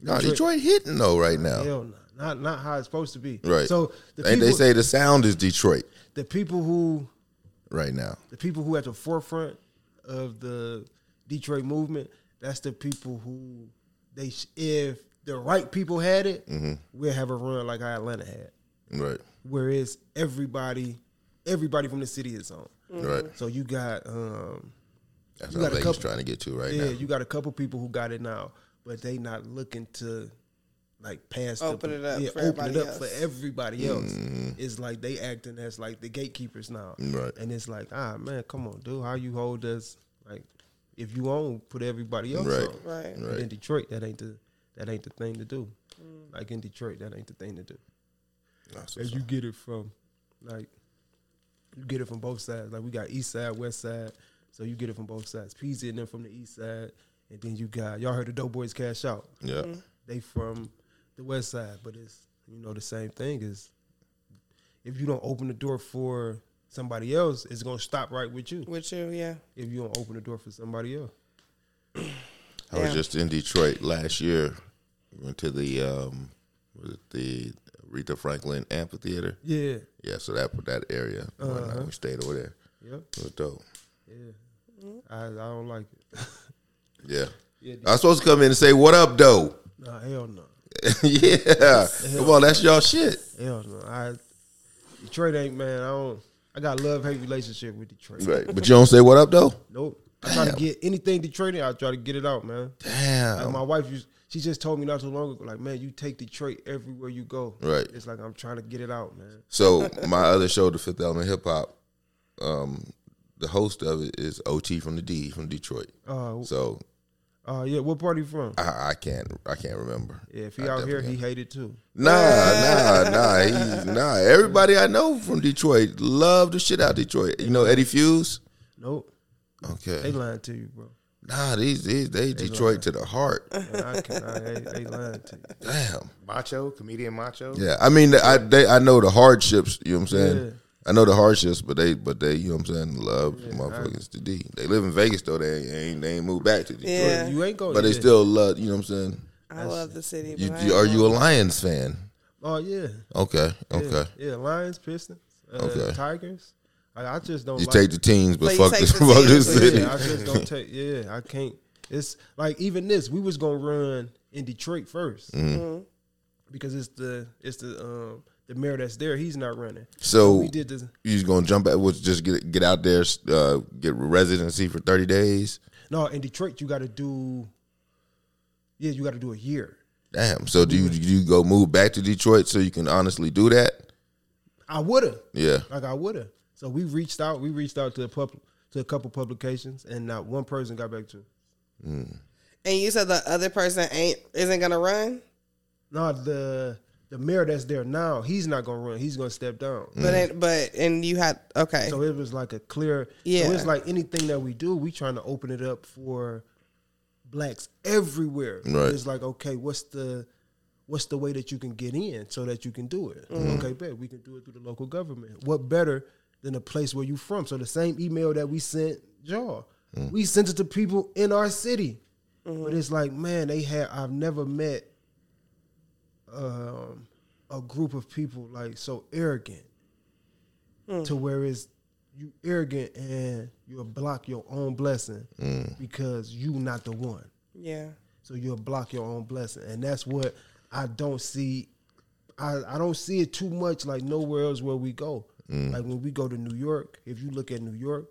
No, Detroit hitting though right now.
Hell no, not not how it's supposed to be.
Right.
So the
and
people,
they say the sound is Detroit
the people who
right now.
the people who at the forefront of the Detroit movement, that's the people who they sh- if the right people had it,
Mm-hmm.
we'll have a run like how Atlanta had.
Right.
whereas everybody everybody from the city is on.
Right.
So you got um
That's
Mm-hmm.
what
You got a
Vegas
couple-
trying to get to right
yeah,
now.
you got a couple people who got it now, but they not looking to like passed
Open
the,
it up
yeah,
for
open
everybody
it up
else. Mm-hmm.
for everybody else. It's like they acting as like the gatekeepers now,
Right.
And it's like, ah, man, come on, dude, how you hold us? Like, if you own, put everybody else
Right.
on.
Right.
But in Detroit, that ain't the that ain't the thing to do. Like in Detroit, that ain't the thing to do.
That's
And you get it from like you get it from both sides. Like we got east side, west side. So you get it from both sides. PZ and them from the east side. And then you got y'all heard the Doughboys cash out.
yeah.
They from the west side. But it's you know the same thing is if you don't open the door for somebody else, it's gonna stop right with you.
With you, yeah.
If you don't open the door for somebody else.
I was
Yeah.
just in Detroit last year. Went to the um, was it the Aretha Franklin Amphitheater?
Yeah.
Yeah, so that that area.
Uh-huh.
We stayed over there.
Yep.
It was dope.
Yeah. I, I don't like it.
Yeah.
Yeah,
I was supposed to come in and say what up, though.
Nah, hell no.
yeah, come on, that's y'all shit.
Hell no. I Detroit ain't man. I don't. I got love hate relationship with Detroit.
Right, but you don't say what up though.
Nope. I try to get anything Detroit in, I try to get it out, man. Like
Damn.
my wife, used, she just told me not so long ago, like, man, you take Detroit everywhere you go.
Right.
It's like I'm trying to get it out, man.
So my other show, The Fifth Element Hip Hop, um, the host of it is OT from the D from Detroit.
Uh,
So
uh, yeah. What part are you from?
I, I can't, I can't remember.
Yeah, if he
I
out here,
definitely-
he hated too.
Nah, nah, nah, he's, nah. Everybody I know from Detroit love the shit out of Detroit. You know Eddie Fuse.
Nope. They
Okay.
lying to you, bro.
Nah, these these they Detroit to the heart.
Man, I cannot. They, they lying to you.
Damn.
Macho, comedian Macho.
Yeah, I mean, I they I know the hardships. You know what I'm saying?
Yeah.
I know the hardships, but they but they you know what I'm saying love motherfuckers to D. They live in Vegas though. They ain't they ain't moved back to Detroit,
Yeah.
You ain't going.
but they still love. You know what I'm saying?
I love the city.
You,
but I
you- are
ain't
you a Lions fan?
Oh yeah.
Okay,
yeah,
okay.
Yeah. Lions, Pistons, uh,
Okay.
Tigers. I, I just don't.
You
like
take the teams, but
But you
fuck
take
this
the
fuck this
teams,
city.
Yeah, I just don't take. Yeah, I can't. It's like even this. We was gonna run in Detroit 1st because it's the it's the um the mayor that's there. He's not running.
So
We did this.
you just gonna jump at? Was just get get out there, uh, get residency for thirty days.
No, in Detroit you got to do. Yeah, you got to do a year.
Damn. So do you do you go move back to Detroit so you can honestly do that?
I woulda.
Yeah.
Like I woulda. So we reached out. We reached out to a pub, to a couple publications, and not one person got back to. us.
And you said the other person ain't isn't gonna run,
No, the the mayor that's there now, he's not gonna run. He's gonna step down.
but it, but and you had okay.
So it was like a clear. So
Yeah.
it's like anything that we do, we trying to open it up for blacks everywhere.
Right.
It's like okay, what's the what's the way that you can get in so that you can do it?
Mm-hmm.
Okay, bet we can do it through the local government. What better than the place where you from? So the same email that we sent y'all, we sent it to people in our city.
Mm-hmm.
But it's like, man, they had I've never met um, a group of people like so arrogant to where it's you arrogant and you'll block your own blessing because you not the one.
yeah,
So you'll block your own blessing. And that's what I don't see. I, I don't see it too much like nowhere else where we go. Like when we go to New York, if you look at New York,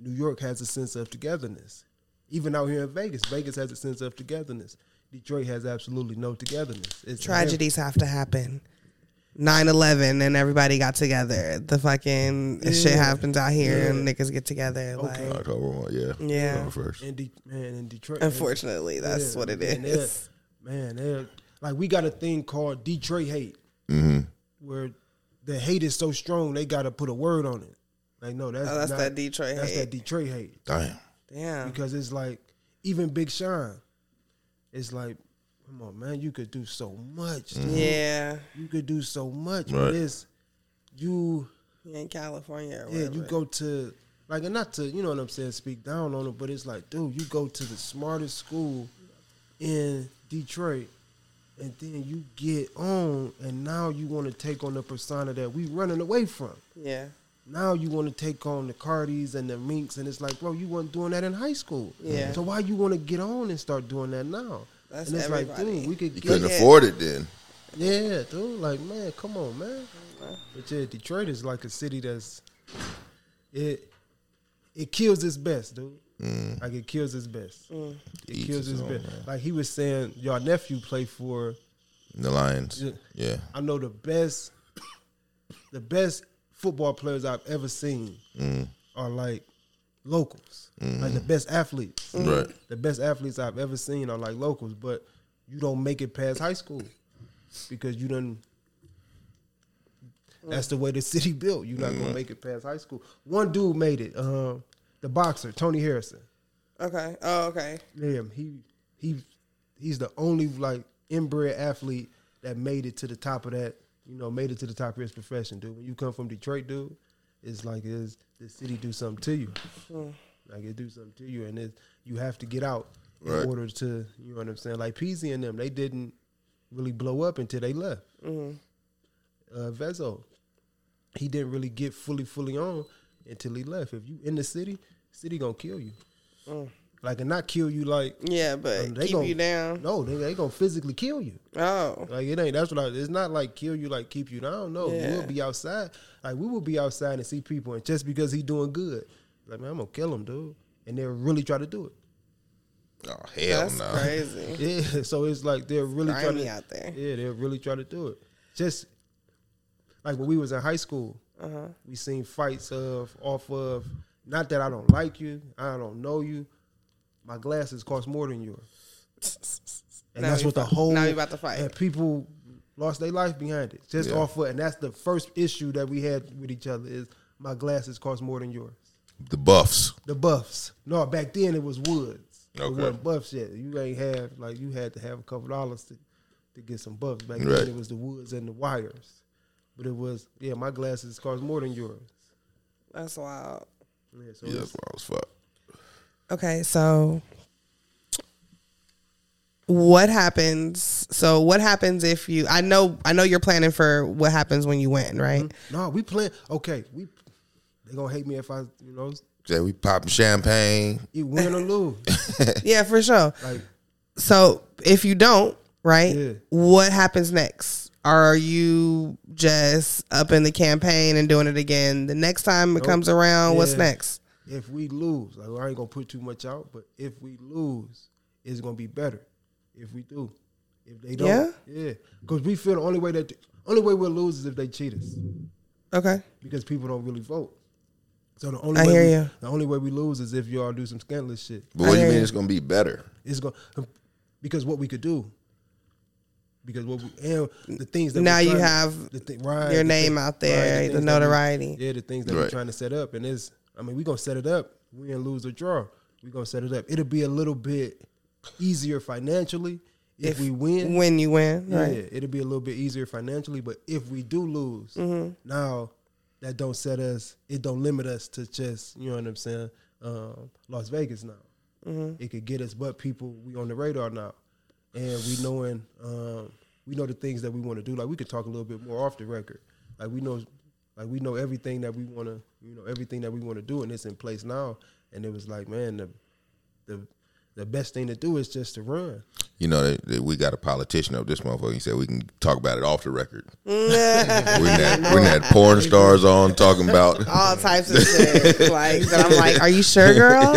New York has a sense of togetherness. Even out here in Vegas, Vegas has a sense of togetherness. Detroit has absolutely no togetherness. It's
tragedies have to happen. 9-11 and everybody got together. The fucking shit happens out here and niggas get together.
Okay.
Like,
October one. Yeah.
Yeah.
October first.
In De- man, in Detroit,
unfortunately, that's
Yeah,
what it
man,
is.
they're- Man, they're- like we got a thing called Detroit hate,
Mm-hmm.
where the hate is so strong they got to put a word on it. Like no, that's
Oh, that's
not-
that Detroit
That's
hate.
that Detroit hate
Damn.
Damn.
because it's like even Big Sean, it's like, come on, man, you could do so much. dude.
Yeah.
You could do so much.
Right.
But it's you
Yeah, in California. Or
yeah,
whatever.
you go to like and not to you know what I'm saying, speak down on it, but it's like, dude, you go to the smartest school in Detroit, and then you get on, and now you want to take on the persona that we running away from.
Yeah.
Now you want to take on the Cardis and the Minks, and it's like, bro, you weren't doing that in high school.
Yeah.
So why you want to get on and start doing that now?
That's
and it's like,
everybody.
dude, we could
You
get,
couldn't
Yeah.
afford it then.
yeah, dude, like man, come on, man. But yeah, Detroit is like a city that's it. It kills its best, dude. Like it kills its best. It
Eats
kills
Mm. its
its
own,
best.
man.
Like he was saying, your nephew played for
The Lions.
Yeah.
Yeah.
I know the best, the best football players I've ever seen
Mm.
are like locals, like
Mm-hmm.
the best athletes.
Mm.
Right.
The best athletes I've ever seen are like locals, but you don't make it past high school because you done. That's the way the city built. You're not gonna make it past high school. One dude made it. Uh, the boxer Tony Harrison.
Okay. Oh, okay.
Damn, he he he's the only like inbred athlete that made it to the top of that. You know, made it to the top of his profession, dude. When you come from Detroit, dude, it's like is the city do something to you? Like it do something to you, and it, you have to get out
Right.
in order to. You know what I'm saying? Like Peasy and them, they didn't really blow up until they left.
Mm-hmm.
Uh, Vezo, he didn't really get fully fully on until he left. If you in the city, city gonna kill you. Like and not kill you like
Mm. Yeah, but
um,
keep
gonna-
you down.
No, they, they gonna physically kill you.
Oh,
Like it ain't. That's what I. It's not like kill you. Like keep you down. No,
Yeah.
we'll be outside. Like we will be outside and see people, and just because he doing good, like man, I'm gonna kill him, dude. And they'll really try to do it.
Oh hell
that's
no.
crazy.
Yeah. So it's like they're really trying
Grimy
to.
out there.
Yeah, they'll really try to do it. Just like when we was in high school,
Uh-huh.
we seen fights of off of. Not that I don't like you. I don't know you. My glasses cost more than yours. And
Now
that's
we
what the
fi-
whole
now we about to fight.
And people lost their life behind it. Just
Yeah.
off of and that's the first issue that we had with each other is my glasses cost more than yours.
The Buffs.
The buffs. No, back then it was woods. It
Okay.
wasn't buffs yet. You ain't have like you had to have a couple dollars to, to get some buffs. Back
Right.
then it was the woods and the wires. But it was yeah, my glasses cost more than yours.
That's wild.
Yeah, so
Yeah,
it's-
that's why I was fucked.
Okay, so what happens? So what happens if you? I know, I know you're planning for what happens when you win, right?
No, we plan okay, we they gonna hate me if I you know
Say we popping champagne.
you win or lose.
Yeah, for sure.
Like
So if you don't, right?
Yeah.
What happens next? Are you just up in the campaign and doing it again the next time it comes around? What's
Yeah.
next?
if we lose, like I ain't gonna put too much out, but if we lose, it's gonna be better. If we do, if they don't,
Yeah?
yeah, because we feel the only way that only way we'll lose is if they cheat us
Okay.
because people don't really vote. So the only
I
way
hear
we,
ya.
the only way we lose is if y'all do some scandalous shit.
But what
I
do you
hear
mean
you.
it's gonna be better?
It's going because what we could do. Because what we, and the things that
Now
we're
you
trying to-
have
the thi- right,
your
the
name
thi-
out there, the
things that we-
notoriety.
yeah, the things that we're
Right.
trying to set up, and it's I mean we gonna set it up. We ain't lose or draw. We gonna set it up. It'll be a little bit easier financially if, we win.
When you win, right?
Yeah, it'll be a little bit easier financially, but if we do lose, now that don't set us. It don't limit us to just you know what I'm saying. Um, Las Vegas now. It could get us, but people we on the radar now, and we knowing um, we know the things that we want to do. Like we could talk a little bit more off the record. Like we know, like we know everything that we want to, you know, everything that we want to do, and it's in place now. And it was like, man, the the the best thing to do is just to run.
You know that, that we got a politician up this motherfucker. He said we can talk about it off the record. we
Mm.
had we had porn stars on talking about
All types of shit. like that I'm like, are you sure, girl?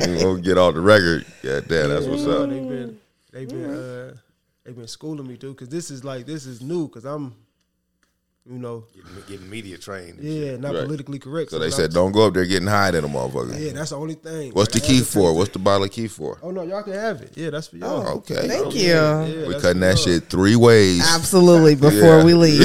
we gonna get off the record. God damn, that's what's
No,
up.
They've been they've been uh, they've been schooling me dude, because this is like this is new because I'm, you know,
Getting, getting media trained. and shit.
yeah, not
Right.
politically correct.
So they
when
said
I'm-
don't go up there getting high than a motherfucker.
Yeah, that's the only thing.
What's the
Like,
key
that's
for?
thing.
What's the bottle key for?
Oh no, y'all can have it. Yeah, that's for y'all.
Okay.
Thank
Okay.
you.
Yeah,
We
that's
cutting
for
that
y'all.
shit three ways.
Absolutely. Before
Yeah.
we leave,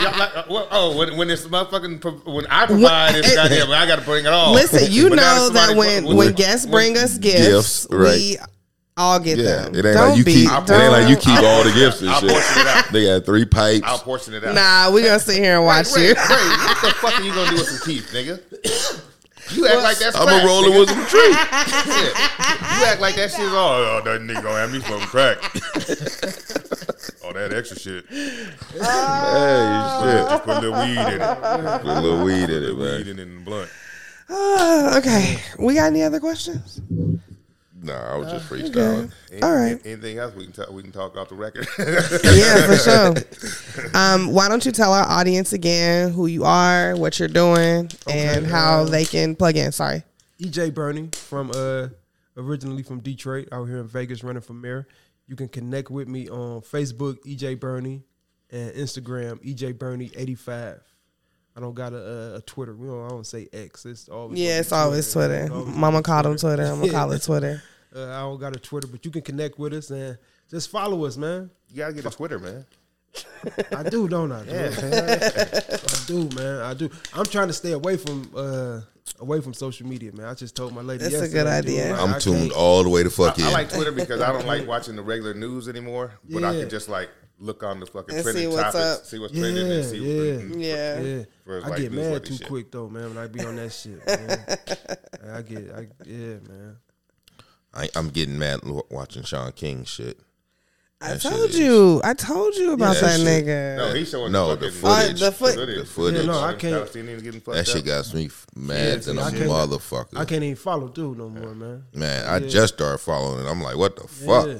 Y'all like, uh, well, oh, when, when it's motherfucking pro- when I provide it's goddamn, I got to bring it all.
listen, you
But now
know
somebody-
that when when, guests bring us gifts,
Gifts, right.
we all get
Yeah,
them.
it ain't like you keep. It ain't like you keep all the gifts and
I'll portion it
shit.
out.
They got three
I'll
pipes.
portion it out.
Nah, we gonna sit here and watch
Ray,
you.
Ray, what the fuck are you gonna do with some teeth, nigga? You act like that's
I'm
crack,
a rolling
nigga.
with some tree.
Shit. You act like that shit's all. Oh, that nigga gonna have me some crack. all that extra shit.
Hey, shit.
Just put a little weed in it.
Put a little weed in it,
Weed
man.
in it and blunt.
Uh, okay, we got any other questions?
Nah, I was just freestyling.
All right.
Anything else we can talk? We can talk off the record.
Yeah, for sure. Um, why don't you tell our audience again who you are, what you're doing, and how they can plug in? Sorry.
E EJ Bernie from uh originally from Detroit out here in Vegas running for mayor. You can connect with me on Facebook, EJ Bernie, and Instagram, EJ Bernie eighty five. I don't got a, a, a Twitter. We don't. I don't say X. It's always
Yeah, it's always Twitter. Mama called him Twitter. I'm gonna call it Twitter.
Uh, I don't got a Twitter, but you can connect with us and just follow us, man.
You gotta get a Twitter, man.
I do, don't I? Yeah. I do, man. I do. I'm trying to stay away from uh away from social media, man. I just told my lady.
That's a
yesterday,
good
I do,
idea.
like, I
I'm
can't-
tuned all the way to fuck
I,
in.
I like Twitter because I don't like watching the regular news anymore. But I
Yeah.
can just like look on the fucking
And
trending
see what's
topics,
up.
see what's
Yeah,
trending, and see
yeah.
what, and-
Yeah.
Yeah,
For,
I
like,
get
newsworthy
mad too
shit.
quick though, man. When I be on that shit, man. I get, I yeah, man.
I, I'm getting mad lo- watching Sean King shit.
I
That shit
toowed
is-
you. I told you about
Yeah,
that
that shit-
nigga.
No, he's showing
No,
the,
the
fucking
footage.
Uh, the foot-
the footage.
Yeah, no, I can't-
Palestinians getting fucked
that shit
up.
got me f- mad
see,
than a
I can't-
motherfucker.
I can't even follow through no more, man.
Man, I just started following it. I'm like, what the fuck?
Yeah.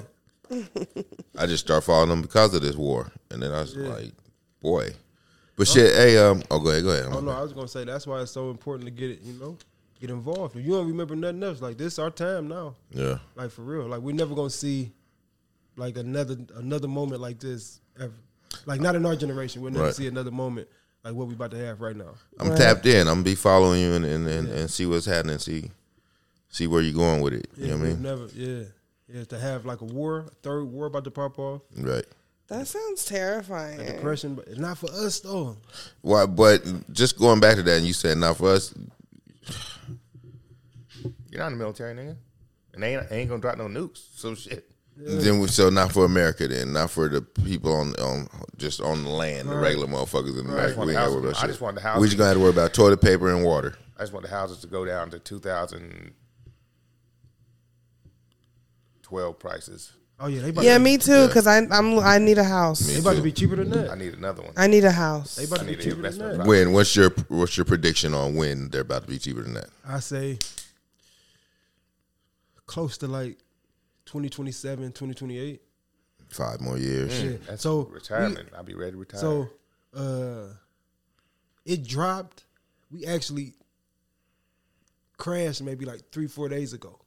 I just started following them because of this war, and then I was like, boy. But shit, hey, um, oh, go ahead, go ahead.
Oh no, I was gonna say that's why it's so important to get it, you know, get involved. If you don't remember nothing else, like this, our time now.
Yeah,
Like for real. Like we're never gonna see like another another moment like this ever. Like not in our generation. We'll never
Right.
see another moment like what we about to have right now.
I'm tapped in. I'm be following you and and, and, and see what's happening. See, see where you going with it. You know what I
We've
mean?
Never yeah. Yeah, to have like a war, a third war about to pop off.
Right.
That sounds
Mm.
terrifying.
Depression, but not for us though.
Why? But just going back to that, and you said not for us.
You're not in the military, nigga. And they ain't, ain't gonna drop no nukes. So shit.
Then we, so not for America. Then not for the people on on just on the land, the regular motherfuckers in
I just want
America. We
the
ain't gotta
house-
worry about
I
shit.
just want the house-
We just gonna have to worry about toilet paper and water.
I just want the houses to go down to 2012 prices.
Oh yeah, they about
Yeah,
to,
me too. Cause I I'm I need a house.
they about to be cheaper than
I
that.
need another one.
I need a house.
They about
I
to be
need an
cheaper than
investment
that.
property.
When? What's your what's your prediction on when they're about to be cheaper than that?
I say close to like 2027, 2028.
Five more years.
Yeah.
That's
so we-
retirement. I'll be ready to retire.
So uh it dropped. We actually crashed maybe like three, four days ago.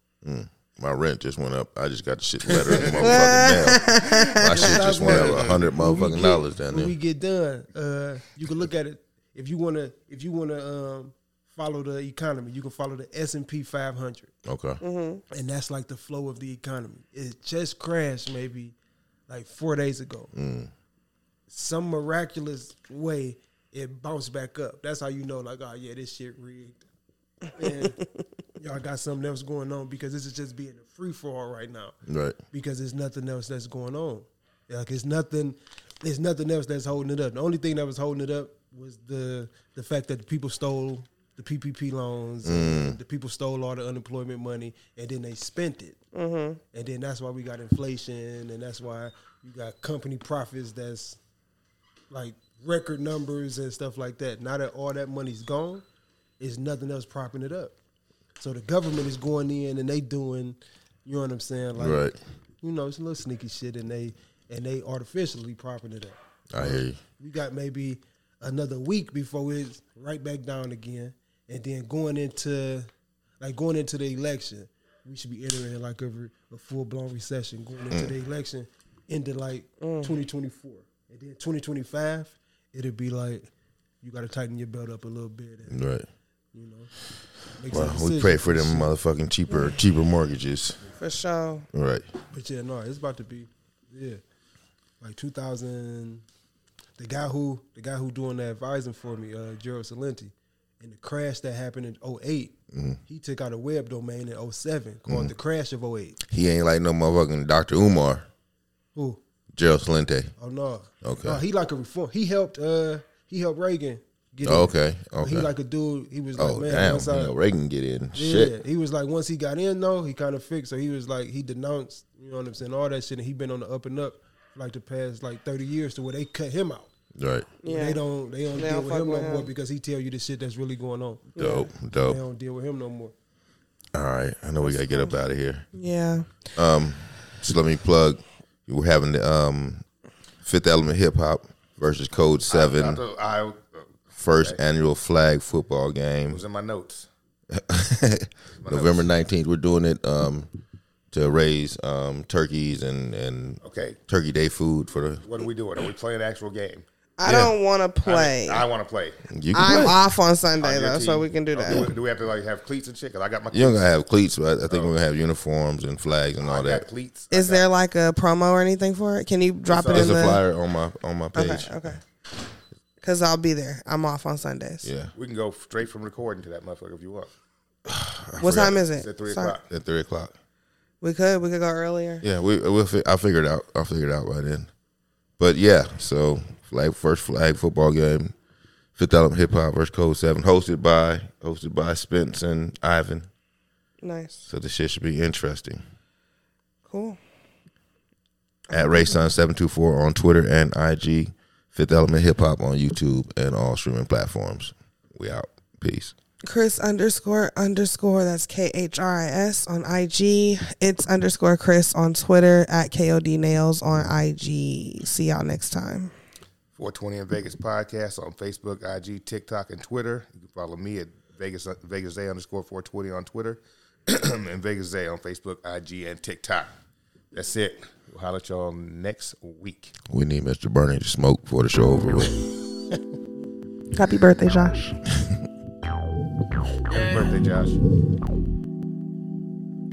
My rent just went up. I just got the shit letter in the motherfucking mail. My shit just went up a hundred motherfucking dollars down
When we
there.
get done, uh you can look at it if you wanna if you wanna um follow the economy, you can follow the S and P five hundred.
Okay.
and that's like the flow of the economy. It just crashed maybe like four days ago. Some miraculous way it bounced back up. That's how you know, like, oh yeah, this shit rigged. And y'all got something else going on because this is just being a free for all right now.
Right.
Because there's nothing else that's going on. Like it's nothing there's nothing else that's holding it up. The only thing that was holding it up was the the fact that the people stole the PPP loans, and the people stole all the unemployment money, and then they spent it. And then that's why we got inflation, and that's why you got company profits that's like record numbers and stuff like that. Now that all that money's gone, it's nothing else propping it up. So the government is going in and they doing, you know what I'm saying? Like,
Right.
you know, it's a little sneaky shit, and they and they artificially propping it up.
I hear you.
We got maybe another week before it's right back down again, and then going into like going into the election, we should be entering like a, re- a full blown recession going into
Mm.
the election, into like 2024, and then 2025, it'll be like you got to tighten your belt up a little bit, and,
Right.
you know. Make
Well,
some
we
decisions.
pray for them motherfucking cheaper cheaper mortgages.
For sure.
Right.
But yeah, no, it's about to be, yeah, like 2000. The guy who the guy who doing the advising for me, uh, Gerald Salenti, in the crash that happened in 8
Mm.
he took out a web domain in 07 called the crash of 08.
He ain't like no motherfucking Dr. Umar,
Who?
Gerald Salente.
Oh no.
Okay.
No, he like a reform. He helped. Uh, he helped Reagan. Get
Oh,
in.
okay.
But He
Okay.
like a dude. He was like,
Oh
man,
damn!
once I-
You know, Reagan get in. Shit.
Yeah, he was like once he got in though, he kind of fixed. So he was like he denounced, you know what I'm saying, all that shit, and he been on the up and up for like the past like 30 years to where they cut him out.
Right.
Yeah.
They don't they don't
They
deal
don't
with
fuck
him no
with
more
him.
because he tell you the shit that's really going on.
Dope.
They
Dope.
don't deal with him no more.
All right. I know we gotta get up out of here.
Yeah.
Just let me plug. We're having the um, Fifth Element Hip Hop versus Code Seven.
I, thought I, uh,
first annual flag football
it
game
was in my notes.
november 19th we're doing it um to raise um, turkeys and and
Okay.
Turkey Day food for the.
What are we doing? Are we playing an actual game?
I don't want to play.
I want to play.
You can
I'm
play.
off on
On
Sunday
your
though, so
team.
we can do
Okay,
that.
Do we have to like have cleats and shit? Cause I got my
You're gonna have cleats, but I think we're gonna have uniforms and flags and all
Oh. I got
that.
cleats.
Is there like a promo or anything for it? Can you drop it
There's
in
a
the?
flyer on my on my page.
Okay, okay. Because I'll be there. I'm off on Sundays.
Yeah,
We can go straight from recording to that motherfucker if you want.
What time is
It's
it?
at three
Sorry.
o'clock.
at three o'clock.
We could we could go earlier.
Yeah, we we'll fi- I'll figure it out. I'll figure it out by then. But yeah, so flag first flag football game, Fifth Element Hip Hop versus Code Seven, hosted by hosted by Spence and Ivan.
Nice.
So this shit should be interesting.
Cool.
At Rayson seven two four on Twitter and IG, Fifth Element Hip Hop on YouTube and all streaming platforms. We out. Peace.
Chris underscore underscore that's K H R I S on IG. It's underscore Chris on Twitter at K O D Nails on IG. See y'all next time.
420 in Vegas podcast on Facebook, IG, TikTok, and Twitter. You can follow me at Vegas uh, Vegas Zay underscore 420 on Twitter and Vegas Zay on Facebook, IG, and TikTok. That's it. We'll holler at y'all next week.
We need Mr. Bernie to smoke before the show over with.
Happy birthday, Josh.
Happy birthday, Josh.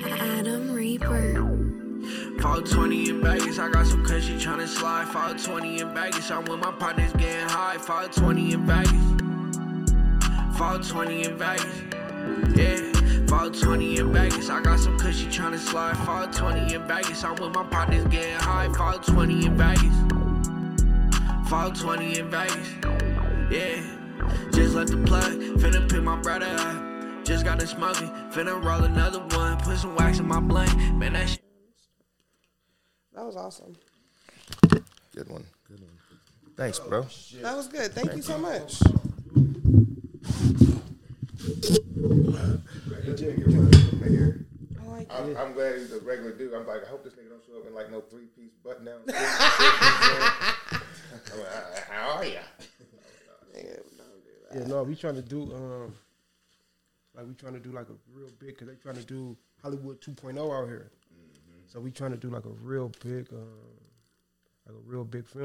Adam Reaper.
420 in Vegas, I got some cushy tryna slide. 420 in Vegas, I'm with my partners getting high. 420 in Vegas. 420 in Vegas. Yeah. 420 in Vegas, I got some cushy tryna slide. 420 in Vegas, I'm with my partners getting high. 420 in Vegas. 420 in Vegas. Yeah. Just let the plug, finna pick my brother up. Just got a smoking, finna roll another one. Put some wax in my blunt, man, that shit.
That was awesome.
Good one. Good one. Thanks, bro.
That was good. Thank you so much. I like
I'm, I'm glad he's a regular dude. I'm like, I hope this nigga don't show up in like no three piece button down. "Uh, How are ya?
Yeah, no, we trying to do um, like we trying to do like a real big because they trying to do Hollywood 2.0 out here. So we trying to do like a real big, um, like a real big film.